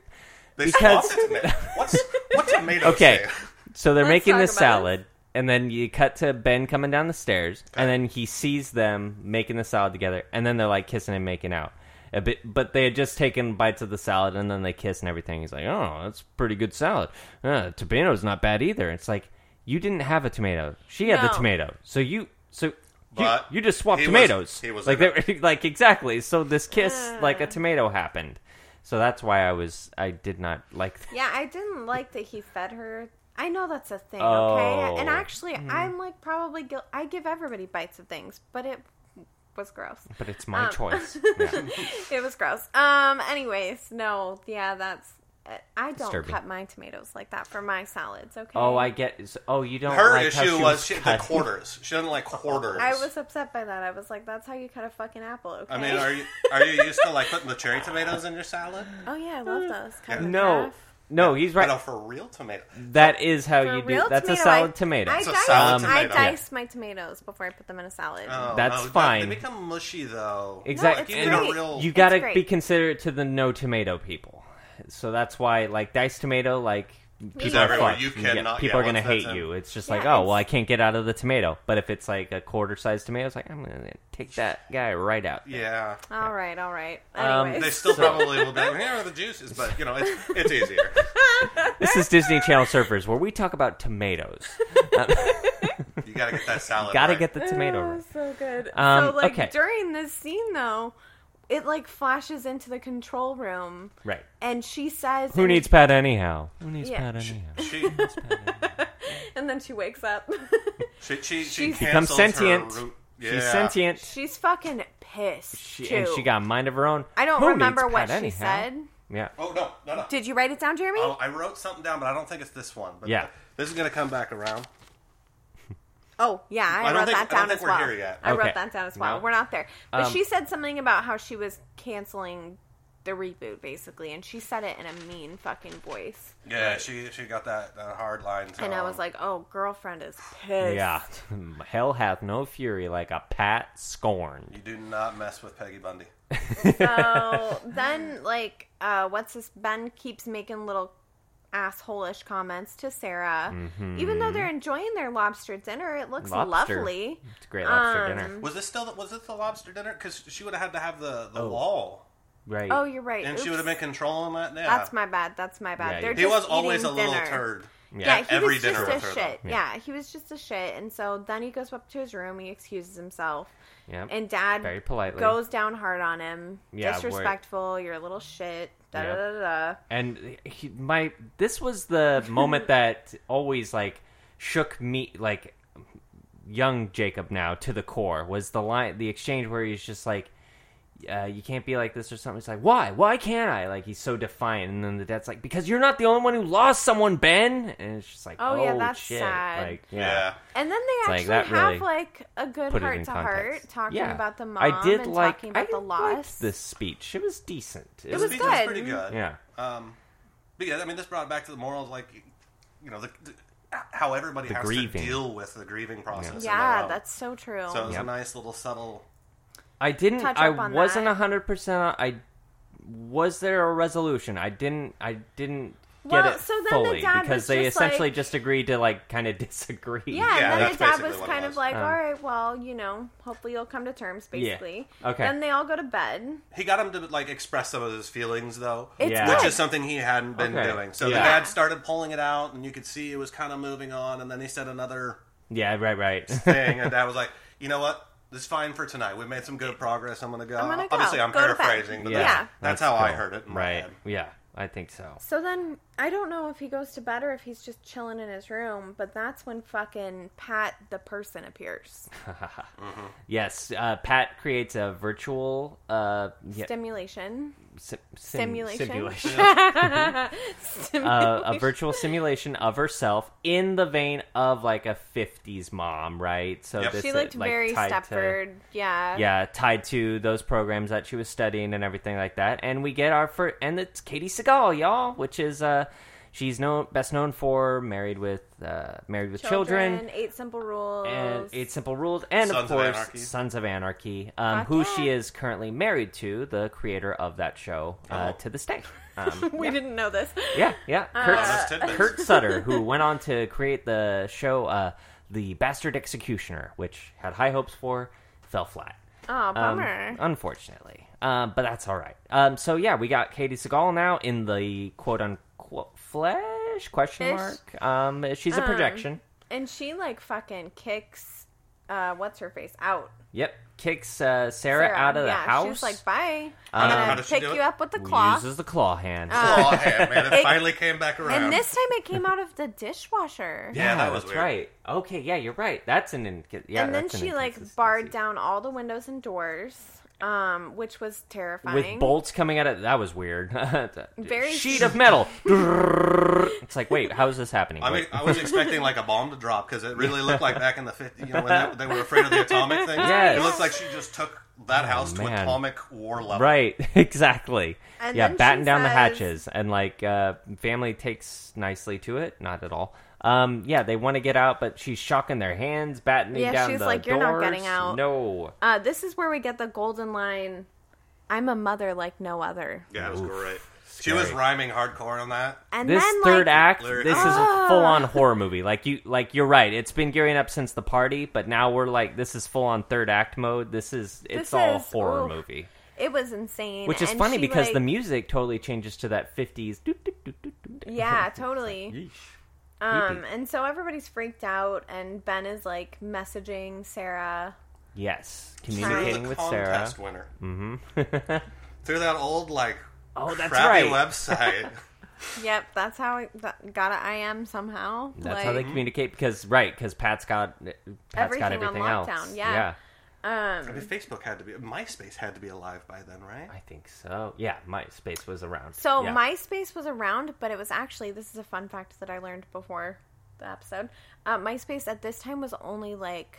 C: They
A: Because-
C: swapped a tomato. What's what tomato?
A: okay
C: say?
A: so they're
B: Let's
A: making
B: talk
A: this
B: about
A: salad and then you cut to ben coming down the stairs and then he sees them making the salad together and then they're like kissing and making out a bit, but they had just taken bites of the salad and then they kiss and everything. He's like, "Oh, that's pretty good salad. Uh, tomato's not bad either." It's like you didn't have a tomato; she had the
B: No.
A: tomato. So you, so you-
C: But
A: you, just swapped
C: he was-
A: tomatoes.
C: he was in
A: like, they were- [LAUGHS] like exactly. So this kiss, like
B: Ah.
A: a tomato, happened. So that's why I was, I did not like. That.
B: Yeah, I didn't like that he fed her. I know that's a thing,
A: Oh. Mm-hmm.
B: okay? And actually, I'm like probably guil- I give everybody bites of things, but it was gross.
A: But it's my
B: Um. [LAUGHS]
A: choice. Yeah.
B: It was gross. Um. Anyways, no. Yeah, that's. I don't
A: Disturbing.
B: cut my tomatoes like that for my salads. Okay.
A: Oh, I get. s- Oh, you don't.
C: Her
A: like how
C: issue
A: she
C: was she, the
A: cut.
C: quarters. She doesn't like quarters.
B: I was upset by that. I was like, "That's how you cut a fucking apple." Okay.
C: I mean, are you are you used to like putting the cherry tomatoes in your salad?
B: [LAUGHS] oh yeah, I love those.
C: [LAUGHS]
B: Cut 'em in
A: [LAUGHS] No,
B: half.
A: no, he's
C: Right.
A: right.
C: No, for real tomato.
A: That is how
B: For
A: you do.
B: real
A: That's a
B: tomato,
A: salad
B: I-
A: tomato.
B: I
C: It's a
B: dice,
C: salad
B: I
C: tomato.
B: dice my tomatoes before I put them in a salad.
C: Oh,
A: That's
C: no,
A: fine.
C: They become mushy though.
A: Exact-
C: Like,
B: it's
C: you need a
B: great.
C: real-
A: you got to
B: great.
A: be considerate to the no tomato people. So that's why, like diced tomato, like people are
C: everywhere.
A: fucked.
C: You
A: Yeah,
C: cannot-
A: people
C: yeah,
A: are gonna
C: once that's
A: hate
C: in.
A: you. It's just
B: Yeah,
A: like, oh well,
B: it's-
A: I can't get out of the tomato. But if it's like a quarter size tomato, it's like I'm gonna take that guy right out. [LAUGHS]
C: Yeah.
B: All right, all right.
A: Um,
B: Anyways, [LAUGHS]
C: They still probably will be like, here are the juices, but you know, it's, it's easier.
A: This is Disney Channel Surfers, where we talk about tomatoes.
C: You gotta get that salad.
A: Got to
C: right.
A: get the [LAUGHS] tomato.
B: Oh,
A: right.
B: so good.
A: Um,
B: so like
A: okay.
B: during this scene though, it like flashes into the control room,
A: Right.
B: and she says,
A: Who
B: and-
A: needs Pat anyhow? Who needs
B: Yeah.
A: Pat anyhow?
C: She,
B: [LAUGHS] And then she wakes up. [LAUGHS]
C: she, she, she
B: She's-
A: Becomes
C: cancels
A: sentient.
C: Her root.
A: She's
C: Yeah.
A: sentient.
B: She's fucking pissed.
A: She,
B: too.
A: and she got a mind of her own.
B: I don't
A: Who
B: remember
A: needs
B: what
A: Pat
B: she
A: anyhow?
B: said.
A: Yeah.
C: Oh no, no, no.
B: Did you write it down, Jeremy?
C: Oh, I wrote something down, but I don't think it's this one. But
A: Yeah.
C: this is gonna come back around.
B: Oh yeah, I,
C: I don't
B: wrote that
C: think- I don't
B: down
C: think
B: as
C: we're
B: well.
C: here yet.
B: I
A: Okay.
B: wrote that down as well.
A: No.
B: We're not there. But
A: Um,
B: she said something about how she was canceling the reboot, basically, and she said it in a mean fucking voice.
C: Yeah, she she got that, that hard line. um, So.
B: And I was like, "Oh, girlfriend is pissed."
A: Yeah. [LAUGHS] Hell hath no fury like a pat scorned.
C: you do not mess with Peggy Bundy.
A: [LAUGHS]
B: So then, like, uh, what's this? Ben keeps making little asshole-ish comments to Sarah, even though they're enjoying their lobster dinner. It looks
A: Mm-hmm. Lobster.
B: lovely.
A: It's a great lobster
B: Um,
A: dinner.
C: Was this still the, was this the lobster dinner? Because she would have had to have the the
A: Oh.
C: wall,
A: Right.
B: Oh, you're right.
C: and she
B: Oops.
C: would have been controlling that. Yeah,
B: That's my bad. That's my bad.
A: Yeah,
B: They're
A: you-
C: he
B: just
C: was always
B: eating
C: a little
B: dinner.
C: turd.
B: Yeah,
A: yeah.
B: he
C: every
B: was
C: dinner
B: just
C: with
B: a
C: her, though.
B: shit.
A: Yeah.
B: Yeah. he was just a shit. And so then he goes up to his room, he excuses himself,
A: Yep.
B: and Dad
A: Very politely.
B: goes down hard on him.
A: Yeah, where-
B: disrespectful. You're a little shit. Da
A: Yep.
B: da da da.
A: and he, my this was the
B: [LAUGHS]
A: moment that always like shook me like young Jacob now to the core was the line the exchange where he's just like uh, you can't be like this or something. It's like why why can't I like he's so defiant and then the dad's like because you're not the only one who lost someone Ben and it's just like oh,
B: Oh, yeah, that's
A: shit
B: sad.
A: like
C: Yeah.
B: And then
A: It's
B: they
A: like,
B: actually
A: that
B: have
A: really
B: like a good
A: put it
B: heart
A: in
B: to heart
A: context.
B: talking
A: Yeah.
B: about the mom
A: I did
B: and
A: like
B: talking about
A: I
B: the loss.
A: liked this speech it was decent it,
B: was
C: Speech
B: good.
C: pretty good.
A: yeah
C: Um, but yeah, I mean, this brought back to the morals, like you know, the, the- how everybody
A: The
C: has
A: grieving.
C: to deal with the grieving process. in their
B: yeah,
C: own.
B: that's so true.
C: so. It was
A: Yep.
C: a nice little subtle.
A: I didn't.
B: touch
A: I
B: up on
A: wasn't
B: that.
A: hundred percent. I was there a resolution. I didn't. I didn't
B: Well,
A: get it
B: so then the
A: fully
B: dad
A: because
B: was
A: they
B: just
A: essentially
B: like-
A: just agreed to like kind of [LAUGHS] disagree.
B: Yeah, and
C: Yeah,
B: then
C: that's
B: the dad
C: basically
B: was
C: what it
B: kind
C: was.
B: of like,
A: Um,
B: all right, well, you know, hopefully you'll come to terms, basically.
A: Okay.
B: Then they all go to bed.
C: He got him to like express some of his feelings though.
B: It's
A: Yeah.
B: good.
C: which is something he hadn't been
A: Okay.
C: doing. So the
A: Yeah.
C: dad started pulling it out, and you could see it was kind of moving on. And then he said
A: [LAUGHS]
C: another
A: Yeah. Right. Right. [LAUGHS]
C: thing, and dad was like, "You know what? This is fine for tonight. We've made some good progress. I'm gonna go.
B: I'm gonna go.
C: Obviously, I'm
B: Go to bed.
C: paraphrasing, but
B: Yeah.
C: that's, that's how I
A: cool.
C: heard it. In
A: Right.
C: My head.
A: Yeah. I think so.
B: So then I don't know if he goes to bed or if he's just chilling in his room, but that's when fucking Pat the person appears.
A: Yes. Uh, Pat creates a virtual uh, yeah,
B: Stimulation.
A: sim- sim-
B: Stimulation.
A: simulation.
B: [LAUGHS] Stimulation.
A: uh, a virtual simulation of herself in the vein of like a 50s mom, right? So
C: Yep.
A: this
B: she
A: is,
B: looked
A: like,
B: very
A: tied to-
B: Stepford. yeah.
A: yeah, tied to those programs that she was studying and everything like that. And we get our first, and it's Katie Seagal, y'all, which is uh, she's known best known for Married with uh, Married with Children,
B: Eight Simple Rules.
A: and
B: [LAUGHS]
A: Eight Simple Rules, and
C: Sons
A: of
C: of
A: course
C: Anarchy.
A: Sons of Anarchy, um,
B: Fuck
A: who
B: yeah.
A: she is currently married to, the creator of that show, uh,
C: Oh.
A: to this day. Um,
B: we
A: yeah.
B: didn't know this.
A: Yeah, yeah. Kurt,
C: Honest tidbits.
A: Kurt Sutter, who went on to create the show uh, The Bastard Executioner, which had high hopes for, fell flat.
B: Oh,
A: Um,
B: bummer.
A: unfortunately. Um, but that's all right. Um, so yeah, we got Katie Seagal now in the quote unquote flesh question
B: Ish. Uh-huh.
A: mark. Um, she's a projection.
B: and she like fucking kicks uh what's her face out.
A: Yep, kicks uh, Sarah, out of
B: yeah,
A: the house.
B: She's like, "Bye.
A: Um,
B: I'm
C: How
B: gonna
C: does she
B: pick
C: do
B: you
C: it?
B: up with the claw."
A: Uses the claw hand.
B: Uh, [LAUGHS]
C: Oh, hey, man, it
B: It-
C: finally came back around.
B: And this time it came out of the dishwasher.
C: Yeah, that was
A: that's
C: weird.
A: right. Okay, yeah, you're right. That's an in- [LAUGHS] yeah.
B: and then
A: that's an
B: she like
A: inconsistency.
B: barred down all the windows and doors, um, which was terrifying.
A: with bolts coming out of that was weird. [LAUGHS]
B: Very-
A: sheet of
B: [LAUGHS]
A: metal. it's like, wait, how is this happening?
C: I mean,
A: Wait.
C: I was expecting like a bomb to drop because it really looked like back in the 50s, you know, when that, they were afraid of the atomic thing.
A: Yes. Oh,
C: It looks like she just took that house to
A: man.
C: atomic war level.
A: [LAUGHS] right, exactly.
B: And
A: yeah,
B: then she
A: batten down the
B: says-
A: hatches, and like, uh, family takes nicely to it. Not at all. Um, yeah, they want to get out, but she's shocking their hands, battening
B: Yeah,
A: down
B: she's
A: the
B: like, "You're not
A: doors."
B: getting out.
A: No,
B: uh, this is where we get the golden line. I'm a mother like no other.
C: Yeah, it was
A: Oof.
C: great. She was
A: Scary.
C: rhyming hardcore on that.
B: And
A: this
B: then
A: third
B: like,
A: act,
C: Lyric-
A: this is a
B: Ah.
A: full on horror movie. Like you, like you're right. It's been gearing up since the party, but now we're like, this is full on third act mode. This is it's
B: This
A: all
B: is-
A: horror
B: oof.
A: movie.
B: it was insane.
A: Which is
B: and
A: funny
B: she,
A: because the
B: like-
A: music totally changes to that 50s. doot, doot, doot, doot, doot.
B: Yeah, totally.
A: Yeesh.
B: Um, and so everybody's freaked out, and Ben is like messaging Sarah.
A: [LAUGHS] Yes.
C: Through
A: Communicating
C: the
A: with Sarah.
C: contest winner. Mm-hmm.
A: [LAUGHS]
C: Through that old, like,
A: Oh, that's
C: crappy
A: right. [LAUGHS]
C: website.
B: Yep, that's how I that, got to I am somehow.
A: That's how they communicate because right because Pat's got Pat's got
B: Everything on
A: everything else.
B: lockdown, yeah.
C: I
B: Um,
C: mean, Facebook had to be, MySpace had to be alive by then, right?
A: I think so. Yeah, MySpace was around.
B: so
A: yeah.
B: MySpace was around, but it was actually this is a fun fact that I learned before the episode. Uh, MySpace at this time was only like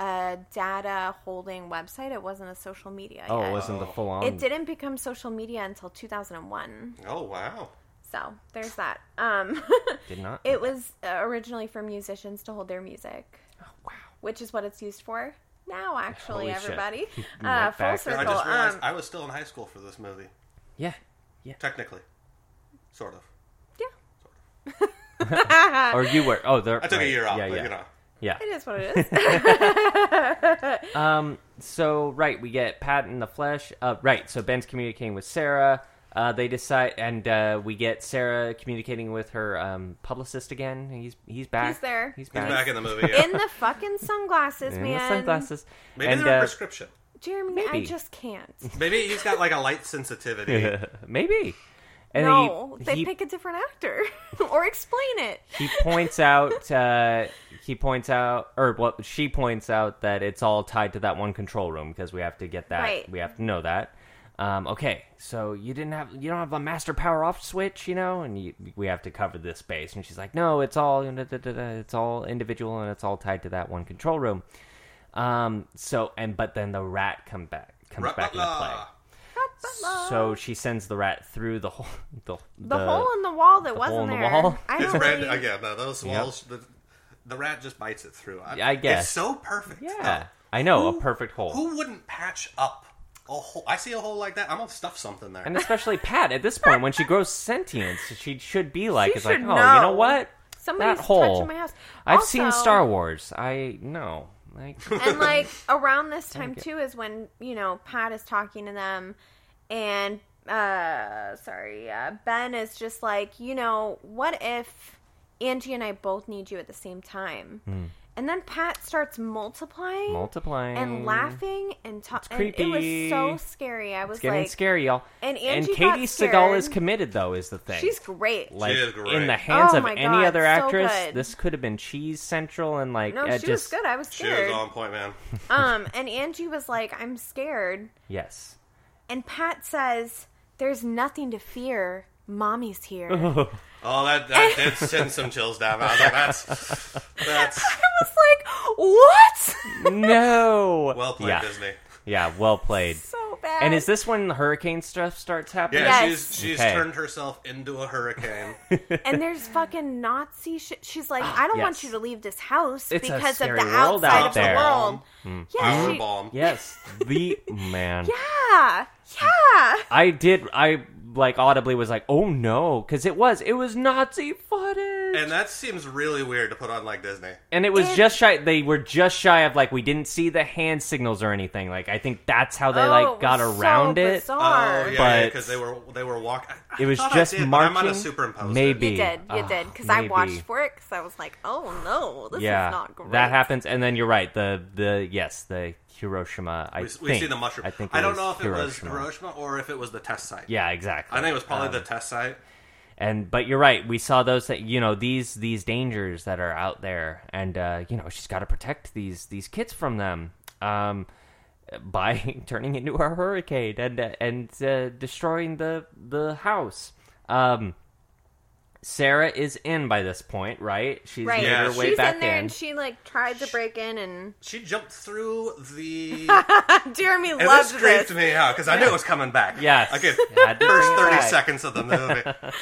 B: a data holding website. It wasn't a social media.
A: Oh,
B: yet.
A: it wasn't the full on.
B: It didn't become social media until 2001.
C: Oh wow!
B: So there's that. Um, [LAUGHS]
A: Did not.
B: it was uh, originally for musicians to hold their music,
A: Oh, wow.
B: which is what it's used for now. Actually,
A: [LAUGHS] Holy shit. [LAUGHS]
B: everybody, uh,
A: Right
B: full
A: back.
C: I
B: circle.
C: just realized
B: um,
C: I was still in high school for this movie,
A: Yeah.
C: technically, sort of.
B: yeah,
A: Or you were. Oh, there.
C: I took a year off,
A: Yeah,
C: but
A: yeah.
C: you know,
A: Yeah.
B: it is what it
A: [LAUGHS]
B: is.
A: Um. So right, we get Pat in the flesh. Uh, right. So Ben's communicating with Sarah. Uh, they decide, and uh, we get Sarah communicating with her um, publicist again. He's he's back.
B: He's there.
C: he's
A: He's back.
C: back in the movie. Yeah.
B: in the fucking sunglasses,
A: In the
B: man.
A: sunglasses.
C: [LAUGHS] Maybe
A: and,
C: they're a
A: uh,
C: prescription.
B: Jeremy, I
A: Maybe.
B: just can't.
A: [LAUGHS]
C: Maybe he's got like a light sensitivity.
A: maybe. And
B: no,
A: he,
B: they
A: he,
B: pick a different actor [LAUGHS] or explain it.
A: he points out. Uh, he points out, or what she points out that it's all tied to that one control room because we have to get that.
B: Right.
A: We have to know that. Um, okay, so you didn't have you don't have a master power off switch, you know, and you, we have to cover this space. And she's like, no, it's all da, da, da, da, it's all individual and it's all tied to that one control room. Um, so and but then the rat come back comes back into play.
C: Ra-ba-la.
A: So she sends the rat through the hole, [LAUGHS] the,
B: The, hole in the wall that wasn't
A: hole in the
B: there.
A: wall?
B: I
C: It's
A: [LAUGHS]
B: don't
C: red
B: really-
C: again. No, those walls. The, the rat just bites it through.
A: I guess.
C: it's so perfect.
A: yeah,
C: though.
A: I know
C: Who-
A: a perfect hole,
C: Who wouldn't patch up a hole? I see a hole like that. I'm gonna stuff something there.
A: and especially Pat at this point when she grows sentience, she should be like,
B: She
A: it's like,
B: should
A: oh, you
B: know.
A: know what?
B: Somebody's
A: that hole.
B: touching my house.
A: I've seen
B: Also-
A: Star Wars. I know.
B: [LAUGHS]
A: Like, [LAUGHS]
B: and like around this time
A: Okay.
B: too is when you know Pat is talking to them, and uh, sorry, uh, Ben is just like, you know, what if Angie and I both need you at the same time? And then Pat starts multiplying
A: Hmm. multiplying
B: and laughing and talking.
A: creepy.
B: It was so scary. I was
A: It's getting
B: like,
A: scary, y'all.
B: And
A: and
B: Angie got
A: Katie Segal
B: scared.
A: is committed, though, is the thing.
B: she's great.
A: like
C: She is great.
A: in the hands
B: Oh
A: of
B: my
A: any
B: God,
A: other
B: so
A: actress,
B: good.
A: this could have been Cheese Central, and like
B: no,
A: uh,
B: she was
A: just
B: good. I was
C: she was
B: scared.
C: on point, man.
B: um, and Angie was like, I'm scared.
A: yes.
B: And Pat says, There's nothing to fear. Mommy's
A: [LAUGHS]
B: here. I was
C: Oh,
B: [LAUGHS]
C: that, that did send some chills down. I was like, that's that's
B: like, What? [LAUGHS]
A: no.
C: well played,
A: yeah.
C: Disney.
A: Yeah, well played.
B: so bad.
A: And is this when the hurricane stuff starts happening?
C: Yeah,
B: Yes.
C: she's she's
A: Okay.
C: turned herself into a hurricane.
B: And there's fucking Nazi shit. She's
A: [GASPS]
B: like, I don't want
A: yes.
B: you to leave this house
A: It's a
B: because of
A: scary
B: the
A: world
B: outside
A: out
B: of
A: there. Mm-hmm.
B: the world. Yeah,
C: Power
B: she-
C: bomb.
A: Yes, the man.
B: yeah, yeah.
A: I did. I like audibly was like, "Oh no," because it was it was Nazi footage,
C: And that seems really weird to put on like Disney.
A: and it was
B: it-
A: just shy. They were just shy of like we didn't see the hand signals or anything. Like I think that's how they
B: Oh,
A: like got
B: it was so
A: around it.
B: bizarre.
C: Oh yeah,
A: But-
C: because they were they were walking.
A: It was
C: I
A: just
C: did, but I
A: marking.
C: might have superimposed it.
A: Maybe
B: You did, you
A: Ah,
B: did, because I watched
A: maybe.
B: for it because I was like, oh no, this
A: yeah,
B: is not great.
A: that happens, and then you're right. The the yes, the Hiroshima. I
C: We,
A: think
C: we see the mushroom.
A: I think it
C: don't
A: was
C: know if it was
A: Hiroshima.
C: Hiroshima or if it was the test site.
A: Yeah, exactly.
C: I think it was probably
A: Um,
C: the test site.
A: and but you're right we saw those that you know these these dangers that are out there and uh you know she's got to protect these these kids from them um by [LAUGHS] turning into a hurricane and uh, and uh, destroying the the house um Sarah is in by this point, right? She's
B: Right,
A: made
C: Yeah,
A: her way
B: she's
A: back
B: in there and she like tried to break in,
C: [LAUGHS]
B: and [LAUGHS]
C: She jumped through
A: [LAUGHS]
C: the.
B: Jeremy
C: and
B: loved
C: this
B: this.
C: creeped me out because I knew it was coming back.
A: Yes.
C: Okay.
A: [LAUGHS] Had to
C: First
A: bring it
C: thirty
A: back.
C: seconds of the
A: [LAUGHS]
C: movie,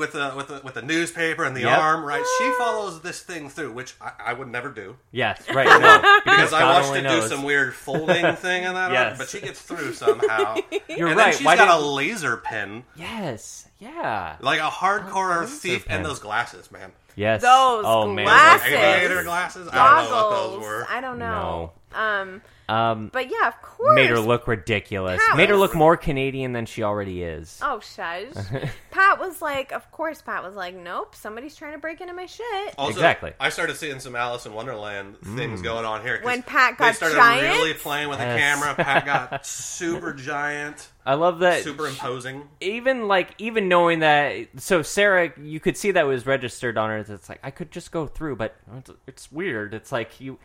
C: with the with the, with the newspaper and the
A: Yep.
C: arm. Right. She follows this thing through, which I, I would never do
A: Yes, right. [LAUGHS] No,
C: [LAUGHS] because I
A: God
C: watched
A: only
C: it do
A: knows.
C: some weird folding thing in that.
A: [LAUGHS] Yes.
C: arm, but she gets through
B: [LAUGHS]
C: somehow.
A: You're
C: and Then
A: right.
C: she's
A: Why
C: got
A: did...
C: a laser pin,
A: Yes. Yeah.
C: like a
B: Oh,
C: hardcore thief,
A: pin.
C: and those glasses, man.
A: Yes.
B: Those
A: oh man.
B: Glasses.
C: Aviator glasses. I don't know what those
B: Goggles.
C: were.
B: I don't know.
A: No.
B: Um,
A: Um
B: but yeah, of course.
A: made her look ridiculous.
B: Pat
A: Made her
B: was-
A: look more Canadian than she already is.
B: Oh, shush.
A: [LAUGHS]
B: Pat was like, of course. Pat was like, nope. Somebody's trying to break into my shit.
C: Also,
A: Exactly. Mm.
C: I started seeing some Alice in Wonderland things going on here. 'cause
B: When Pat got
C: they started
B: giant?
C: really playing with
A: Yes.
C: the camera. Pat
A: [LAUGHS]
C: got super giant,
A: I love that
C: superimposing.
A: even like even knowing that so Sarah you could see that was registered on her it's like I could just go through but it's, it's weird it's like you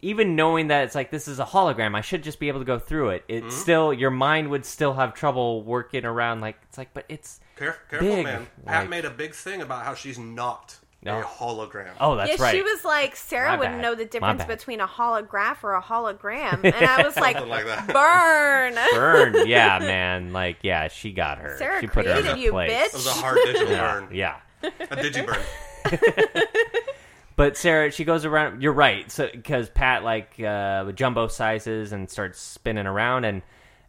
A: even knowing that it's like this is a hologram, I should just be able to go through it. It still your mind would still have trouble working around. Like it's like, but it's
C: Care- careful,
A: Big,
C: man. Pat
A: like-
C: made a big thing about how she's not
A: No.
C: a hologram.
A: oh, that's
B: yeah,
A: right.
B: she was like, Sarah
A: My
B: wouldn't
A: bad.
B: know the
A: My
B: difference
A: bad.
B: between a holograph or a
A: [LAUGHS]
B: hologram. And I was like,
C: Something like that.
B: burn.
A: burned. Yeah, man. Like yeah, she got her.
B: [LAUGHS] Sarah
A: she put her in
B: created
A: her
B: you,
A: place.
C: It was a
B: bitch.
C: hard digital burn.
A: [LAUGHS] Yeah.
C: A
A: [LAUGHS]
C: digiburn.
A: But Sarah, she goes around. You're right. So because Pat like uh, jumbo sizes and starts spinning around, and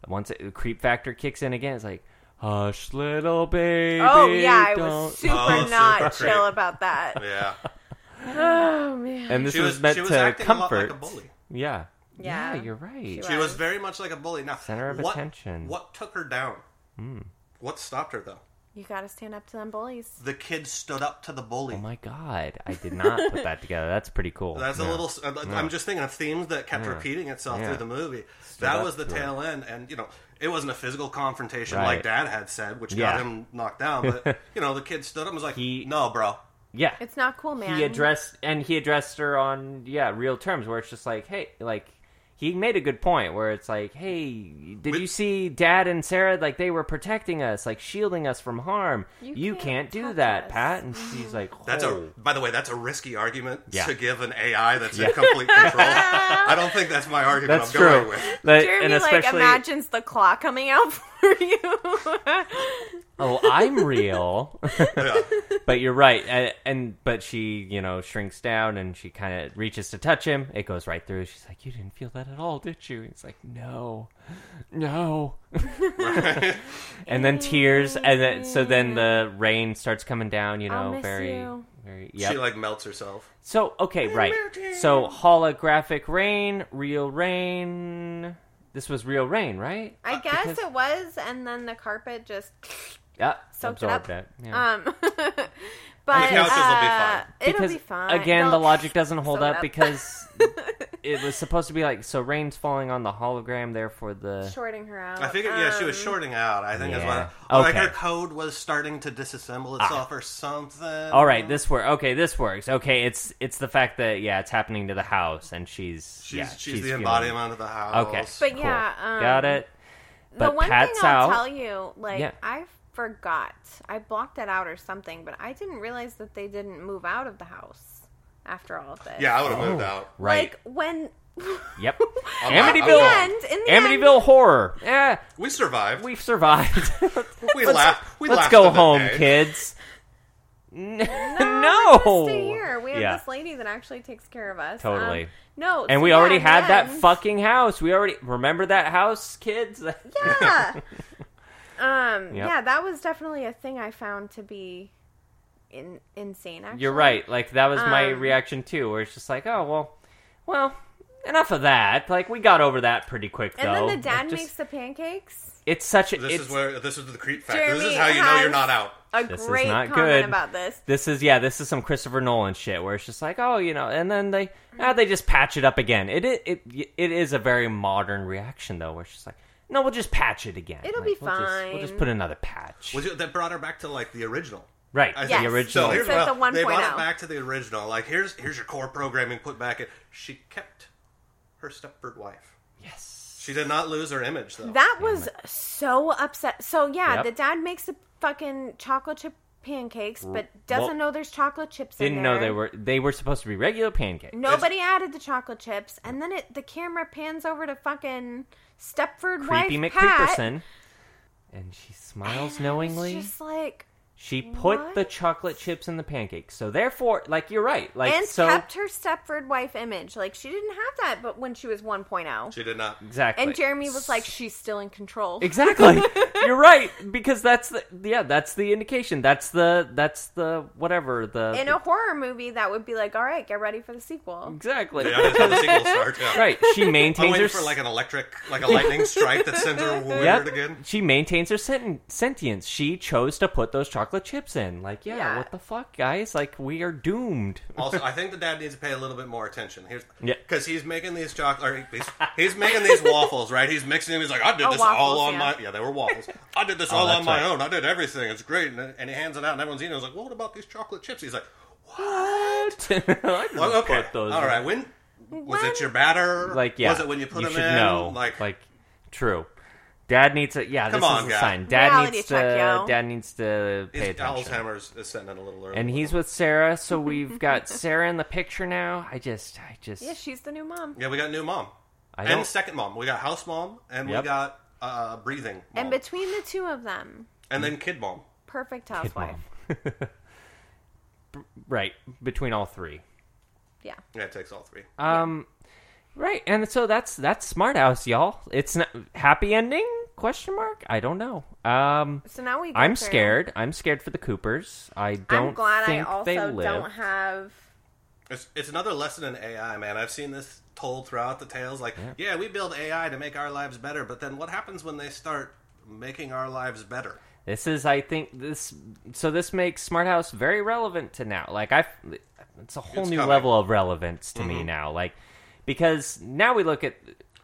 A: once it, the creep factor kicks in again, it's like hush, little baby.
B: Oh, yeah, I
A: don't-"
B: was super
C: Oh, super
B: not
C: [LAUGHS] creep.
B: chill about that.
C: [LAUGHS] Yeah.
B: Oh, man.
A: and this
C: She
A: was,
C: was,
A: meant
C: she was
A: to
C: acting
A: comfort.
C: a lot like a bully.
A: Yeah.
B: Yeah.
A: you're right.
B: was.
C: She was very much like a bully. Now,
A: Center of
C: what,
A: attention. Hmm.
C: What took her down? What stopped her, though?
B: You gotta stand up to them bullies.
C: The kid stood up to the bully.
A: Oh my god, I did not
B: [LAUGHS]
A: put that together. That's pretty cool.
C: That's a
A: Yeah.
C: little. uh, I'm just thinking of themes that kept repeating itself
A: Yeah.
C: through the movie.
A: up
C: that was the
A: to it.
C: tail end, and you know, it wasn't a physical confrontation
A: Right.
C: like Dad had said, which
A: Yeah.
C: got him knocked down.
A: [LAUGHS]
C: But you know, the kid stood up and was like,
A: He-
C: "No, bro,
A: Yeah.
B: It's not cool, man.
A: he addressed and he addressed her on yeah real terms where it's just like hey like he made a good point where it's like hey did
C: With-
A: you see dad and sarah like they were protecting us like shielding us from harm you,
B: You
A: can't,
B: can't
A: do
B: touch
A: that
B: us."
A: pat and
B: [SIGHS]
A: she's like
C: that's [LAUGHS]
A: "Oh."
C: a." By the way, that's a risky argument
A: Yeah.
C: to give an AI that's in complete
A: [LAUGHS]
C: control. I don't think that's my argument.
A: that's
C: I'm
A: true
C: going with.
A: But-
B: Jeremy
A: and
B: like
A: especially
B: imagines the claw coming out [LAUGHS] for
A: [LAUGHS]
B: you.
A: oh i'm
B: [LAUGHS]
A: real
C: Yeah. [LAUGHS]
A: but you're right and, and but she you know shrinks down and she kind of reaches to touch him it goes right through she's like you didn't feel that at all did you he's like no no and then tears and then so then the rain starts coming down you know
B: I'll miss
A: very
B: you.
A: very yeah
C: She like melts herself.
A: so okay right so holographic rain real rain this was real rain right Uh,
B: I guess
A: because-
B: it was, and then the carpet just
A: yeah
B: soaked it up.
A: absorbed it yeah.
B: um. [LAUGHS] but
C: couches will be
B: uh,
C: fine.
B: it'll
A: because
B: be fine.
A: again the
B: They'll-
A: logic doesn't hold
B: Soak it
A: up
B: up.
A: because it was supposed to be like so rain's falling on the hologram therefore the
B: [LAUGHS] shorting her out.
C: I figured, yeah, she was
B: Um,
C: shorting out. I think is
A: yeah.
C: what. Or Like
A: Okay. Ah.
C: her code was starting to disassemble itself or something.
A: all right this work okay this works okay it's it's the fact that yeah it's happening to the house and she's
C: She's,
A: yeah,
C: she's, the
A: feeling-
C: embodiment of the house.
A: okay
B: But
A: cool.
B: yeah, um,
A: got it
B: the
A: but
B: one
A: Pat's
B: thing I'll
A: out.
B: tell you, like
A: Yeah.
B: I forgot, I blocked it out or something, but I didn't realize that they didn't move out of the house after all of this.
C: Yeah, I would have moved
A: Oh.
C: out.
A: right
B: Like when
A: [LAUGHS]
B: [LAUGHS]
A: yep
C: I'm out.
B: in the
C: Oh.
A: Amityville
B: end, in the end,
A: Amityville horror yeah
C: We survived.
A: we've survived [LAUGHS]
C: We laugh. We
A: let's
C: laughed
A: go
C: at the
A: home
C: day.
A: kids N- [LAUGHS]
B: we're
A: no,
B: gonna stay here. We have
A: yeah.
B: this lady that actually takes care of us.
A: Totally.
B: Um, no,
A: And
B: so
A: we
B: yeah,
A: already
B: in
A: had
B: the
A: that
B: end-
A: fucking house. We already remember that house, kids. [LAUGHS]
B: Yeah. [LAUGHS] um.
A: Yep.
B: Yeah, that was definitely a thing I found to be in insane. Actually,
A: You're right. Like that was my
B: Um,
A: reaction too, where it's just like, oh well, well, enough of that. Like we got over that pretty quick
B: And
A: though.
B: then the dad
A: It just-
B: makes the pancakes.
A: It's such a.
C: This
A: it's,
C: is where this is the creep factor. this
B: Jeremy
C: is how you know
B: has-
C: you're not out.
B: A
A: This is
B: great
A: not
B: comment
A: good.
B: about this.
A: This is yeah. This is some Christopher Nolan shit where it's just like, oh, you know, and then they ah, they just patch it up again. It it it, it is a very modern reaction though, where it's just like, no, we'll just patch it again.
B: It'll
A: Like,
B: be
A: we'll Just, we'll just
B: fine.
A: put another patch.
C: Was it, that brought her back to like the original?
A: right.
C: I
B: Yes.
A: The
B: So
A: original.
C: So here's
B: So
C: what
B: it's
C: I-
B: a
C: they brought
B: 1.0.
C: it back to the original. Like here's here's your core programming put back in. She kept her Stepford wife.
A: yes.
C: She did not lose her image though.
B: That was so upset. So yeah,
A: Yep.
B: the dad makes the fucking chocolate chip pancakes, but doesn't
A: well,
B: know there's chocolate chips. in
A: Didn't
B: there.
A: know they were they were supposed to be regular pancakes.
B: Nobody added the chocolate chips, and then it the camera pans over to fucking Stepford
A: creepy
B: wife Pat.
A: McCreeperson. And she smiles
B: It's
A: knowingly.
B: just like
A: she put
B: what?
A: the chocolate chips in the pancakes. So therefore, like you're right. Like
B: and
A: so
B: kept her Stepford wife image. Like she didn't have that, but when she was 1.0,
C: she did not.
A: exactly.
B: and Jeremy was like, she's still in control.
A: Exactly. [LAUGHS] you're right because that's the yeah, that's the indication. That's the that's the whatever the
B: In a horror movie, that would be like, all right, get ready for the sequel.
A: Exactly.
C: Yeah, that's how the sequel
A: [LAUGHS]
C: starts. Yeah.
A: Right.
C: [LAUGHS]
A: She
C: I'm
A: maintains her
C: waiting for like an electric, like a lightning strike that sends
A: [LAUGHS]
C: her weird
A: Yep.
C: again.
A: She maintains her sent- sentience. She chose to put those chocolate chips in. Like, yeah,
B: Yeah.
A: what the fuck, guys? Like, we are doomed. [LAUGHS]
C: Also, I think the dad needs to pay a little bit more attention. Here's
A: Yeah.
C: because he's making these chocolate. He's, he's making these waffles, right? He's mixing them. He's like, I did
B: Oh,
C: this all
B: waffles,
C: on
B: yeah.
C: my. Yeah, they were waffles. I did this all
A: Oh, that's
C: on my
A: right.
C: own. I did everything. It's great. And, and he hands it out, and everyone's eating. it. I was like, well, what about these chocolate chips? He's like, what?
A: I didn't
C: Well, okay,
A: put those
C: all
A: in.
C: right. When Was
B: When-
C: it your batter?
A: Like yeah,
C: Was it when you put
A: you
C: them
A: should
C: in?
A: Know.
C: Like,
A: true. Dad needs a yeah.
C: Come
A: this
C: on,
A: is a
C: guy.
A: sign. Dad
B: Reality
A: needs
B: check,
A: to.
B: yo.
A: Dad needs to pay
C: his
A: attention.
C: Alzheimer's is setting in a little early.
A: And he's with Sarah, so we've got Sarah in the picture now. I just, I just,
B: Yeah, she's the new mom.
C: yeah, we got new mom
A: I
C: and
A: don't.
C: second mom. We got house mom and
A: Yep.
C: we got uh, breathing mom.
B: And between the two of them,
C: and then kid mom.
B: perfect housewife.
A: [LAUGHS] right between all three.
B: Yeah.
C: Yeah, it takes all three.
A: Um, right, and so that's that's Smart House, y'all. It's not happy ending? Question mark? I don't know. Um,
B: So now we. Go
A: I'm
B: through-
A: scared. I'm scared for the Coopers. I don't.
B: I'm glad I
A: think they
B: also
A: live.
B: don't have.
C: It's, it's another lesson in AI, man. I've seen this told throughout the tales. Like, yeah. we build AI to make our lives better, but then what happens when they start making our lives better?
A: This is, I think, this. So this makes Smart House very relevant to now. Like I, it's a whole
C: It's
A: new
C: coming. Mm-hmm.
A: level of relevance to me now. Like because now we look at.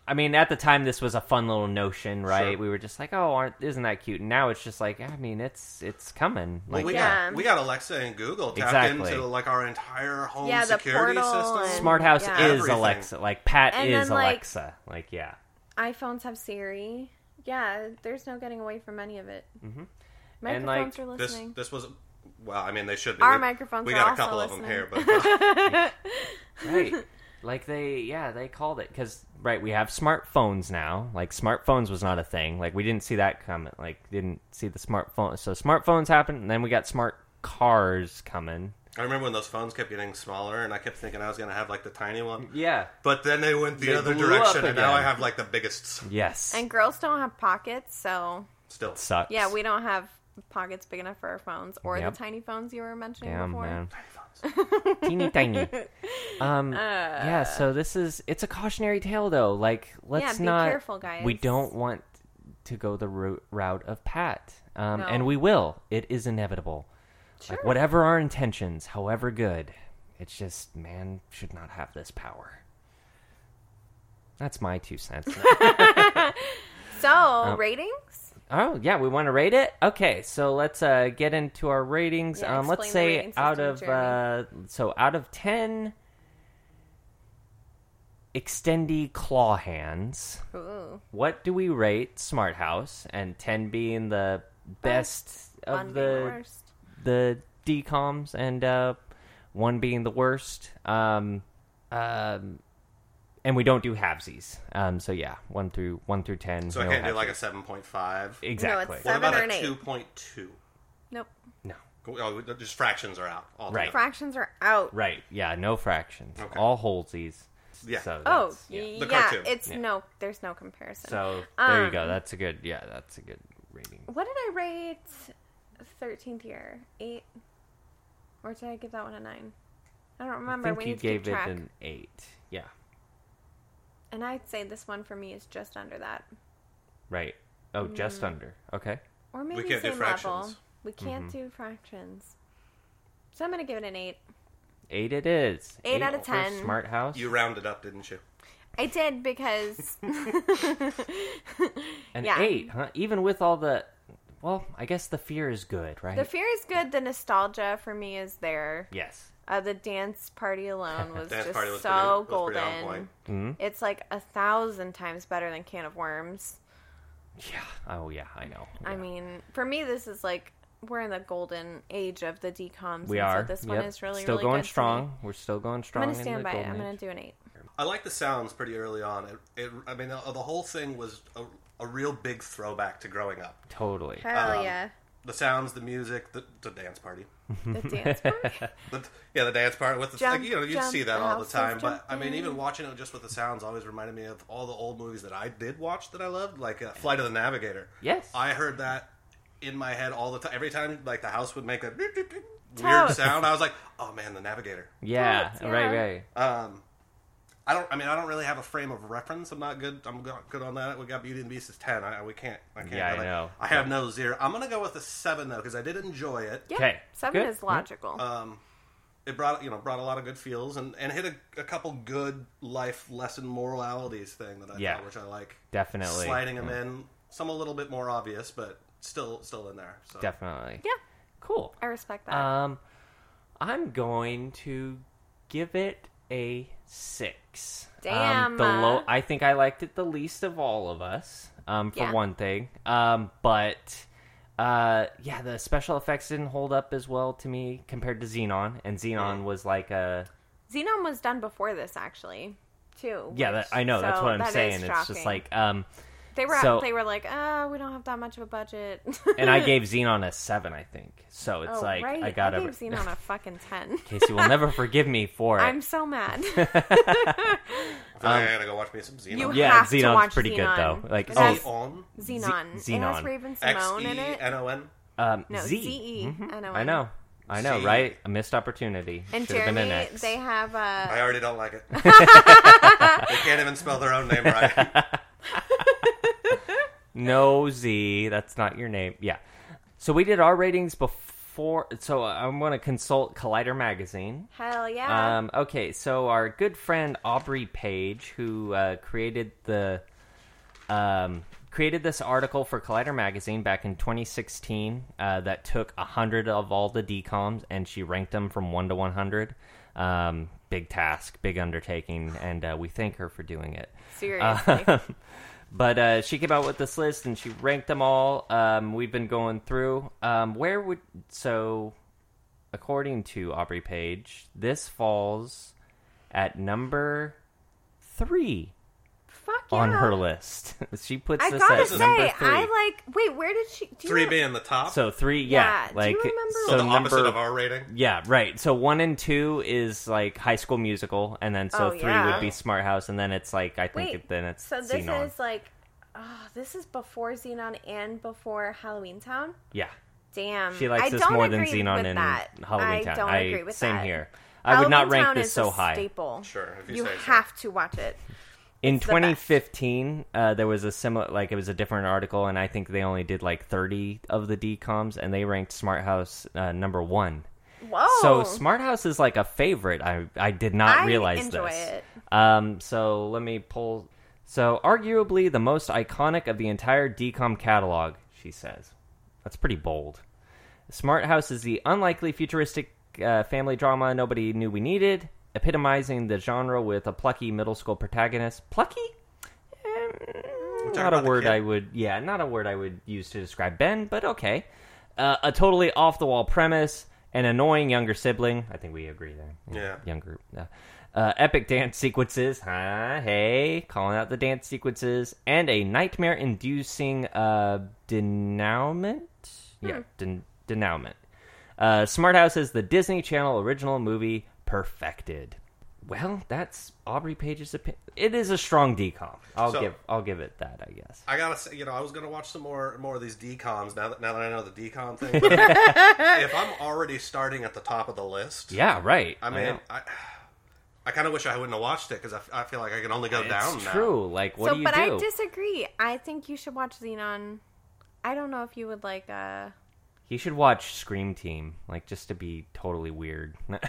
A: I mean, at the time, this was a fun little notion, right?
C: Sure.
A: We were just like, "Oh, aren't, isn't that cute?" And now it's just like, I mean, it's it's coming. Like
C: Well, we
B: Yeah.
C: got we got Alexa and Google tapped
A: Exactly.
C: into like our entire home
B: Yeah, the
C: security
B: portal
C: system.
B: and-
A: Smart House
B: Yeah.
A: is
C: Everything.
A: Alexa. Like Pat
B: And
A: is
B: then, like-
A: Alexa. Like yeah.
B: iPhones have Siri. Yeah, there's no getting away from any of it. Mm-hmm.
A: And,
B: Microphones
A: like,
B: are
C: This
B: listening.
C: this was well, I mean they should be.
B: Our
C: we,
B: microphones
C: We
B: are
C: got a
B: also
C: couple of
B: listening.
C: them here,
B: [LAUGHS]
C: but uh,
A: right like they yeah they called it because right we have smartphones now like smartphones was not a thing like we didn't see that coming like didn't see the smartphone so smartphones happened and then we got smart cars coming
C: I remember when those phones kept getting smaller, and I kept thinking I was gonna have like the tiny one,
A: yeah
C: but then they went the
A: They
C: other
A: blew up
C: direction, and now
A: again.
C: I have like the biggest.
A: yes
B: And girls don't have pockets, so
C: Still,
A: sucks
B: yeah, we don't have pockets big enough for our phones or
A: Yep.
B: the tiny phones you were mentioning
A: Damn,
B: before.
A: man. teeny tiny
B: [LAUGHS] Uh.
A: um yeah so this is it's a cautionary tale though like let's
B: be
A: not
B: careful, guys.
A: we don't want to go the route, route of pat um
B: No.
A: and we will it is inevitable like whatever our intentions however good it's just man should not have this power that's my
B: [LAUGHS]
A: two cents
B: So
A: Uh,
B: ratings.
A: Oh yeah, we want to rate it. Okay, so let's uh, get into our ratings.
B: Yeah,
A: um, let's
B: explain the
A: say
B: rating
A: out
B: system,
A: of uh,
B: Jeremy.
A: so out of ten, extendy claw hands.
B: Ooh.
A: What do we rate Smart House? And ten being the best,
B: One being
A: of
B: the
A: the
B: worst.
A: the decoms, and uh, one being the worst. Um, um, and we don't do halvesies. Um, so yeah, one through one through ten.
C: so I
A: no
C: can't do like a
A: halvesies.
C: seven point five.
A: exactly.
C: What
B: Seven
C: about
B: or
C: a
B: an eight?
C: two point two?
B: Nope.
A: no.
C: Oh, just fractions are out. All
A: Right.
C: together.
B: Fractions are out.
A: Right. Yeah. No fractions.
C: Okay.
A: All holesies.
C: Yeah.
A: So
B: Oh,
A: that's-
B: yeah.
C: The cartoon.
B: It's
A: Yeah.
B: no. There's no comparison.
A: So there you
B: Um,
A: go. That's a good. Yeah. That's a good rating.
B: What did I rate? Thirteenth year eight, or did I give that one a nine? I don't
A: I
B: remember.
A: think
B: we
A: you
B: need to keep
A: gave it
B: track.
A: an eight. Yeah.
B: And I'd say this one for me is just under that,
A: Right. Oh,
B: Mm.
A: just under. Okay.
B: or maybe
C: can't do
B: same level.
C: fractions.
B: We can't
A: Mm-hmm.
B: do fractions. So I'm gonna give it an eight.
A: Eight it is.
B: Eight out of
A: for
B: 10.
A: Smart house.
C: You rounded up, didn't you?
B: I did
A: [LAUGHS]
B: because
A: An
B: yeah.
A: eight, huh? Even with all the, well, I guess the fear is good, right?
B: the fear is good. The nostalgia for me is there.
A: yes.
B: Uh, the dance party
C: [LAUGHS]
B: alone was
C: Dance
B: just
C: party was
B: so
C: pretty- was pretty on
B: golden.
C: point.
A: Mm-hmm.
B: It's like a thousand times better than Can of Worms.
A: Yeah. Oh yeah. I know.
B: I
A: Yeah.
B: mean, for me, this is like we're in the golden age of the decoms.
A: We
B: and
A: are.
B: So this one
A: Yep.
B: is really
A: still
B: really
A: going
B: good to me.
A: strong. We're still going
B: I'm
A: strong.
B: gonna
A: in
B: stand
A: the
B: by it.
A: golden
B: I'm gonna
A: age.
B: do an eight.
C: I like the sounds pretty early on. It, it I mean, the, the whole thing was a, a real big throwback to growing up.
A: Totally.
B: Hell
C: Um,
B: yeah!
C: The sounds, the music, the, the dance party.
B: [LAUGHS]
A: [LAUGHS]
B: The dance party.
C: The, yeah, the dance part with the
B: Jump,
C: like, you know you'd
B: jump,
C: see that all the
B: houses
C: time. But I
B: jumping.
C: mean, even watching it just with the sounds always reminded me of all the old movies that I did watch that I loved, like uh, Flight of the Navigator.
A: Yes.
C: I heard that in my head all the time. Every time like the house would make a beep, beep, beep weird
B: Totes.
C: sound, I was like, oh man, the Navigator.
A: Yeah.
B: Yeah.
A: Right. Right.
C: Um, I don't. I mean, I don't really have a frame of reference. I'm not good. I'm go- good on that. We got Beauty and the Beast is ten. I, we can't. I can't.
A: Yeah, I
C: really-
A: know.
C: I have no zero. I'm gonna go with a seven though because I did enjoy it.
B: Yeah,
A: 'Kay.
B: seven
A: Good.
B: is logical.
C: Uh, It brought you know brought a lot of good feels and and hit a, a couple good life lesson moralities thing that I
A: Yeah.
C: thought which I like
A: Definitely. Mm.
C: sliding them in. Some a little bit more obvious, but still still in there. So
A: Definitely.
B: yeah,
A: Cool. uh,
B: I respect that.
A: Um, I'm going to give it a six.
B: Damn. uh.
A: Um, the low. I think I liked it the least of all of us. Um, for
B: Yeah.
A: one thing. Um, but uh, yeah, the special effects didn't hold up as well to me compared to Xenon, and
B: Mm.
A: Xenon was like a
B: Xenon was done before this, actually, too.
A: yeah.
B: which-
A: That, I know that's
B: so
A: what I'm
B: that is
A: saying. It's just
B: shocking.
A: like um,
B: they were
A: so-
B: they were like, uh, we don't have that much of a budget. [LAUGHS]
A: and I gave Xenon a seven, I think. So it's
B: oh,
A: like
B: right.
A: I got
B: I
A: a
B: gave
A: [LAUGHS]
B: Xenon a fucking ten.
A: Casey will never forgive me for
B: [LAUGHS]
A: it.
B: I'm so
A: [LAUGHS]
B: mad.
C: I gotta go watch me some Xenon.
B: Um, You
A: yeah,
B: have to
A: Xenon's
B: watch
A: pretty good,
B: Xenon.
A: though. Like,
B: It
A: oh,
B: has
C: Xenon.
B: Xenon. It has
A: Xenon.
B: Raven
C: X
B: Simone
C: E
B: in it.
C: N O N.
A: um,
B: No,
A: Z.
B: Z-E,
A: Mhm.
B: N O N.
A: I know. I know,
C: Z.
A: right? A missed opportunity.
B: And
A: Should've been an
B: Jeremy,
A: X.
B: they have uh,
C: I already don't
B: [LAUGHS]
C: like it. they can't even spell their own
B: [LAUGHS]
C: name right.
A: No Z. That's not your name. Yeah. So we did our ratings before. So I'm going to consult Collider magazine.
B: hell yeah.
A: Um, okay, so our good friend Aubrey Page, who uh, created the um, created this article for Collider magazine back in 2016, uh, that took hundred of all the decoms and she ranked them from one to 100. Um, big task, big undertaking, and uh, we thank her for doing it. [LAUGHS]
B: Seriously.
A: Um, But uh, she came out with this list and she ranked them all. Um, we've been going through. Um, where would so, according to Aubrey Page, this falls at number three
B: Fuck yeah.
A: on her list. [LAUGHS] she puts
B: I
A: this
B: gotta
A: at
B: say,
A: number three.
B: I like. Wait, where did she? Do you
C: Three
B: know-
C: being the top.
A: so three, yeah,
B: Yeah, do you
A: like
B: remember-
A: so
B: So
C: the opposite
A: number
C: of our rating.
A: yeah, right. So one and two is like High School Musical, and then so
B: Oh,
A: three
B: yeah.
A: would be Smart House, and then it's like I think
B: Wait,
A: it, then it's
B: So this
A: Xenon.
B: is like, oh, this is before Xenon and before Halloween Town.
A: yeah.
B: Damn,
A: She likes
B: I
A: this
B: don't
A: more than
B: agree
A: Xenon
B: with
A: and
B: that.
A: Halloween
B: I
A: Town.
B: don't
A: I-
B: agree with
A: same
B: that.
A: here. I would not
B: Halloween
A: rank
B: Town
A: this
B: is
A: so
B: a
A: high.
B: Staple.
C: Sure, if you
B: you
C: say so.
B: have to watch it.
A: In
B: the best.
A: 2015, uh, there was a similar, like it was a different article, and I think they only did like 30 of the DComs, and they ranked Smart House uh, number one.
B: Whoa.
A: So Smart House is like a favorite. I I did not
B: Oh. I
A: realize
B: enjoy
A: this.
B: it.
A: Um, so let me pull. So arguably the most iconic of the entire DCOM catalog, she says. That's pretty bold. Smart House is the unlikely futuristic uh, family drama nobody knew we needed, epitomizing the genre with a plucky middle school protagonist. Plucky? Eh, not a
C: about the
A: word
C: kid.
A: I would. Yeah, not a word I would use to describe Ben, but okay. Uh, a totally off the wall premise, an annoying younger sibling. I think we agree there.
C: Yeah.
A: younger. yeah. Uh, epic dance sequences, huh? Hey, calling out the dance sequences, and a nightmare-inducing uh, denouement. Yeah, den- denouement. Uh, Smart House is the Disney Channel original movie perfected. Well, that's Aubrey Page's opinion. It is a strong decom. I'll
C: So-
A: give I'll give it that, I guess.
C: I gotta say, you know, I was gonna watch some more more of these decoms now that now that I know the decom
B: [LAUGHS]
C: thing. But if I'm already starting at the top of the list,
A: Yeah, right.
C: I mean,
A: know.
C: I, I, kind of wish I wouldn't have watched it because I, f- I feel like I can only go down.
A: it's
C: now.
A: true. Like, what
B: so,
A: do you
B: but
A: do?
B: I disagree. I think you should watch Xenon. I don't know if you would like uh,
A: You should watch Scream Team, like just to be totally weird. [LAUGHS]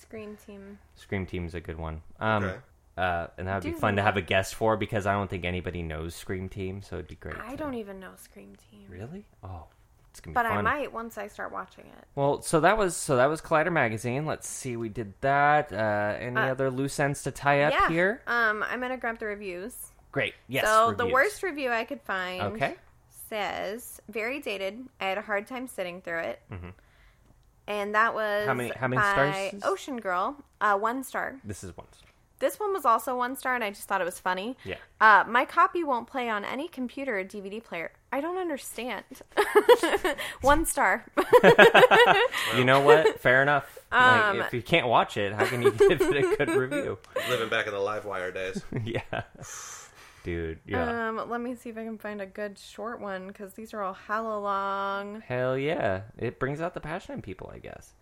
B: Screen Team.
A: Scream Team's a good one. Um,
C: Okay.
A: uh, and that would be
B: Do
A: fun to
B: that.
A: have a guest for because I don't think anybody knows Scream Team, so it'd be great.
B: I
A: to-
B: don't even know Scream Team,
A: really. Oh, it's gonna be
B: but
A: fun.
B: I might once I start watching it.
A: Well, so that was so that was Collider magazine. Let's see, we did that. Uh, any
B: Uh,
A: other loose ends to tie up
B: yeah.
A: here?
B: Um, I'm gonna grab the reviews.
A: Great. Yes.
B: so the
A: reviews.
B: worst review I could find.
A: Okay.
B: Says very dated. I had a hard time sitting through it. And that was
A: Mm-hmm. How many- how many
B: by
A: stars is-
B: Ocean Girl, uh, one star.
A: This is one. star.
B: This one was also one star, and I just thought it was funny.
A: Yeah.
B: Uh, my copy won't play on any computer or DVD player. I don't understand. [LAUGHS] one star.
A: You
B: [LAUGHS]
A: know what? Fair enough.
B: Um,
A: like, if you can't watch it, how can you give it a
B: [LAUGHS]
A: good review? [LAUGHS]
C: Living back in the live wire days.
A: yeah. Dude. Yeah.
B: Um, let me see if I can find a good short one because these are all hella long.
A: Hell yeah! It brings out the passion in people, I guess.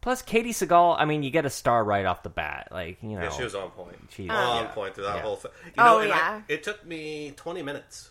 A: Plus, Katie Seagal. I mean, you get a star right off the bat. Like you know.
C: Yeah, she was on point.
B: Um,
A: She-
C: on
A: yeah.
C: point through that
A: Yeah.
C: whole thing. You
B: Oh,
C: know, and I-
B: yeah.
C: it took me 20 minutes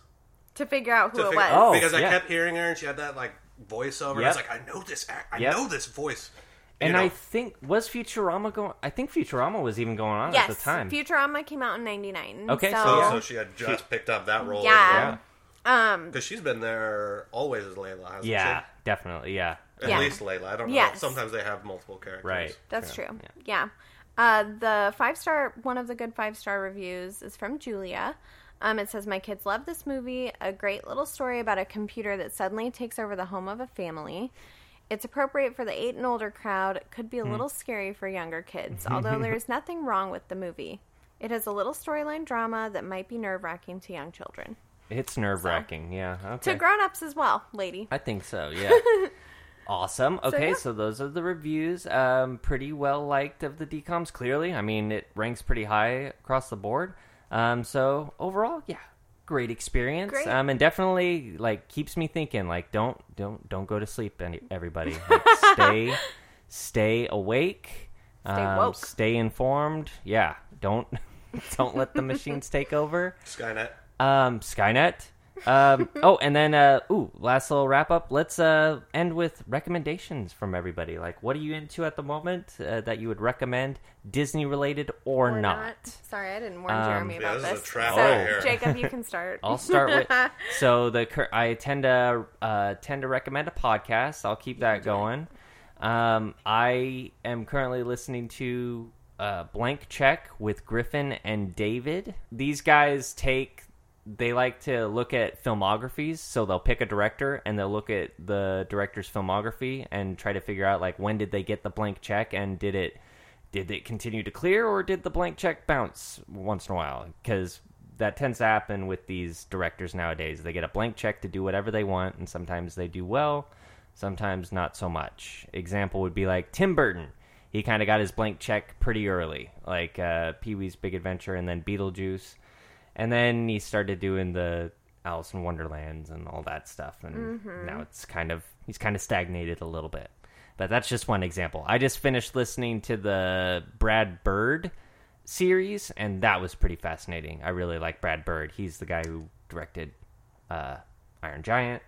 B: To figure out who
C: to
B: it
C: figure
B: was.
A: Oh,
C: because I
A: yeah.
C: kept hearing her and she had that like voiceover. and I
A: Yep.
C: was like, I know this. Act. I
A: Yep.
C: know this voice. You
A: and
C: know,
A: I think was Futurama going? I think Futurama was even going on
B: yes,
A: at the time.
B: Futurama came out in '99.
A: Okay,
B: so,
C: so,
A: Oh, yeah.
C: so she had just picked up that role.
B: Yeah.
A: yeah.
B: um,
C: Because she's been there always as Layla, hasn't
A: Yeah. Definitely. Yeah.
C: she? At
B: Yeah.
C: least Layla. I don't know.
B: Yes.
C: Sometimes they have multiple characters.
A: Right.
B: that's
A: Yeah.
B: true. Yeah. Uh, the five star, one of the good five star reviews is from Julia. Um, it says, My kids love this movie. A great little story about a computer that suddenly takes over the home of a family. It's appropriate for the eight and older crowd. It could be a
A: Hmm.
B: little scary for younger
A: [LAUGHS]
B: kids, although there is nothing wrong with the movie. It has a little storyline drama that might be nerve wracking to young children.
A: It's nerve wracking. Yeah. Okay.
B: To grown ups as well, lady.
A: I think so. Yeah.
B: [LAUGHS]
A: awesome. Okay,
B: yeah.
A: so, those are the reviews. Um, pretty well liked of the DComs. Clearly, I mean, it ranks pretty high across the board. Um, so overall, yeah, great experience.
B: Great.
A: Um, and definitely like keeps me thinking. Like, don't don't don't go to sleep, any- everybody.
B: [LAUGHS]
A: Like, stay stay awake. Stay
B: woke.
A: Stay informed. Yeah. Don't [LAUGHS] don't let the machines take over
C: Skynet.
A: um, Skynet. [LAUGHS] Um, oh, and then uh, ooh, last little wrap up. Let's uh, end with recommendations from everybody. Like, what are you into at the moment uh, that you would recommend, Disney related or,
B: Or
A: not?
B: Sorry, I didn't warn
A: Um,
B: Jeremy
C: Yeah,
B: about
C: this is a trap
B: so,
C: right here.
B: Jacob, you can [LAUGHS] start.
A: I'll start with. so the cur- I tend to uh, tend to recommend a podcast. I'll keep that going. Um, I am currently listening to uh, Blank Check with Griffin and David. These guys take. They like to look at filmographies, so they'll pick a director and they'll look at the director's filmography and try to figure out like when did they get the blank check and did it did it continue to clear or did the blank check bounce once in a while because that tends to happen with these directors nowadays they get a blank check to do whatever they want and sometimes they do well sometimes not so much example would be like tim burton he kind of got his blank check pretty early like uh, pee-wee's big adventure and then beetlejuice and then he started doing the alice in wonderlands and all that stuff and
B: Mm-hmm.
A: now it's kind of he's kind of stagnated a little bit but that's just one example. I just finished listening to the Brad Bird series, and that was pretty fascinating. I really like Brad Bird. He's the guy who directed uh, Iron Giant,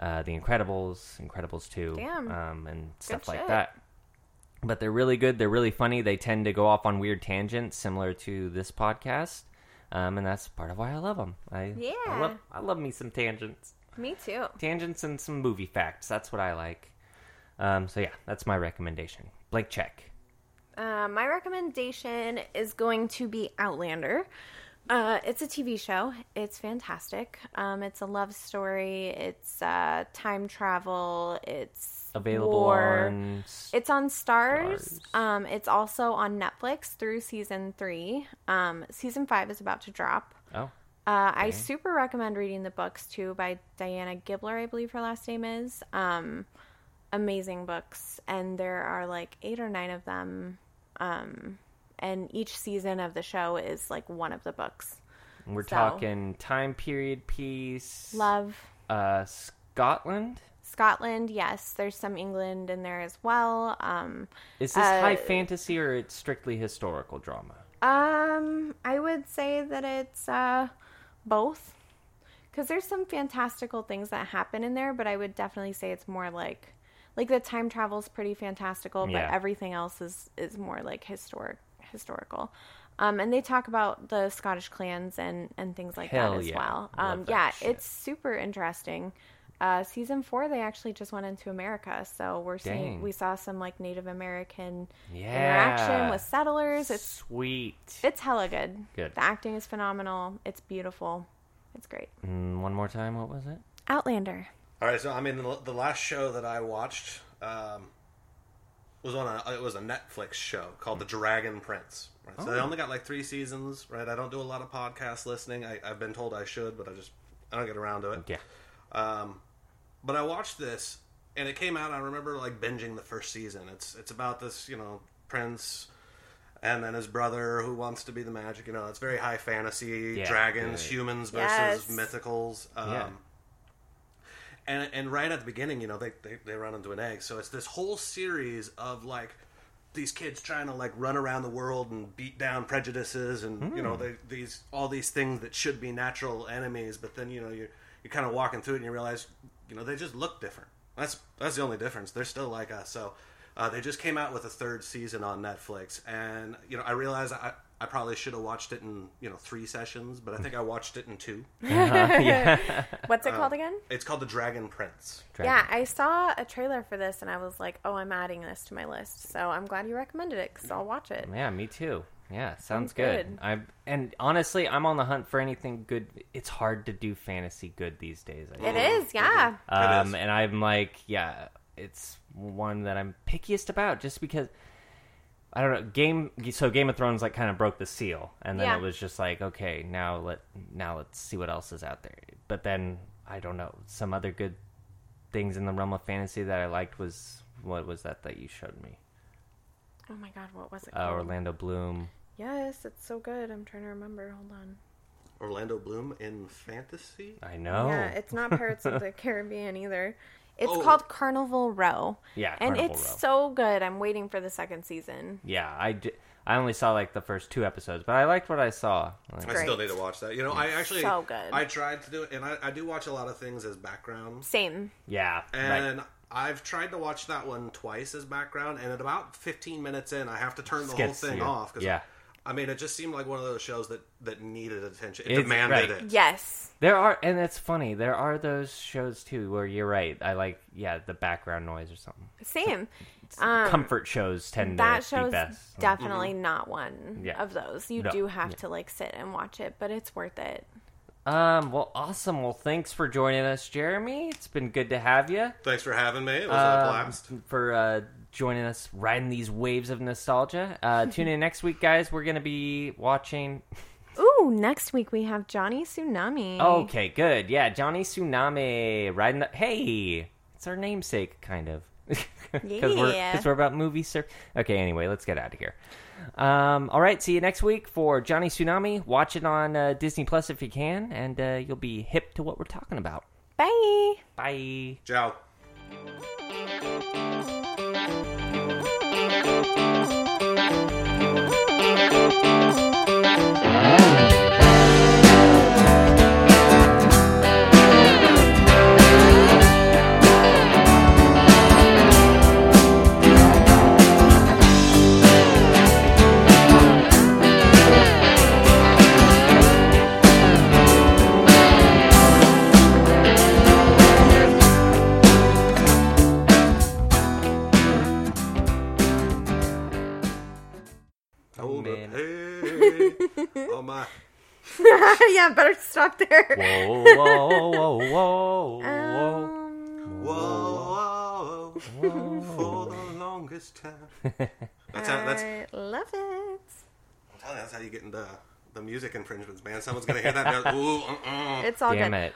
A: uh, The Incredibles, Incredibles 2,
B: Hmm. Damn.
A: Um, and stuff like
B: shit.
A: that. But they're really good. They're really funny. They tend to go off on weird tangents, similar to this podcast. Um, and that's part of why I love them. I, I
B: Yeah.
A: love, I love me some tangents
B: Me too.
A: tangents and some movie facts. That's what I like. Um, so yeah, that's my recommendation. Blank check.
B: Uh, my recommendation is going to be Outlander. Uh, it's a TV show. It's fantastic. Um, it's a love story. It's uh, time travel. It's
A: Available
B: war.
A: on
B: It's on Stars.
A: Stars.
B: Um, it's also on Netflix through season three. Um, season five is about to drop.
A: oh
B: Uh, I super recommend reading the books too by Diana Gibbler, I believe her last name is. Um, amazing books, and there are like eight or nine of them. Um, and each season of the show is like one of the books.
A: we're
B: So-
A: talking time period piece.
B: Love
A: Uh, Scotland.
B: Scotland, yes. There's some England in there as well. Um,
A: Is this
B: Uh,
A: high fantasy or it's strictly historical drama?
B: Um, I would say that it's uh both. Cuz there's some fantastical things that happen in there, but I would definitely say it's more like like the time travel's pretty fantastical,
A: Yeah.
B: but everything else is is more like historic historical. Um, and they talk about the Scottish clans and and things like
A: Hell
B: that as
A: yeah.
B: well.
A: Love
B: Um,
A: that
B: yeah,
A: shit.
B: it's super interesting. Uh, season four, they actually just went into America, so we're
A: Dang.
B: seeing we saw some like Native American
A: Yeah.
B: interaction with settlers. It's
A: Sweet.
B: it's hella good.
A: Good.
B: The acting is phenomenal. It's beautiful. It's great.
A: Mm, one more time. What was it?
B: Outlander.
C: All right, so I mean, the, the last show that I watched um, was on a it was a Netflix show called The Dragon Prince. Right, so they only got like three seasons. Right, I don't do a lot of podcast listening. I, I've been told I should, but I just I don't get around to it.
A: Yeah.
C: Um, but I watched this, and it came out. and I remember like binging the first season. It's it's about this you know prince, and then his brother who wants to be the magic. You know, it's very high fantasy,
A: Yeah.
C: dragons,
A: Yeah.
C: humans
B: Yes.
C: versus mythicals. Um,
A: Yeah.
C: And and right at the beginning, you know, they, they they run into an egg. So it's this whole series of like these kids trying to like run around the world and beat down prejudices and you know they, these all these things that should be natural enemies but then you know you're you're kind of walking through it and you realize you know they just look different that's that's the only difference they're still like us so uh, they just came out with a third season on netflix and you know i realized i I probably should have watched it in you know three sessions, but I think I watched it in two.
B: What's it called again?
C: It's called The Dragon Prince.
B: Yeah, I saw a trailer for this and I was like, oh, I'm adding this to my list. So I'm glad you recommended it because I'll watch it.
A: Yeah, me too. Yeah, sounds
B: Sounds
A: good.
B: good.
A: I'm and honestly, I'm on the hunt for anything good. It's hard to do fantasy good these days. I
B: It
A: think.
B: is, yeah.
C: It
A: Um,
C: is.
A: and I'm like, yeah, it's one that I'm pickiest about just because I don't know game. So Game of Thrones like kind of broke the seal, and then
B: Yeah.
A: it was just like, okay, now let now let's see what else is out there. But then I don't know some other good things in the realm of fantasy that I liked was what was that that you showed me?
B: Oh my god, what was it
A: Uh,
B: called?
A: Orlando Bloom.
B: Yes, it's so good. I'm trying to remember. Hold on.
C: Orlando Bloom in fantasy.
A: I know.
B: Yeah, it's not Pirates of
A: [LAUGHS]
B: the Caribbean either. It's
C: Oh.
B: called Carnival Row.
A: Yeah,
B: and
A: Carnival
B: it's
A: Row.
B: so good. I'm waiting for the second season.
A: Yeah, I, d- I only saw like the first two episodes, but I liked what I saw. Like,
C: I still
B: Great.
C: need to watch that. You know, I actually
B: So good.
C: I tried to do it, and I, I do watch a lot of things as background.
B: Same.
A: yeah, right.
C: And I've tried to watch that one twice as background, and at about 15 minutes in, I have to turn the
A: Skips
C: whole thing
A: you.
C: off.
A: Yeah.
C: I mean, it just seemed like one of those shows that, that needed attention. It
A: It's-
C: demanded
A: right.
C: it.
B: Yes.
A: there are, and it's funny. There are those shows too where you're right. I like, yeah, the background noise or something.
B: Same. Um,
A: Comfort shows tend
B: that
A: to
B: show's
A: be best. Mm-hmm.
B: definitely not one
A: Yeah.
B: of those. You
A: No.
B: do have
A: Yeah.
B: to like sit and watch it, but it's worth it.
A: um, well, awesome. Well, thanks for joining us, Jeremy. It's been good to have you.
C: Thanks for having me. It was a blast.
A: for uh, joining us, riding these waves of nostalgia. Uh, tune in next week, guys. We're gonna be watching.
B: Ooh, next week we have Johnny Tsunami.
A: Okay, good. Yeah, Johnny Tsunami riding the. Hey, it's our namesake, kind of. [LAUGHS] Because we're,
B: Yeah.
A: 'cause we're about movie surf. Okay, anyway, let's get out of here. Um, all right, see you next week for Johnny Tsunami. Watch it on uh, Disney Plus if you can, and uh, you'll be hip to what we're talking about.
B: Bye. [LAUGHS]
A: Bye.
C: Ciao. Hold up.
A: oh, man.
C: Hey. oh, my.
B: yeah, better stop there.
A: Whoa, whoa, whoa, whoa, whoa.
B: Um,
C: Whoa, whoa, whoa. For the longest time. That's how, that's,
B: I love it.
C: I'm telling you, that's how you get into the music infringements, man. Someone's going to hear that. and they're like, Ooh, uh-uh.
B: It's all
A: Damn
B: good.
A: it.